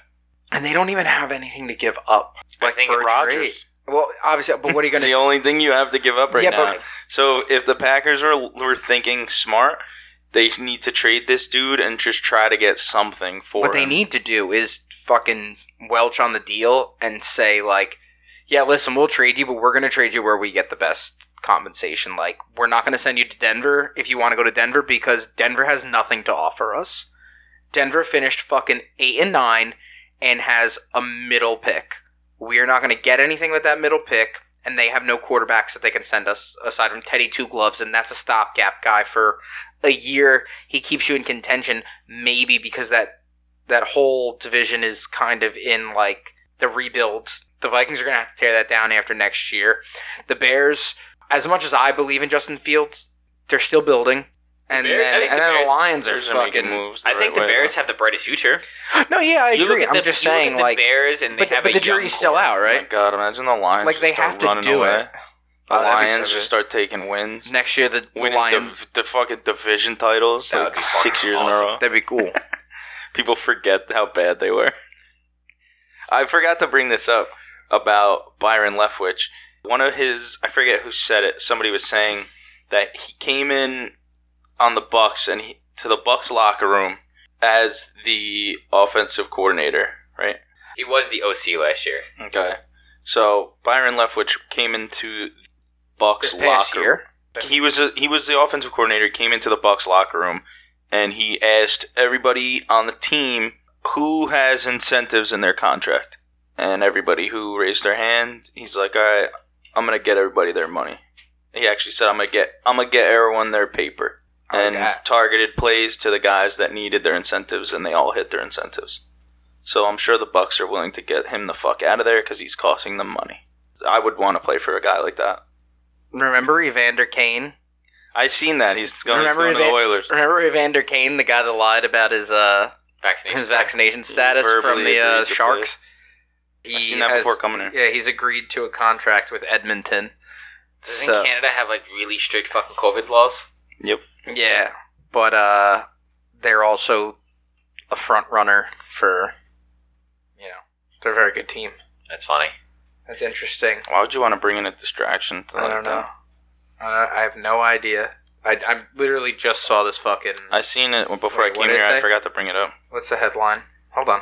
[SPEAKER 1] and they don't even have anything to give up.
[SPEAKER 2] I
[SPEAKER 1] Like
[SPEAKER 2] think
[SPEAKER 1] for a
[SPEAKER 2] Rodgers-
[SPEAKER 1] trade. Well, obviously, but what are you going
[SPEAKER 3] It's
[SPEAKER 1] to?
[SPEAKER 3] the
[SPEAKER 1] do?
[SPEAKER 3] only thing you have to give up right
[SPEAKER 1] Yeah,
[SPEAKER 3] now.
[SPEAKER 1] but-
[SPEAKER 3] so if the Packers were were thinking smart, they need to trade this dude and just try to get something for
[SPEAKER 1] What they
[SPEAKER 3] him.
[SPEAKER 1] need to do is fucking welch on the deal and say like, yeah, listen, we'll trade you, but we're going to trade you where we get the best compensation. Like, we're not going to send you to Denver if you want to go to Denver because Denver has nothing to offer us. Denver finished fucking eight and nine and has a middle pick. We are not going to get anything with that middle pick, and they have no quarterbacks that they can send us aside from Teddy Two Gloves, and that's a stopgap guy for a year. He keeps you in contention, maybe because that that whole division is kind of in like the rebuild. The Vikings are going to have to tear that down after next year. The Bears, as much as I believe in Justin Fields, they're still building. And
[SPEAKER 2] Bears- I
[SPEAKER 1] then,
[SPEAKER 2] think
[SPEAKER 1] and
[SPEAKER 2] the
[SPEAKER 1] then
[SPEAKER 2] Bears-
[SPEAKER 1] the Lions are
[SPEAKER 3] They're gonna make
[SPEAKER 1] fucking.
[SPEAKER 3] moves.
[SPEAKER 2] I think
[SPEAKER 3] right
[SPEAKER 2] the
[SPEAKER 3] way.
[SPEAKER 2] Bears have the brightest future.
[SPEAKER 1] No, yeah, I
[SPEAKER 2] you
[SPEAKER 1] agree.
[SPEAKER 2] Look at
[SPEAKER 1] I'm
[SPEAKER 2] the,
[SPEAKER 1] just
[SPEAKER 2] you look
[SPEAKER 1] saying,
[SPEAKER 2] at the
[SPEAKER 1] like,
[SPEAKER 2] Bears, and they
[SPEAKER 1] but,
[SPEAKER 2] have
[SPEAKER 1] but
[SPEAKER 2] a
[SPEAKER 1] the
[SPEAKER 2] young
[SPEAKER 1] jury's still
[SPEAKER 2] core.
[SPEAKER 1] out,
[SPEAKER 3] Oh
[SPEAKER 1] right?
[SPEAKER 3] my God, imagine the Lions.
[SPEAKER 1] Like, they
[SPEAKER 3] just start
[SPEAKER 1] have to
[SPEAKER 3] running
[SPEAKER 1] do
[SPEAKER 3] away.
[SPEAKER 1] it.
[SPEAKER 3] The
[SPEAKER 1] Oh, that'd be so
[SPEAKER 3] Lions
[SPEAKER 1] good.
[SPEAKER 3] just start taking wins.
[SPEAKER 1] Next year, the, the
[SPEAKER 3] winning
[SPEAKER 1] Lions.
[SPEAKER 3] the, the fucking division titles
[SPEAKER 2] That would
[SPEAKER 3] like
[SPEAKER 2] be fucking
[SPEAKER 3] six years in a
[SPEAKER 2] awesome.
[SPEAKER 3] row.
[SPEAKER 1] that'd be
[SPEAKER 2] [LAUGHS]
[SPEAKER 1] cool.
[SPEAKER 3] People forget how bad they were. I forgot to bring this up about Byron Leftwich. One of his, I forget who said it. Somebody was saying that he came in on the Bucks and he, to the Bucks locker room as the offensive coordinator, right?
[SPEAKER 2] He was the OC last year.
[SPEAKER 3] Okay. So Byron Leftwich came into the Bucks
[SPEAKER 1] This past
[SPEAKER 3] locker room
[SPEAKER 1] year,
[SPEAKER 3] he was a, he was the offensive coordinator. He came into the Bucks locker room and he asked everybody on the team who has incentives in their contract. And everybody who raised their hand, he's like, "All right, I'm gonna get everybody their money." He actually said, "I'm gonna get I'm gonna get everyone their paper."
[SPEAKER 1] I like
[SPEAKER 3] and
[SPEAKER 1] that.
[SPEAKER 3] targeted plays to the guys that needed their incentives, and they all hit their incentives. So I'm sure the Bucks are willing to get him the fuck out of there because he's costing them money. I would want to play for a guy like that.
[SPEAKER 1] remember Evander Kane?
[SPEAKER 3] I seen that. He's going, he's
[SPEAKER 1] Remember
[SPEAKER 3] going to the
[SPEAKER 1] that-
[SPEAKER 3] Oilers.
[SPEAKER 1] Remember Evander Kane, the guy that lied about his uh
[SPEAKER 2] Vaccination.
[SPEAKER 1] his vaccination status
[SPEAKER 3] verbally
[SPEAKER 1] from the uh,
[SPEAKER 3] agreed to
[SPEAKER 1] Sharks?
[SPEAKER 3] I seen that before coming here.
[SPEAKER 1] Yeah, he's agreed to a contract with Edmonton.
[SPEAKER 2] Doesn't
[SPEAKER 1] So-
[SPEAKER 2] Canada have like really strict fucking COVID laws?
[SPEAKER 1] Yeah, but uh, they're also a front runner for, you know, they're a very good team.
[SPEAKER 2] That's funny.
[SPEAKER 1] That's interesting.
[SPEAKER 3] Why would you want to bring in a distraction? To
[SPEAKER 1] I
[SPEAKER 3] like
[SPEAKER 1] don't know.
[SPEAKER 3] that?
[SPEAKER 1] Uh, I have no idea. I, I literally just saw this fucking.
[SPEAKER 3] I seen it before
[SPEAKER 1] Wait, what
[SPEAKER 3] I came
[SPEAKER 1] did
[SPEAKER 3] here.
[SPEAKER 1] it
[SPEAKER 3] I
[SPEAKER 1] say?
[SPEAKER 3] forgot to bring it up.
[SPEAKER 1] What's the headline? Hold on.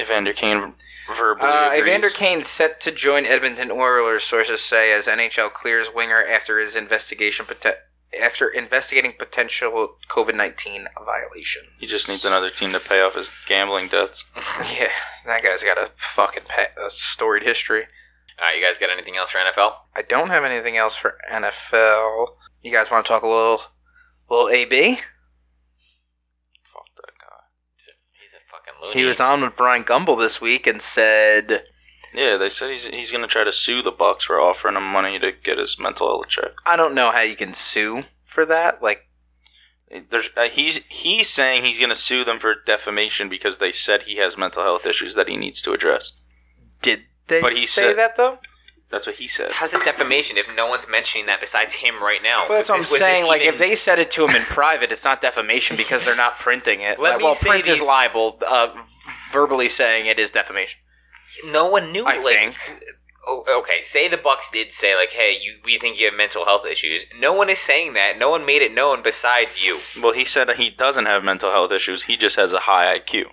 [SPEAKER 3] Evander Kane verbally.
[SPEAKER 1] Uh,
[SPEAKER 3] agrees.
[SPEAKER 1] Evander Kane set to join Edmonton Oilers, sources say, as NHL clears winger after his investigation pote- after investigating potential COVID nineteen violation. [LAUGHS]
[SPEAKER 3] He just needs another team to pay off his gambling debts.
[SPEAKER 1] Yeah, that guy's got a fucking pa- a storied history.
[SPEAKER 2] All right, you guys got anything else for NFL?
[SPEAKER 1] I don't have anything else for NFL. You guys want to talk a little, little AB?
[SPEAKER 3] Fuck that guy.
[SPEAKER 2] He's a, he's a fucking loony.
[SPEAKER 1] He was on with Brian Gumble this week and said,
[SPEAKER 3] Yeah, they said he's he's gonna try to sue the Bucks for offering him money to get his mental health check.
[SPEAKER 1] "I don't know how you can sue for that." Like,
[SPEAKER 3] There's uh, he's he's saying he's gonna sue them for defamation because they said he has mental health issues that he needs to address.
[SPEAKER 1] did they
[SPEAKER 3] But he
[SPEAKER 1] say
[SPEAKER 3] said-
[SPEAKER 1] that though?
[SPEAKER 3] That's what he said.
[SPEAKER 2] How's it defamation if no one's mentioning that besides him right now?
[SPEAKER 1] Well, that's what I'm
[SPEAKER 2] Was this- was this
[SPEAKER 1] saying. Like,
[SPEAKER 2] even-
[SPEAKER 1] if they said it to him in private, it's not defamation because they're not printing it.
[SPEAKER 2] Let
[SPEAKER 1] Like,
[SPEAKER 2] me
[SPEAKER 1] well,
[SPEAKER 2] say
[SPEAKER 1] print
[SPEAKER 2] these-
[SPEAKER 1] is liable. Uh, verbally saying it is defamation.
[SPEAKER 2] no one knew.
[SPEAKER 1] I
[SPEAKER 2] like,
[SPEAKER 1] think.
[SPEAKER 2] oh, okay, say the Bucks did say like, "Hey, you, we think you have mental health issues." No one is saying that. No one made it known besides you.
[SPEAKER 3] Well, he said he doesn't have mental health issues. He just has a high IQ,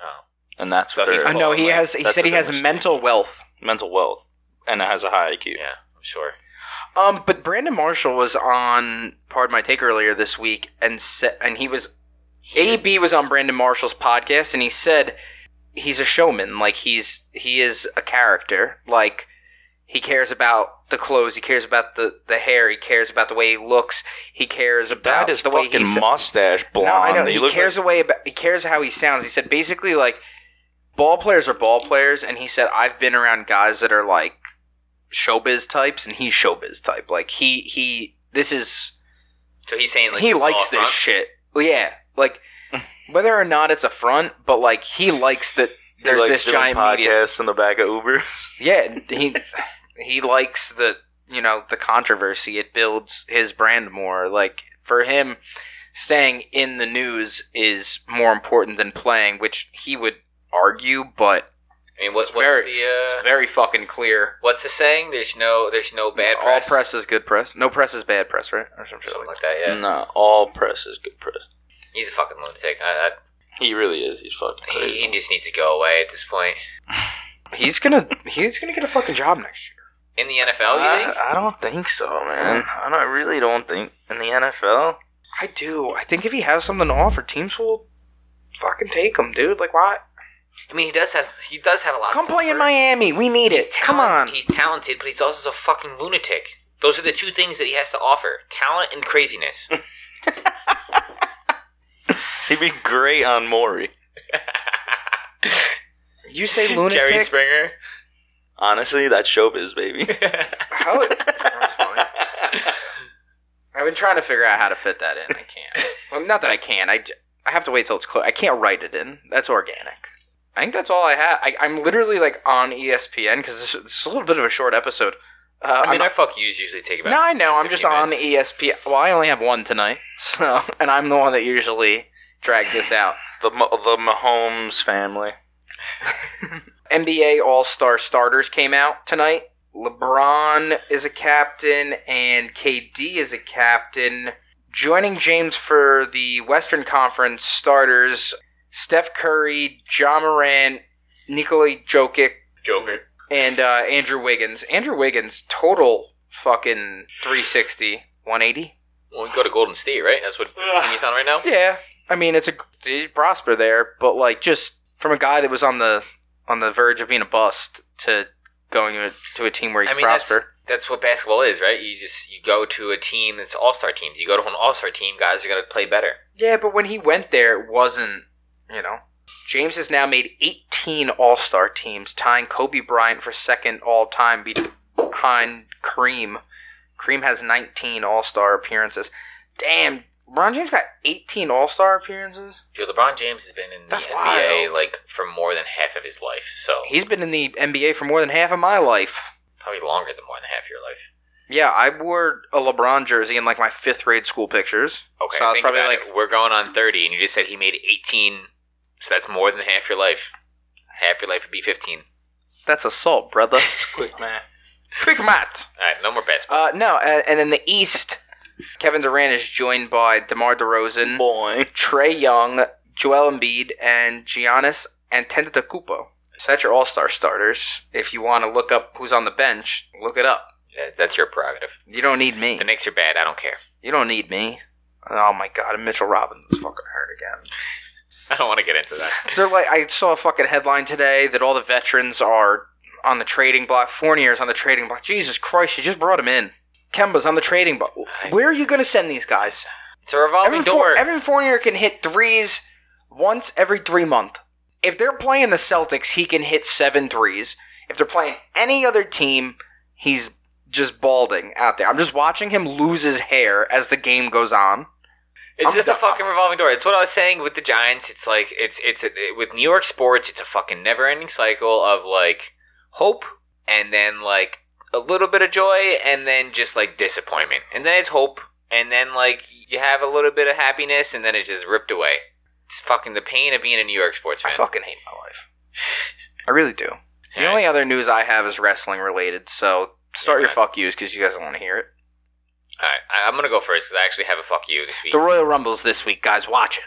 [SPEAKER 2] Oh.
[SPEAKER 3] and that's
[SPEAKER 2] So
[SPEAKER 3] what
[SPEAKER 2] he's-
[SPEAKER 1] Uh, no, he
[SPEAKER 2] Like,
[SPEAKER 1] has. He
[SPEAKER 3] that's
[SPEAKER 1] said
[SPEAKER 3] what
[SPEAKER 1] he
[SPEAKER 3] they
[SPEAKER 1] has
[SPEAKER 3] were saying.
[SPEAKER 1] mental wealth.
[SPEAKER 3] mental wealth, and it has a high IQ.
[SPEAKER 2] Yeah, I'm sure.
[SPEAKER 1] Um, but Brandon Marshall was on Pardon My Take earlier this week, and sa- and he was AB was on Brandon Marshall's podcast, and he said he's a showman. Like he's he is a character. Like he cares about the clothes, he cares about the the hair, he cares about the way he looks, he cares about
[SPEAKER 3] Dyed his
[SPEAKER 1] the way
[SPEAKER 3] fucking
[SPEAKER 1] he's
[SPEAKER 3] mustache blonde.
[SPEAKER 1] No, I know
[SPEAKER 3] He
[SPEAKER 1] he,
[SPEAKER 3] looked
[SPEAKER 1] cares
[SPEAKER 3] like-
[SPEAKER 1] away about he cares how he sounds. He said basically like ball players are ball players, and he said I've been around guys that are like showbiz types, and he's showbiz type. Like he he this is
[SPEAKER 2] So he's saying like
[SPEAKER 1] he
[SPEAKER 2] this is all
[SPEAKER 1] likes
[SPEAKER 2] a
[SPEAKER 1] this
[SPEAKER 2] front?
[SPEAKER 1] shit. Well, yeah,
[SPEAKER 3] [LAUGHS]
[SPEAKER 1] like whether or not it's a front, but like he likes that
[SPEAKER 3] he
[SPEAKER 1] there's
[SPEAKER 3] likes
[SPEAKER 1] this
[SPEAKER 3] doing
[SPEAKER 1] giant
[SPEAKER 3] podcast
[SPEAKER 1] media.
[SPEAKER 3] in the back of Ubers.
[SPEAKER 1] Yeah, he he likes the you know the controversy. It builds his brand more. Like for him, staying in the news is more important than playing, which he would argue, but
[SPEAKER 2] I mean, what, what's
[SPEAKER 1] very-
[SPEAKER 2] the
[SPEAKER 1] it's
[SPEAKER 2] uh,
[SPEAKER 1] very fucking clear.
[SPEAKER 2] what's the saying? There's no there's no bad
[SPEAKER 1] All
[SPEAKER 2] press.
[SPEAKER 1] press is good press. No press is bad press, right? Or some shit
[SPEAKER 2] something
[SPEAKER 1] like
[SPEAKER 2] like that. Yeah,
[SPEAKER 3] No, all press is good press.
[SPEAKER 2] he's a fucking lunatic. I,
[SPEAKER 3] He really is. He's fucking
[SPEAKER 2] I, he,
[SPEAKER 3] crazy.
[SPEAKER 2] he just needs to go away at this point.
[SPEAKER 1] that. He's gonna he's gonna get a fucking job next year.
[SPEAKER 2] In the NFL, Oh, you think?
[SPEAKER 3] I, I don't think so, man. I, don't, I really don't think in the NFL.
[SPEAKER 1] I do. I think if he has something to offer, teams will fucking take him, dude. Like why?
[SPEAKER 2] I mean, he does have he does have a lot.
[SPEAKER 1] Come
[SPEAKER 2] to
[SPEAKER 1] play in
[SPEAKER 2] offer.
[SPEAKER 1] Miami. We need
[SPEAKER 2] He's
[SPEAKER 1] it. Come
[SPEAKER 2] talent-
[SPEAKER 1] on.
[SPEAKER 2] He's talented, but he's also a fucking lunatic. Those are the two things that he has to offer: talent and craziness.
[SPEAKER 3] He'd be great on Maury.
[SPEAKER 1] You say lunatic.
[SPEAKER 2] [LAUGHS] Jerry Springer.
[SPEAKER 3] Honestly, that's showbiz, baby.
[SPEAKER 2] [LAUGHS]
[SPEAKER 1] How? That's fine. I've been trying to figure out how to fit that in. I [LAUGHS] can't. Well, not that I can. I, j- I have to wait till it's close. I can't write it in. That's organic. I think that's all I have. I, I'm literally like on E ESPN because this, this is a little bit of a short episode. Uh,
[SPEAKER 2] I mean,
[SPEAKER 1] I'm-
[SPEAKER 2] our fuck yous usually take about.
[SPEAKER 1] no, I know.
[SPEAKER 2] 10,
[SPEAKER 1] I'm just
[SPEAKER 2] 15
[SPEAKER 1] on E
[SPEAKER 2] minutes.
[SPEAKER 1] ESPN. Well, I only have one tonight, [LAUGHS] so and I'm the one that usually drags this out.
[SPEAKER 3] [LAUGHS] the Ma- the Mahomes family.
[SPEAKER 1] NBA All Star starters came out tonight. LeBron is a captain and KD is a captain. Joining James for the Western Conference starters Steph Curry, John Moran, Nikola Jokic,
[SPEAKER 2] Joker.
[SPEAKER 1] and uh, Andrew Wiggins. Andrew Wiggins, total fucking 360, 180.
[SPEAKER 2] Well, we go to Golden State, right? That's what he's on right now.
[SPEAKER 1] Yeah, I mean it's a they prosper there, but like just from a guy that was on the on the verge of being a bust to going to a, to a team where he
[SPEAKER 2] I mean, that's-
[SPEAKER 1] prosper.
[SPEAKER 2] That's what basketball is, right? You just you go to a team that's all star teams. You go to an all star team, guys are gonna play better.
[SPEAKER 1] Yeah, but when he went there, it wasn't you know. James has now made 18 All Star teams, tying Kobe Bryant for second all time behind Kareem. Kareem has 19 All Star appearances. Damn, LeBron James got 18 All Star appearances.
[SPEAKER 2] Dude, LeBron James has been in
[SPEAKER 1] That's
[SPEAKER 2] the NBA
[SPEAKER 1] wild.
[SPEAKER 2] like for more than half of his life, so
[SPEAKER 1] He's been in the NBA for more than half of my life.
[SPEAKER 2] probably longer than more than half your life.
[SPEAKER 1] Yeah, I wore a LeBron jersey in like my fifth grade school pictures.
[SPEAKER 2] Okay,
[SPEAKER 1] so I was
[SPEAKER 2] think
[SPEAKER 1] probably
[SPEAKER 2] about
[SPEAKER 1] like,
[SPEAKER 2] it. we're going on thirty, and you just said he made eighteen, so that's more than half your life. Half your life would be fifteen.
[SPEAKER 1] "That's assault, brother."
[SPEAKER 2] [LAUGHS]
[SPEAKER 3] Quick man.
[SPEAKER 1] Quick mat.
[SPEAKER 2] All right, no more basketball.
[SPEAKER 1] Uh, no, and, and in the East, Kevin Durant is joined by DeMar DeRozan,
[SPEAKER 3] Boy.
[SPEAKER 1] Trey Young, Joel Embiid, and Giannis Antetokounmpo. So that's your All-Star starters. If you want to look up who's on the bench, look it up.
[SPEAKER 2] That- Uh, that's your prerogative.
[SPEAKER 1] You don't need me.
[SPEAKER 2] The Knicks are bad. I don't care. [LAUGHS]
[SPEAKER 1] You don't need me. Oh my God, and Mitchell Robinson's fucking hurt again.
[SPEAKER 2] I don't want to get into that.
[SPEAKER 1] They're like, I saw a fucking headline today that all the veterans are on the trading block. Fournier's on the trading block. Jesus Christ, you just brought him in. Kemba's on the trading block.
[SPEAKER 2] I-
[SPEAKER 1] Where are you going to send these guys?
[SPEAKER 2] It's a revolving
[SPEAKER 1] Evan,
[SPEAKER 2] door.
[SPEAKER 1] Four- Evan Fournier can hit threes once every three month. If they're playing the Celtics, he can hit seven threes. If they're playing any other team, he's just balding out there. I'm just watching him lose his hair as the game goes on.
[SPEAKER 2] It's
[SPEAKER 1] I'm
[SPEAKER 2] just
[SPEAKER 1] done.
[SPEAKER 2] a fucking revolving door. It's what I was saying with the Giants. It's like it's it's a, with New York sports. It's a fucking never ending cycle of like hope and then like a little bit of joy and then just like disappointment and then it's hope and then like you have a little bit of happiness and then it's just ripped away. It's fucking the pain of being a New York sports
[SPEAKER 1] I
[SPEAKER 2] fan.
[SPEAKER 1] fucking hate my life. I really do. The only other news I have is wrestling related, so start your
[SPEAKER 2] Okay.
[SPEAKER 1] fuck yous because you guys don't want to hear it.
[SPEAKER 2] All right, I, I'm gonna go first because I actually have a fuck you this week.
[SPEAKER 1] The Royal Rumble's this week, guys. Watch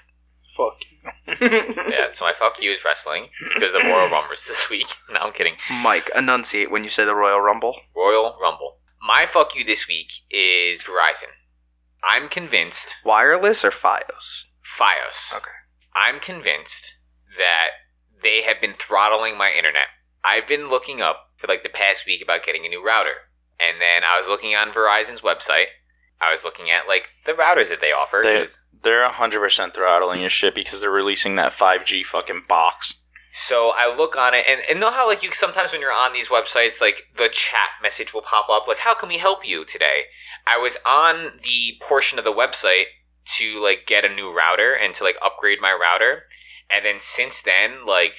[SPEAKER 3] Fuck.
[SPEAKER 2] [LAUGHS]
[SPEAKER 1] it.
[SPEAKER 2] yeah, so my fuck you is wrestling because the Royal Rumble's this week. [LAUGHS] No, I'm kidding.
[SPEAKER 1] Mike, enunciate when you say the Royal Rumble.
[SPEAKER 2] Royal Rumble. My fuck you this week is Verizon. I'm convinced
[SPEAKER 1] Wireless or FiOS?
[SPEAKER 2] Fios.
[SPEAKER 1] Okay.
[SPEAKER 2] I'm convinced that they have been throttling my internet. I've been looking up for like the past week about getting a new router. And then I was looking on Verizon's website. I was looking at like the routers that they offer.
[SPEAKER 3] They, they're 100% throttling your shit because they're releasing that 5G fucking box.
[SPEAKER 2] So I look on it, and, and know how like you sometimes when you're on these websites, like the chat message will pop up, like "How can we help you today?" I was on the portion of the website to like get a new router and to like upgrade my router, and then since then, like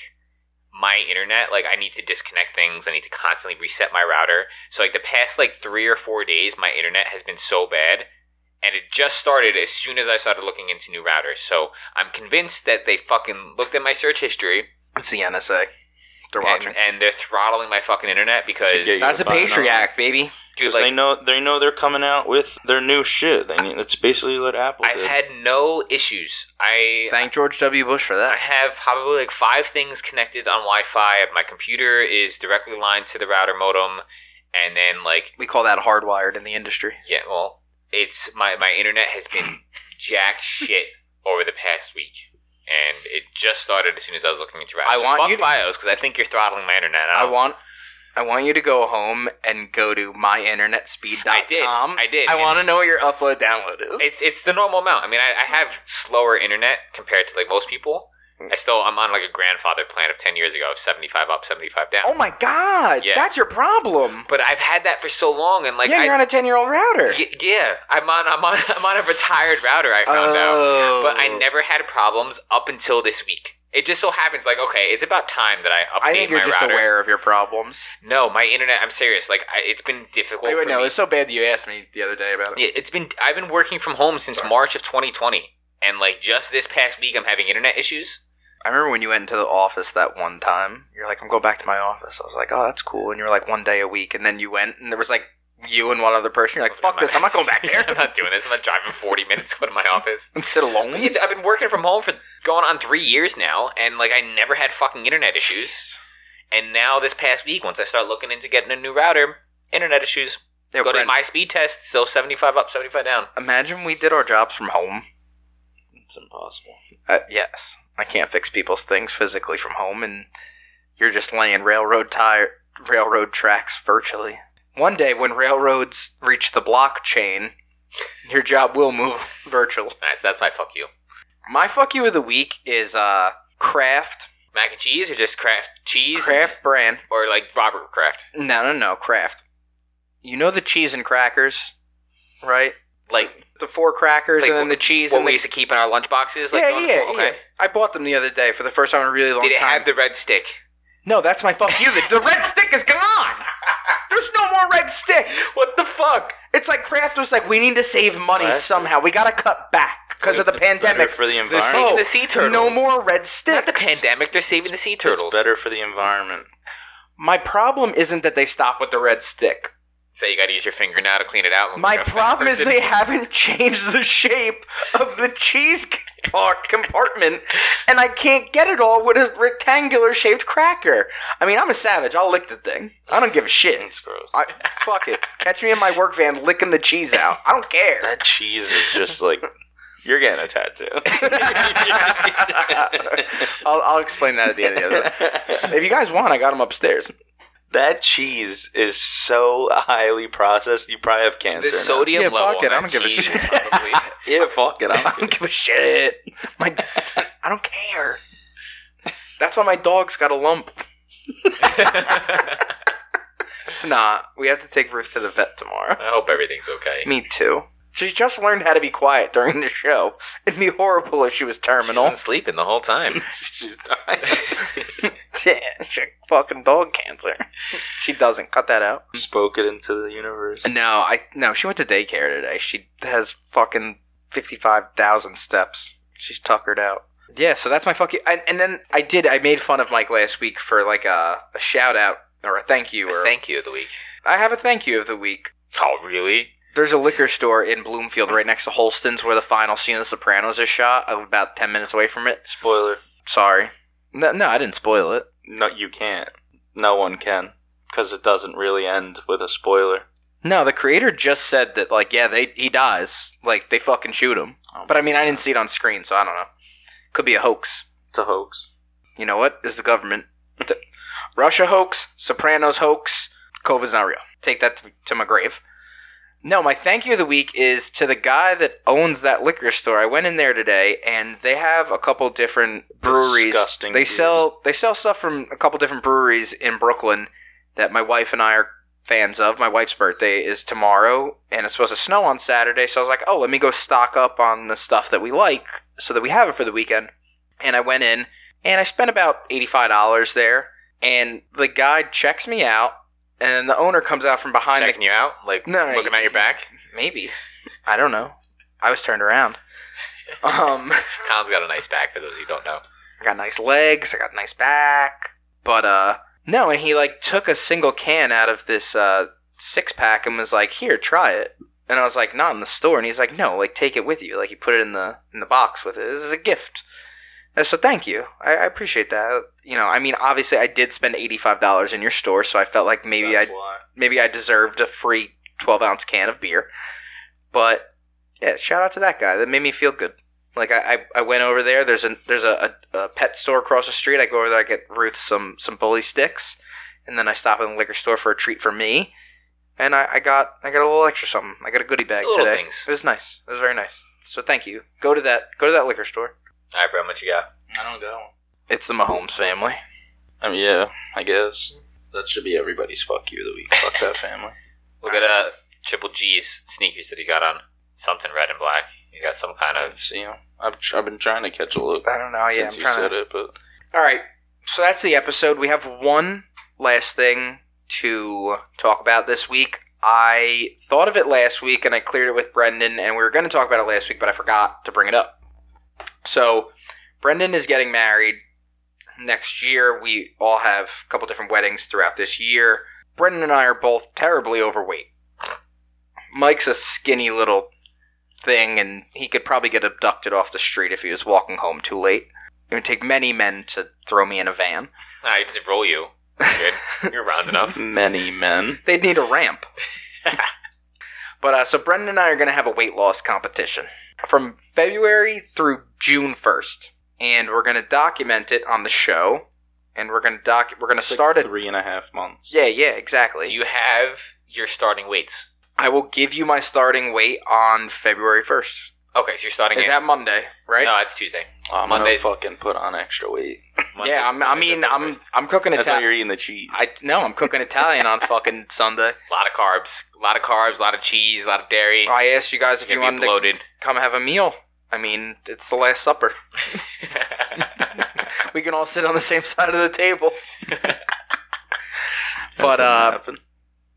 [SPEAKER 2] my internet, like I need to disconnect things, I need to constantly reset my router. So like the past like three or four days, my internet has been so bad. And it just started as soon as I started looking into new routers. So I'm convinced that they fucking looked at my search history
[SPEAKER 1] It's the NSA. They're watching.
[SPEAKER 2] and, and they're throttling my fucking internet because
[SPEAKER 3] To get you-
[SPEAKER 1] That's a
[SPEAKER 3] You're buying
[SPEAKER 1] Patriot
[SPEAKER 3] all-
[SPEAKER 1] Act, baby.
[SPEAKER 2] dude,
[SPEAKER 3] 'Cause they
[SPEAKER 2] like
[SPEAKER 3] know they know they're coming out with their new shit. They need, that's basically what Apple
[SPEAKER 2] I've
[SPEAKER 3] did.
[SPEAKER 2] had no issues. I
[SPEAKER 1] Thank George W. Bush for
[SPEAKER 2] I
[SPEAKER 1] that.
[SPEAKER 2] have probably like five things connected on Wi-Fi. My computer is directly lined to the router modem, and then like
[SPEAKER 1] We call that hardwired in the industry.
[SPEAKER 2] yeah, well, it's my my internet has
[SPEAKER 1] [LAUGHS]
[SPEAKER 2] been jack shit over the past week. And it just started as soon as I was looking into routers.
[SPEAKER 1] I
[SPEAKER 2] So
[SPEAKER 1] want
[SPEAKER 2] fuck
[SPEAKER 1] you to-
[SPEAKER 2] FiOS because I think you're throttling my internet.
[SPEAKER 1] I
[SPEAKER 2] I, want.
[SPEAKER 1] want I want you to go home and go to myinternetspeed.com.
[SPEAKER 2] I did. I did.
[SPEAKER 1] I want to know what your upload download is.
[SPEAKER 2] it's it's the normal amount. I mean, I, I have slower internet compared to like most people.
[SPEAKER 1] Hmm.
[SPEAKER 2] I still I'm on like a grandfather plan of ten years ago of seventy five up, seventy five down.
[SPEAKER 1] oh my god,
[SPEAKER 2] Yeah.
[SPEAKER 1] that's your problem.
[SPEAKER 2] But I've had that for so long, and like
[SPEAKER 1] yeah,
[SPEAKER 2] I,
[SPEAKER 1] you're on a 10-year-old router.
[SPEAKER 2] y- yeah, I'm on I'm on I'm on a retired router. I found out,
[SPEAKER 1] Oh.
[SPEAKER 2] but I never had problems up until this week. It just so happens, like okay, it's about time that I update
[SPEAKER 1] I think you're
[SPEAKER 2] my
[SPEAKER 1] just
[SPEAKER 2] router.
[SPEAKER 1] aware of your problems.
[SPEAKER 2] No, my internet. I'm serious. Like I, it's been difficult.
[SPEAKER 1] Wait, wait,
[SPEAKER 2] for
[SPEAKER 1] no,
[SPEAKER 2] me.
[SPEAKER 1] it's so bad that you asked me the other day about it.
[SPEAKER 2] Yeah, it's been I've been working from home since March of 2020, and like just this past week, I'm having internet issues.
[SPEAKER 1] I remember when you went into the office that one time. You're like, I'm going back to my office. I was like, oh, that's cool. And you were like, one day a week. And then you went, and there was like you and one other person. You're like, fuck this. I'm not going back
[SPEAKER 2] [LAUGHS] I'm
[SPEAKER 1] there
[SPEAKER 2] not doing this. I'm not driving 40 minutes to go to my office.
[SPEAKER 1] and sit alone.
[SPEAKER 2] [LAUGHS] Yeah, I've been working from home for going on three years now, and like I never had fucking internet issues. And now this past week, once I start looking into getting a new router, internet issues.
[SPEAKER 1] Yeah,
[SPEAKER 2] go to
[SPEAKER 1] Brent,
[SPEAKER 2] my speed test, still 75 up, 75 down.
[SPEAKER 1] imagine we did our jobs from home.
[SPEAKER 3] it's impossible.
[SPEAKER 1] Uh, yes, I can't fix people's things physically from home, and you're just laying railroad tire railroad tracks virtually. One day, when railroads reach the blockchain, your job will move [LAUGHS] virtual.
[SPEAKER 2] All right, so that's my fuck you.
[SPEAKER 1] My fuck you of the week is uh Kraft
[SPEAKER 2] Mac and cheese, or just Kraft cheese,
[SPEAKER 1] Kraft brand.
[SPEAKER 2] or like Robert Kraft,
[SPEAKER 1] No, no, no, Kraft. You know the cheese and crackers, right?
[SPEAKER 2] like
[SPEAKER 1] The four crackers
[SPEAKER 2] Like
[SPEAKER 1] and then
[SPEAKER 2] wh-
[SPEAKER 1] the cheese
[SPEAKER 2] what
[SPEAKER 1] and
[SPEAKER 2] we
[SPEAKER 1] the
[SPEAKER 2] used to keep in our lunch boxes. Like
[SPEAKER 1] yeah,
[SPEAKER 2] going to
[SPEAKER 1] yeah,
[SPEAKER 2] school?
[SPEAKER 1] yeah. I bought them the other day for the first time in a really long
[SPEAKER 2] Did it
[SPEAKER 1] time.
[SPEAKER 2] have the red stick?
[SPEAKER 1] No, that's my fuck you. The, the red stick is gone. There's no more red stick.
[SPEAKER 2] What the fuck?
[SPEAKER 1] It's like Kraft was like, we need to save money
[SPEAKER 3] Right.
[SPEAKER 1] somehow. We got to cut back because of the
[SPEAKER 3] Better
[SPEAKER 1] pandemic.
[SPEAKER 3] for the
[SPEAKER 2] They're saving
[SPEAKER 3] environment.
[SPEAKER 2] the sea turtles.
[SPEAKER 1] No more red sticks.
[SPEAKER 2] Not the pandemic. They're saving the sea turtles.
[SPEAKER 3] It's better for the environment.
[SPEAKER 1] My problem isn't that they stop with the red stick.
[SPEAKER 2] So you got to use your finger now to clean it out.
[SPEAKER 3] [LAUGHS]
[SPEAKER 1] My
[SPEAKER 2] Like a fat
[SPEAKER 1] problem is
[SPEAKER 2] person. [LAUGHS]
[SPEAKER 1] they haven't changed the shape of the cheese compart- compartment, and I can't get it all with a rectangular shaped cracker. I mean, I'm a savage. I'll lick the thing. I don't give a shit.
[SPEAKER 3] It's gross.
[SPEAKER 1] I, fuck it. Catch me in my work van licking the cheese out. I don't care.
[SPEAKER 3] That cheese is
[SPEAKER 2] [LAUGHS]
[SPEAKER 3] just like you're getting a tattoo.
[SPEAKER 1] [LAUGHS]
[SPEAKER 3] [LAUGHS]
[SPEAKER 1] I'll, I'll explain that at the end of the episode. If you guys want, I got them upstairs.
[SPEAKER 3] that cheese is so highly processed. You probably have
[SPEAKER 2] The
[SPEAKER 3] cancer. now.
[SPEAKER 2] sodium
[SPEAKER 1] Yeah,
[SPEAKER 2] level.
[SPEAKER 1] fuck it,
[SPEAKER 2] on
[SPEAKER 1] I don't
[SPEAKER 2] that
[SPEAKER 1] give a
[SPEAKER 2] cheese
[SPEAKER 1] shit.
[SPEAKER 2] is probably- [LAUGHS]
[SPEAKER 3] Yeah, fuck it.
[SPEAKER 1] I
[SPEAKER 3] I'm-
[SPEAKER 1] don't give a shit. My, I don't care. That's why my dog's got a lump. It's not. We have to take Ruth to the vet tomorrow.
[SPEAKER 2] I hope everything's okay.
[SPEAKER 1] Me too. She just learned how to be quiet during the show. It'd be horrible if she was terminal.
[SPEAKER 2] Been sleeping the
[SPEAKER 1] [LAUGHS]
[SPEAKER 2] whole time.
[SPEAKER 3] She's
[SPEAKER 2] [LAUGHS]
[SPEAKER 3] dying.
[SPEAKER 1] Yeah, [LAUGHS] she had fucking dog cancer. She doesn't. Cut that out.
[SPEAKER 3] Spoke it into the universe.
[SPEAKER 1] No, I no. She went to daycare today. She has fucking fifty five thousand steps. She's tuckered out. Yeah, so that's my fucking. I, and then I did. I made fun of Mike last week for like a, a shout out or a thank you. Or
[SPEAKER 2] Thank you of the week.
[SPEAKER 1] I have a thank you of the week.
[SPEAKER 2] Oh, really?
[SPEAKER 1] There's a liquor store in Bloomfield right next to Holston's where the final scene of The Sopranos is shot. I'm about 10 minutes away from it.
[SPEAKER 3] Spoiler.
[SPEAKER 1] Sorry. No, no I didn't spoil it.
[SPEAKER 3] No, you can't. No one can. Because it doesn't really end with a spoiler.
[SPEAKER 1] No, the creator just said that, like, yeah, they he dies. Like, they fucking shoot him. But I mean, I didn't see it on screen, so I don't know. Could be a hoax.
[SPEAKER 3] It's a hoax.
[SPEAKER 1] You know what? Is the government. Th- Russia hoax, Sopranos hoax, COVID's not real. Take that to, to my grave. No, my thank you of the week is to the guy that owns that liquor store. I went in there today and they have a couple different breweries.
[SPEAKER 3] Disgusting
[SPEAKER 1] They
[SPEAKER 3] dude.
[SPEAKER 1] sell they sell stuff from a couple different breweries in Brooklyn that my wife and I are fans of. My wife's birthday is tomorrow and it's supposed to snow on Saturday, so I was like, "Oh, let me go stock up on the stuff that we like so that we have it for the weekend." And I went in and I spent about $85 there and the guy checks me out and the owner comes out from behind the
[SPEAKER 2] Checking you out, like
[SPEAKER 1] No, no,
[SPEAKER 2] looking
[SPEAKER 1] you-
[SPEAKER 2] at
[SPEAKER 1] [LAUGHS]
[SPEAKER 2] your back.
[SPEAKER 1] Maybe. I don't know. I was turned around. Um,
[SPEAKER 2] Colin's got a nice back. For those of you who don't know,
[SPEAKER 1] I got nice legs. I got nice back. But uh, no. And he like took a single can out of this uh six pack and was like, "Here, try it." And I was like, "Not in the store." And he's like, "No, like take it with you." Like he put it in the in the box with it. It was a gift. And so thank you. I, I appreciate that. You know, I mean, obviously, I did spend eighty five dollars in your store, so I felt like maybe I
[SPEAKER 3] That's why.
[SPEAKER 1] maybe I deserved a free 12 ounce can of beer. But yeah, shout out to that guy. That made me feel good. Like I, I, I went over there. There's a there's a, a, a pet store across the street. I go over there. I get Ruth some some bully sticks, and then I stop in the liquor store for a treat for me. And I, I got I got a little extra something. I got a goodie bag
[SPEAKER 2] It's little
[SPEAKER 1] today.
[SPEAKER 2] things.
[SPEAKER 1] It was nice. It was very nice. So thank you. Go to that go to that liquor store.
[SPEAKER 2] all right, bro, what you got?
[SPEAKER 3] I don't go.
[SPEAKER 1] It's the Mahomes family.
[SPEAKER 3] I mean, yeah, I guess. That should be everybody's fuck you of the week. Fuck
[SPEAKER 1] [LAUGHS]
[SPEAKER 3] that family.
[SPEAKER 2] Look at uh Triple G's sneakers that he got on. Something red and black. He got some kind
[SPEAKER 3] I
[SPEAKER 2] of.
[SPEAKER 3] see him. I've, tr- I've been trying to catch a look
[SPEAKER 1] I don't know. Oh, Yeah,
[SPEAKER 3] since
[SPEAKER 1] I'm
[SPEAKER 3] you
[SPEAKER 1] trying to
[SPEAKER 3] said it, but
[SPEAKER 1] All right. So that's the episode. We have one last thing to talk about this week. I thought of it last week and I cleared it with Brendan, and we were going to talk about it last week, but I forgot to bring it up. So, Brendan is getting married next year. We all have a couple different weddings throughout this year. Brendan and I are both terribly overweight. Mike's a skinny little thing, and he could probably get abducted off the street if he was walking home too late. It would take many men to throw me in a van.
[SPEAKER 2] All right, just roll you. You're
[SPEAKER 1] [LAUGHS]
[SPEAKER 2] Good. You're round enough.
[SPEAKER 3] many men.
[SPEAKER 1] They'd need a ramp.
[SPEAKER 3] [LAUGHS]
[SPEAKER 1] [LAUGHS] but uh, so Brendan and I are going to have a weight loss competition from February through June first, and we're going to document it on the show, and we're going to doc. We're going to
[SPEAKER 3] It's like
[SPEAKER 1] start it.
[SPEAKER 3] three and a half months.
[SPEAKER 1] Yeah, yeah, exactly.
[SPEAKER 2] Do you have your starting weights?
[SPEAKER 1] I will give you my starting weight on February first.
[SPEAKER 2] Okay, so you're starting.
[SPEAKER 1] Is
[SPEAKER 2] at-
[SPEAKER 1] that Monday? Right?
[SPEAKER 2] No, it's Tuesday.
[SPEAKER 3] Oh, I'm
[SPEAKER 2] Mondays-
[SPEAKER 3] gonna fucking put on extra weight.
[SPEAKER 2] Monday's-
[SPEAKER 1] yeah, I'm, I mean, I'm I'm cooking
[SPEAKER 3] That's why
[SPEAKER 1] Italian.
[SPEAKER 3] you're eating the cheese.
[SPEAKER 1] I no, I'm cooking Italian on fucking
[SPEAKER 3] [LAUGHS]
[SPEAKER 1] Sunday.
[SPEAKER 2] a lot of carbs, a lot of carbs, a lot of cheese, a lot of dairy.
[SPEAKER 1] I asked you guys
[SPEAKER 2] You're
[SPEAKER 1] if you
[SPEAKER 2] gonna
[SPEAKER 1] wanted
[SPEAKER 2] be
[SPEAKER 1] to
[SPEAKER 2] bloated.
[SPEAKER 1] come have a meal. I mean, it's the Last Supper. [LAUGHS] We can all sit on the same side of the table. but uh,
[SPEAKER 3] happened.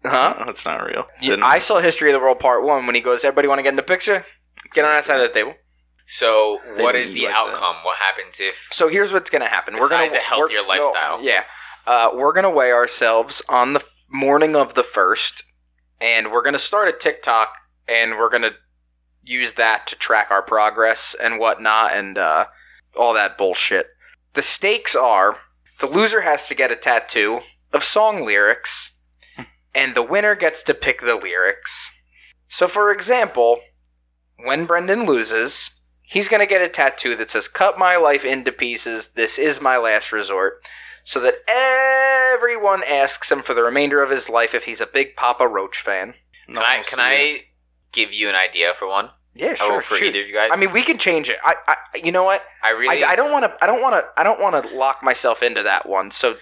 [SPEAKER 1] huh?
[SPEAKER 3] [LAUGHS] That's not real.
[SPEAKER 1] Yeah, I saw History of the World Part One when he goes, "Everybody want to get in the picture? Get on that side of the table."
[SPEAKER 2] [LAUGHS] so,
[SPEAKER 3] They
[SPEAKER 2] what
[SPEAKER 3] don't
[SPEAKER 2] is
[SPEAKER 3] eat
[SPEAKER 2] the
[SPEAKER 3] like that.
[SPEAKER 2] outcome? What happens if?
[SPEAKER 1] So here's what's gonna happen.
[SPEAKER 2] Besides
[SPEAKER 1] we're
[SPEAKER 2] a
[SPEAKER 1] gonna
[SPEAKER 2] healthier
[SPEAKER 1] we're-
[SPEAKER 2] lifestyle.
[SPEAKER 1] yeah, uh, we're gonna weigh ourselves on the f- morning of the first, and we're gonna start a TikTok, and we're gonna use that to track our progress and whatnot, and uh, all that bullshit. The stakes are the loser has to get a tattoo of song
[SPEAKER 2] [LAUGHS]
[SPEAKER 1] lyrics, and the winner gets to pick the lyrics. So, for example, when Brendan loses, he's going to get a tattoo that says, Cut my life into pieces, this is my last resort, so that everyone asks him for the remainder of his life if he's a big Papa Roach fan.
[SPEAKER 2] Can I can I give you an idea for one?
[SPEAKER 1] Yeah,
[SPEAKER 2] I
[SPEAKER 1] sure,
[SPEAKER 2] will for
[SPEAKER 1] shoot.
[SPEAKER 2] either of you guys.
[SPEAKER 1] I mean, we can change it. I, I you know what?
[SPEAKER 2] I really,
[SPEAKER 1] I, I don't want to. I don't want to. I don't want to lock myself into that one. So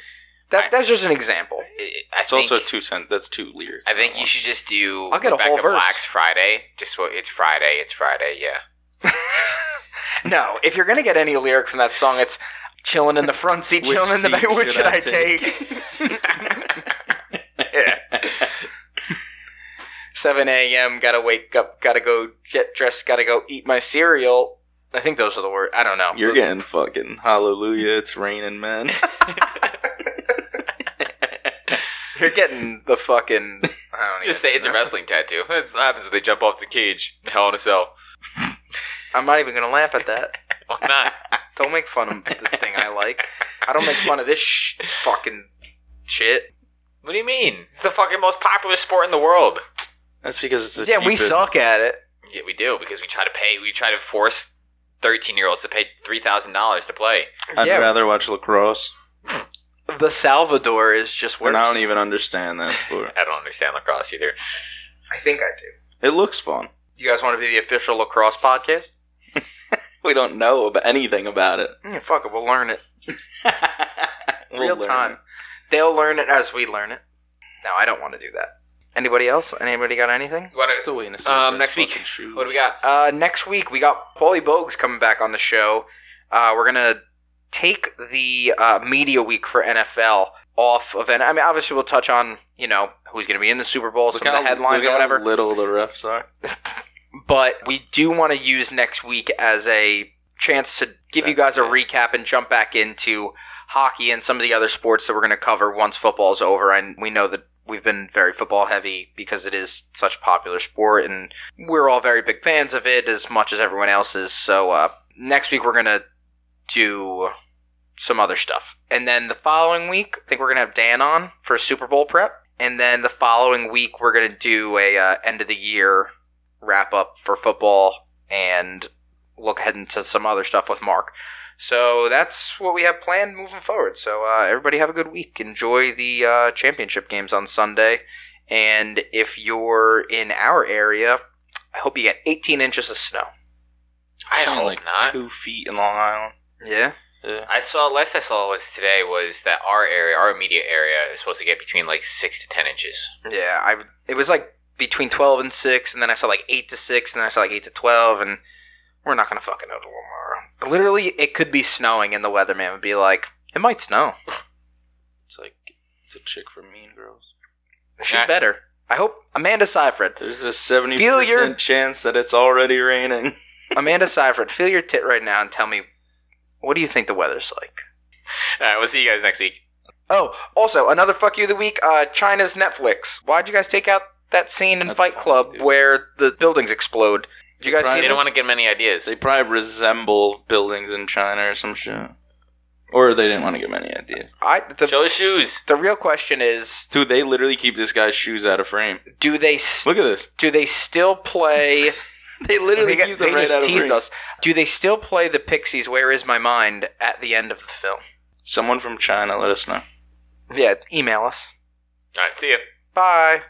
[SPEAKER 1] that
[SPEAKER 2] I-
[SPEAKER 1] that's just an example.
[SPEAKER 2] I
[SPEAKER 3] It's
[SPEAKER 2] think,
[SPEAKER 3] also two cent. That's two lyrics.
[SPEAKER 2] I think you should just do.
[SPEAKER 1] I'll get a
[SPEAKER 2] Rebecca
[SPEAKER 1] whole verse.
[SPEAKER 2] Black's Friday. Just what it's Friday. It's Friday. Yeah.
[SPEAKER 1] No, if you're gonna get any lyric from that song, it's chilling in the front seat,
[SPEAKER 3] Which
[SPEAKER 1] chilling in the
[SPEAKER 3] seat
[SPEAKER 1] back. Which should,
[SPEAKER 3] should I
[SPEAKER 1] I take? [LAUGHS] Seven a.m. Gotta wake up. Gotta go get dressed. Gotta go eat my cereal. I think those are the words. I don't know.
[SPEAKER 3] You're
[SPEAKER 1] Th-
[SPEAKER 3] getting fucking hallelujah. It's raining, man.
[SPEAKER 1] you're getting the fucking. I
[SPEAKER 3] [LAUGHS]
[SPEAKER 1] don't
[SPEAKER 2] Just
[SPEAKER 1] even
[SPEAKER 2] say it's a
[SPEAKER 1] know.
[SPEAKER 2] wrestling tattoo. [LAUGHS] That's what happens when they jump off the cage. Hell in a cell.
[SPEAKER 1] I'm not even gonna laugh at that.
[SPEAKER 2] Fuck not.
[SPEAKER 1] Don't make fun of
[SPEAKER 3] [LAUGHS]
[SPEAKER 1] the thing I like. I don't make fun of this sh- fucking shit.
[SPEAKER 2] What do you mean? It's the fucking most popular sport in the world.
[SPEAKER 3] That's because it's the
[SPEAKER 1] Yeah, we
[SPEAKER 3] cheapest.
[SPEAKER 1] suck at it.
[SPEAKER 2] Yeah, we do because we try to pay. We try to force thirteen-year-olds to pay three thousand dollars to play.
[SPEAKER 3] I'd
[SPEAKER 1] yeah,
[SPEAKER 3] rather watch lacrosse.
[SPEAKER 1] the Salvador is just worse.
[SPEAKER 3] And I don't even understand that sport.
[SPEAKER 2] I don't understand lacrosse either.
[SPEAKER 1] I think I do.
[SPEAKER 3] It looks fun.
[SPEAKER 1] You guys want to be the official lacrosse podcast?
[SPEAKER 3] We don't know about anything about it.
[SPEAKER 1] Yeah, fuck it. We'll learn
[SPEAKER 3] [LAUGHS]
[SPEAKER 1] it
[SPEAKER 3] We'll
[SPEAKER 1] real
[SPEAKER 3] learn.
[SPEAKER 1] time. They'll learn it as we learn it. No, I don't want to do that. Anybody else? Anybody got anything?
[SPEAKER 2] What
[SPEAKER 3] Still waiting to see
[SPEAKER 2] Um,
[SPEAKER 3] this
[SPEAKER 2] next week.
[SPEAKER 3] fucking shoes.
[SPEAKER 2] what do we got?
[SPEAKER 1] Uh, next week we got Paulie Bogues coming back on the show. Uh, we're gonna take the uh, media week for NFL off of, and I mean, obviously we'll touch on you know who's gonna be in the Super Bowl,
[SPEAKER 3] Look
[SPEAKER 1] some
[SPEAKER 3] how-
[SPEAKER 1] of the headlines
[SPEAKER 3] look
[SPEAKER 1] or
[SPEAKER 3] how
[SPEAKER 1] whatever.
[SPEAKER 3] little the refs are.
[SPEAKER 1] but we do want to use next week as a chance to give you
[SPEAKER 3] That's
[SPEAKER 1] guys a
[SPEAKER 3] it.
[SPEAKER 1] recap and jump back into hockey and some of the other sports that we're going to cover once football's over and we know that we've been very football heavy because it is such a popular sport and we're all very big fans of it as much as everyone else is so uh, next week we're going to do some other stuff. And then the following week, I think we're going to have Dan on for Super Bowl prep. And then the following week, we're going to do a uh, end of the year wrap up for football and look ahead into some other stuff with Mark. So that's what we have planned moving forward. So uh, everybody have a good week. Enjoy the uh, championship games on Sunday. And if you're in our area, I hope you get 18 inches of snow.
[SPEAKER 2] I
[SPEAKER 3] Something
[SPEAKER 2] hope
[SPEAKER 3] like
[SPEAKER 2] not.
[SPEAKER 3] Two feet in Long Island.
[SPEAKER 1] Yeah.
[SPEAKER 3] Yeah.
[SPEAKER 2] I saw last I saw was today was that our area, our immediate area, is supposed to get between like six to ten inches.
[SPEAKER 1] Yeah, I it was like between twelve and six, and then I saw like eight to six, and then I saw like eight to twelve, and we're not gonna fucking know till tomorrow. Literally, it could be snowing, and the weatherman would be like, "It might snow."
[SPEAKER 3] It's like the chick from Mean Girls.
[SPEAKER 1] She
[SPEAKER 2] Yeah.
[SPEAKER 1] better. I hope Amanda Seyfried.
[SPEAKER 3] There's a seventy
[SPEAKER 1] Feel your-
[SPEAKER 3] percent chance that it's already raining. [LAUGHS]
[SPEAKER 1] Amanda Seyfried, feel your tit right now and tell me, what do you think the weather's like?
[SPEAKER 2] All right, we'll see you guys next week.
[SPEAKER 1] Oh, also another fuck you of the week. Uh, China's Netflix. Why'd you guys take out that scene in
[SPEAKER 3] That's
[SPEAKER 1] Fight
[SPEAKER 3] fucked,
[SPEAKER 1] Club
[SPEAKER 3] dude.
[SPEAKER 1] where the buildings explode? Did you guys
[SPEAKER 3] Right.
[SPEAKER 1] see
[SPEAKER 2] They
[SPEAKER 1] this?
[SPEAKER 2] don't want to get many ideas.
[SPEAKER 3] They probably resemble buildings in China or some shit. Or they didn't want to give any ideas.
[SPEAKER 1] I, the,
[SPEAKER 2] Show the shoes.
[SPEAKER 1] the real question is,
[SPEAKER 3] Dude, they literally keep this guy's shoes out of frame.
[SPEAKER 1] do they s-
[SPEAKER 3] Look at this.
[SPEAKER 1] do they still play?
[SPEAKER 3] They [LAUGHS] literally
[SPEAKER 1] they
[SPEAKER 3] keep
[SPEAKER 1] got-
[SPEAKER 3] them
[SPEAKER 1] they
[SPEAKER 3] right out
[SPEAKER 1] just
[SPEAKER 3] of
[SPEAKER 1] teased
[SPEAKER 3] frame.
[SPEAKER 1] us. Do they still play the Pixies? Where is my mind at the end of the film?
[SPEAKER 3] Someone from China, let us know.
[SPEAKER 1] Yeah, email us.
[SPEAKER 2] All right, see ya.
[SPEAKER 1] Bye.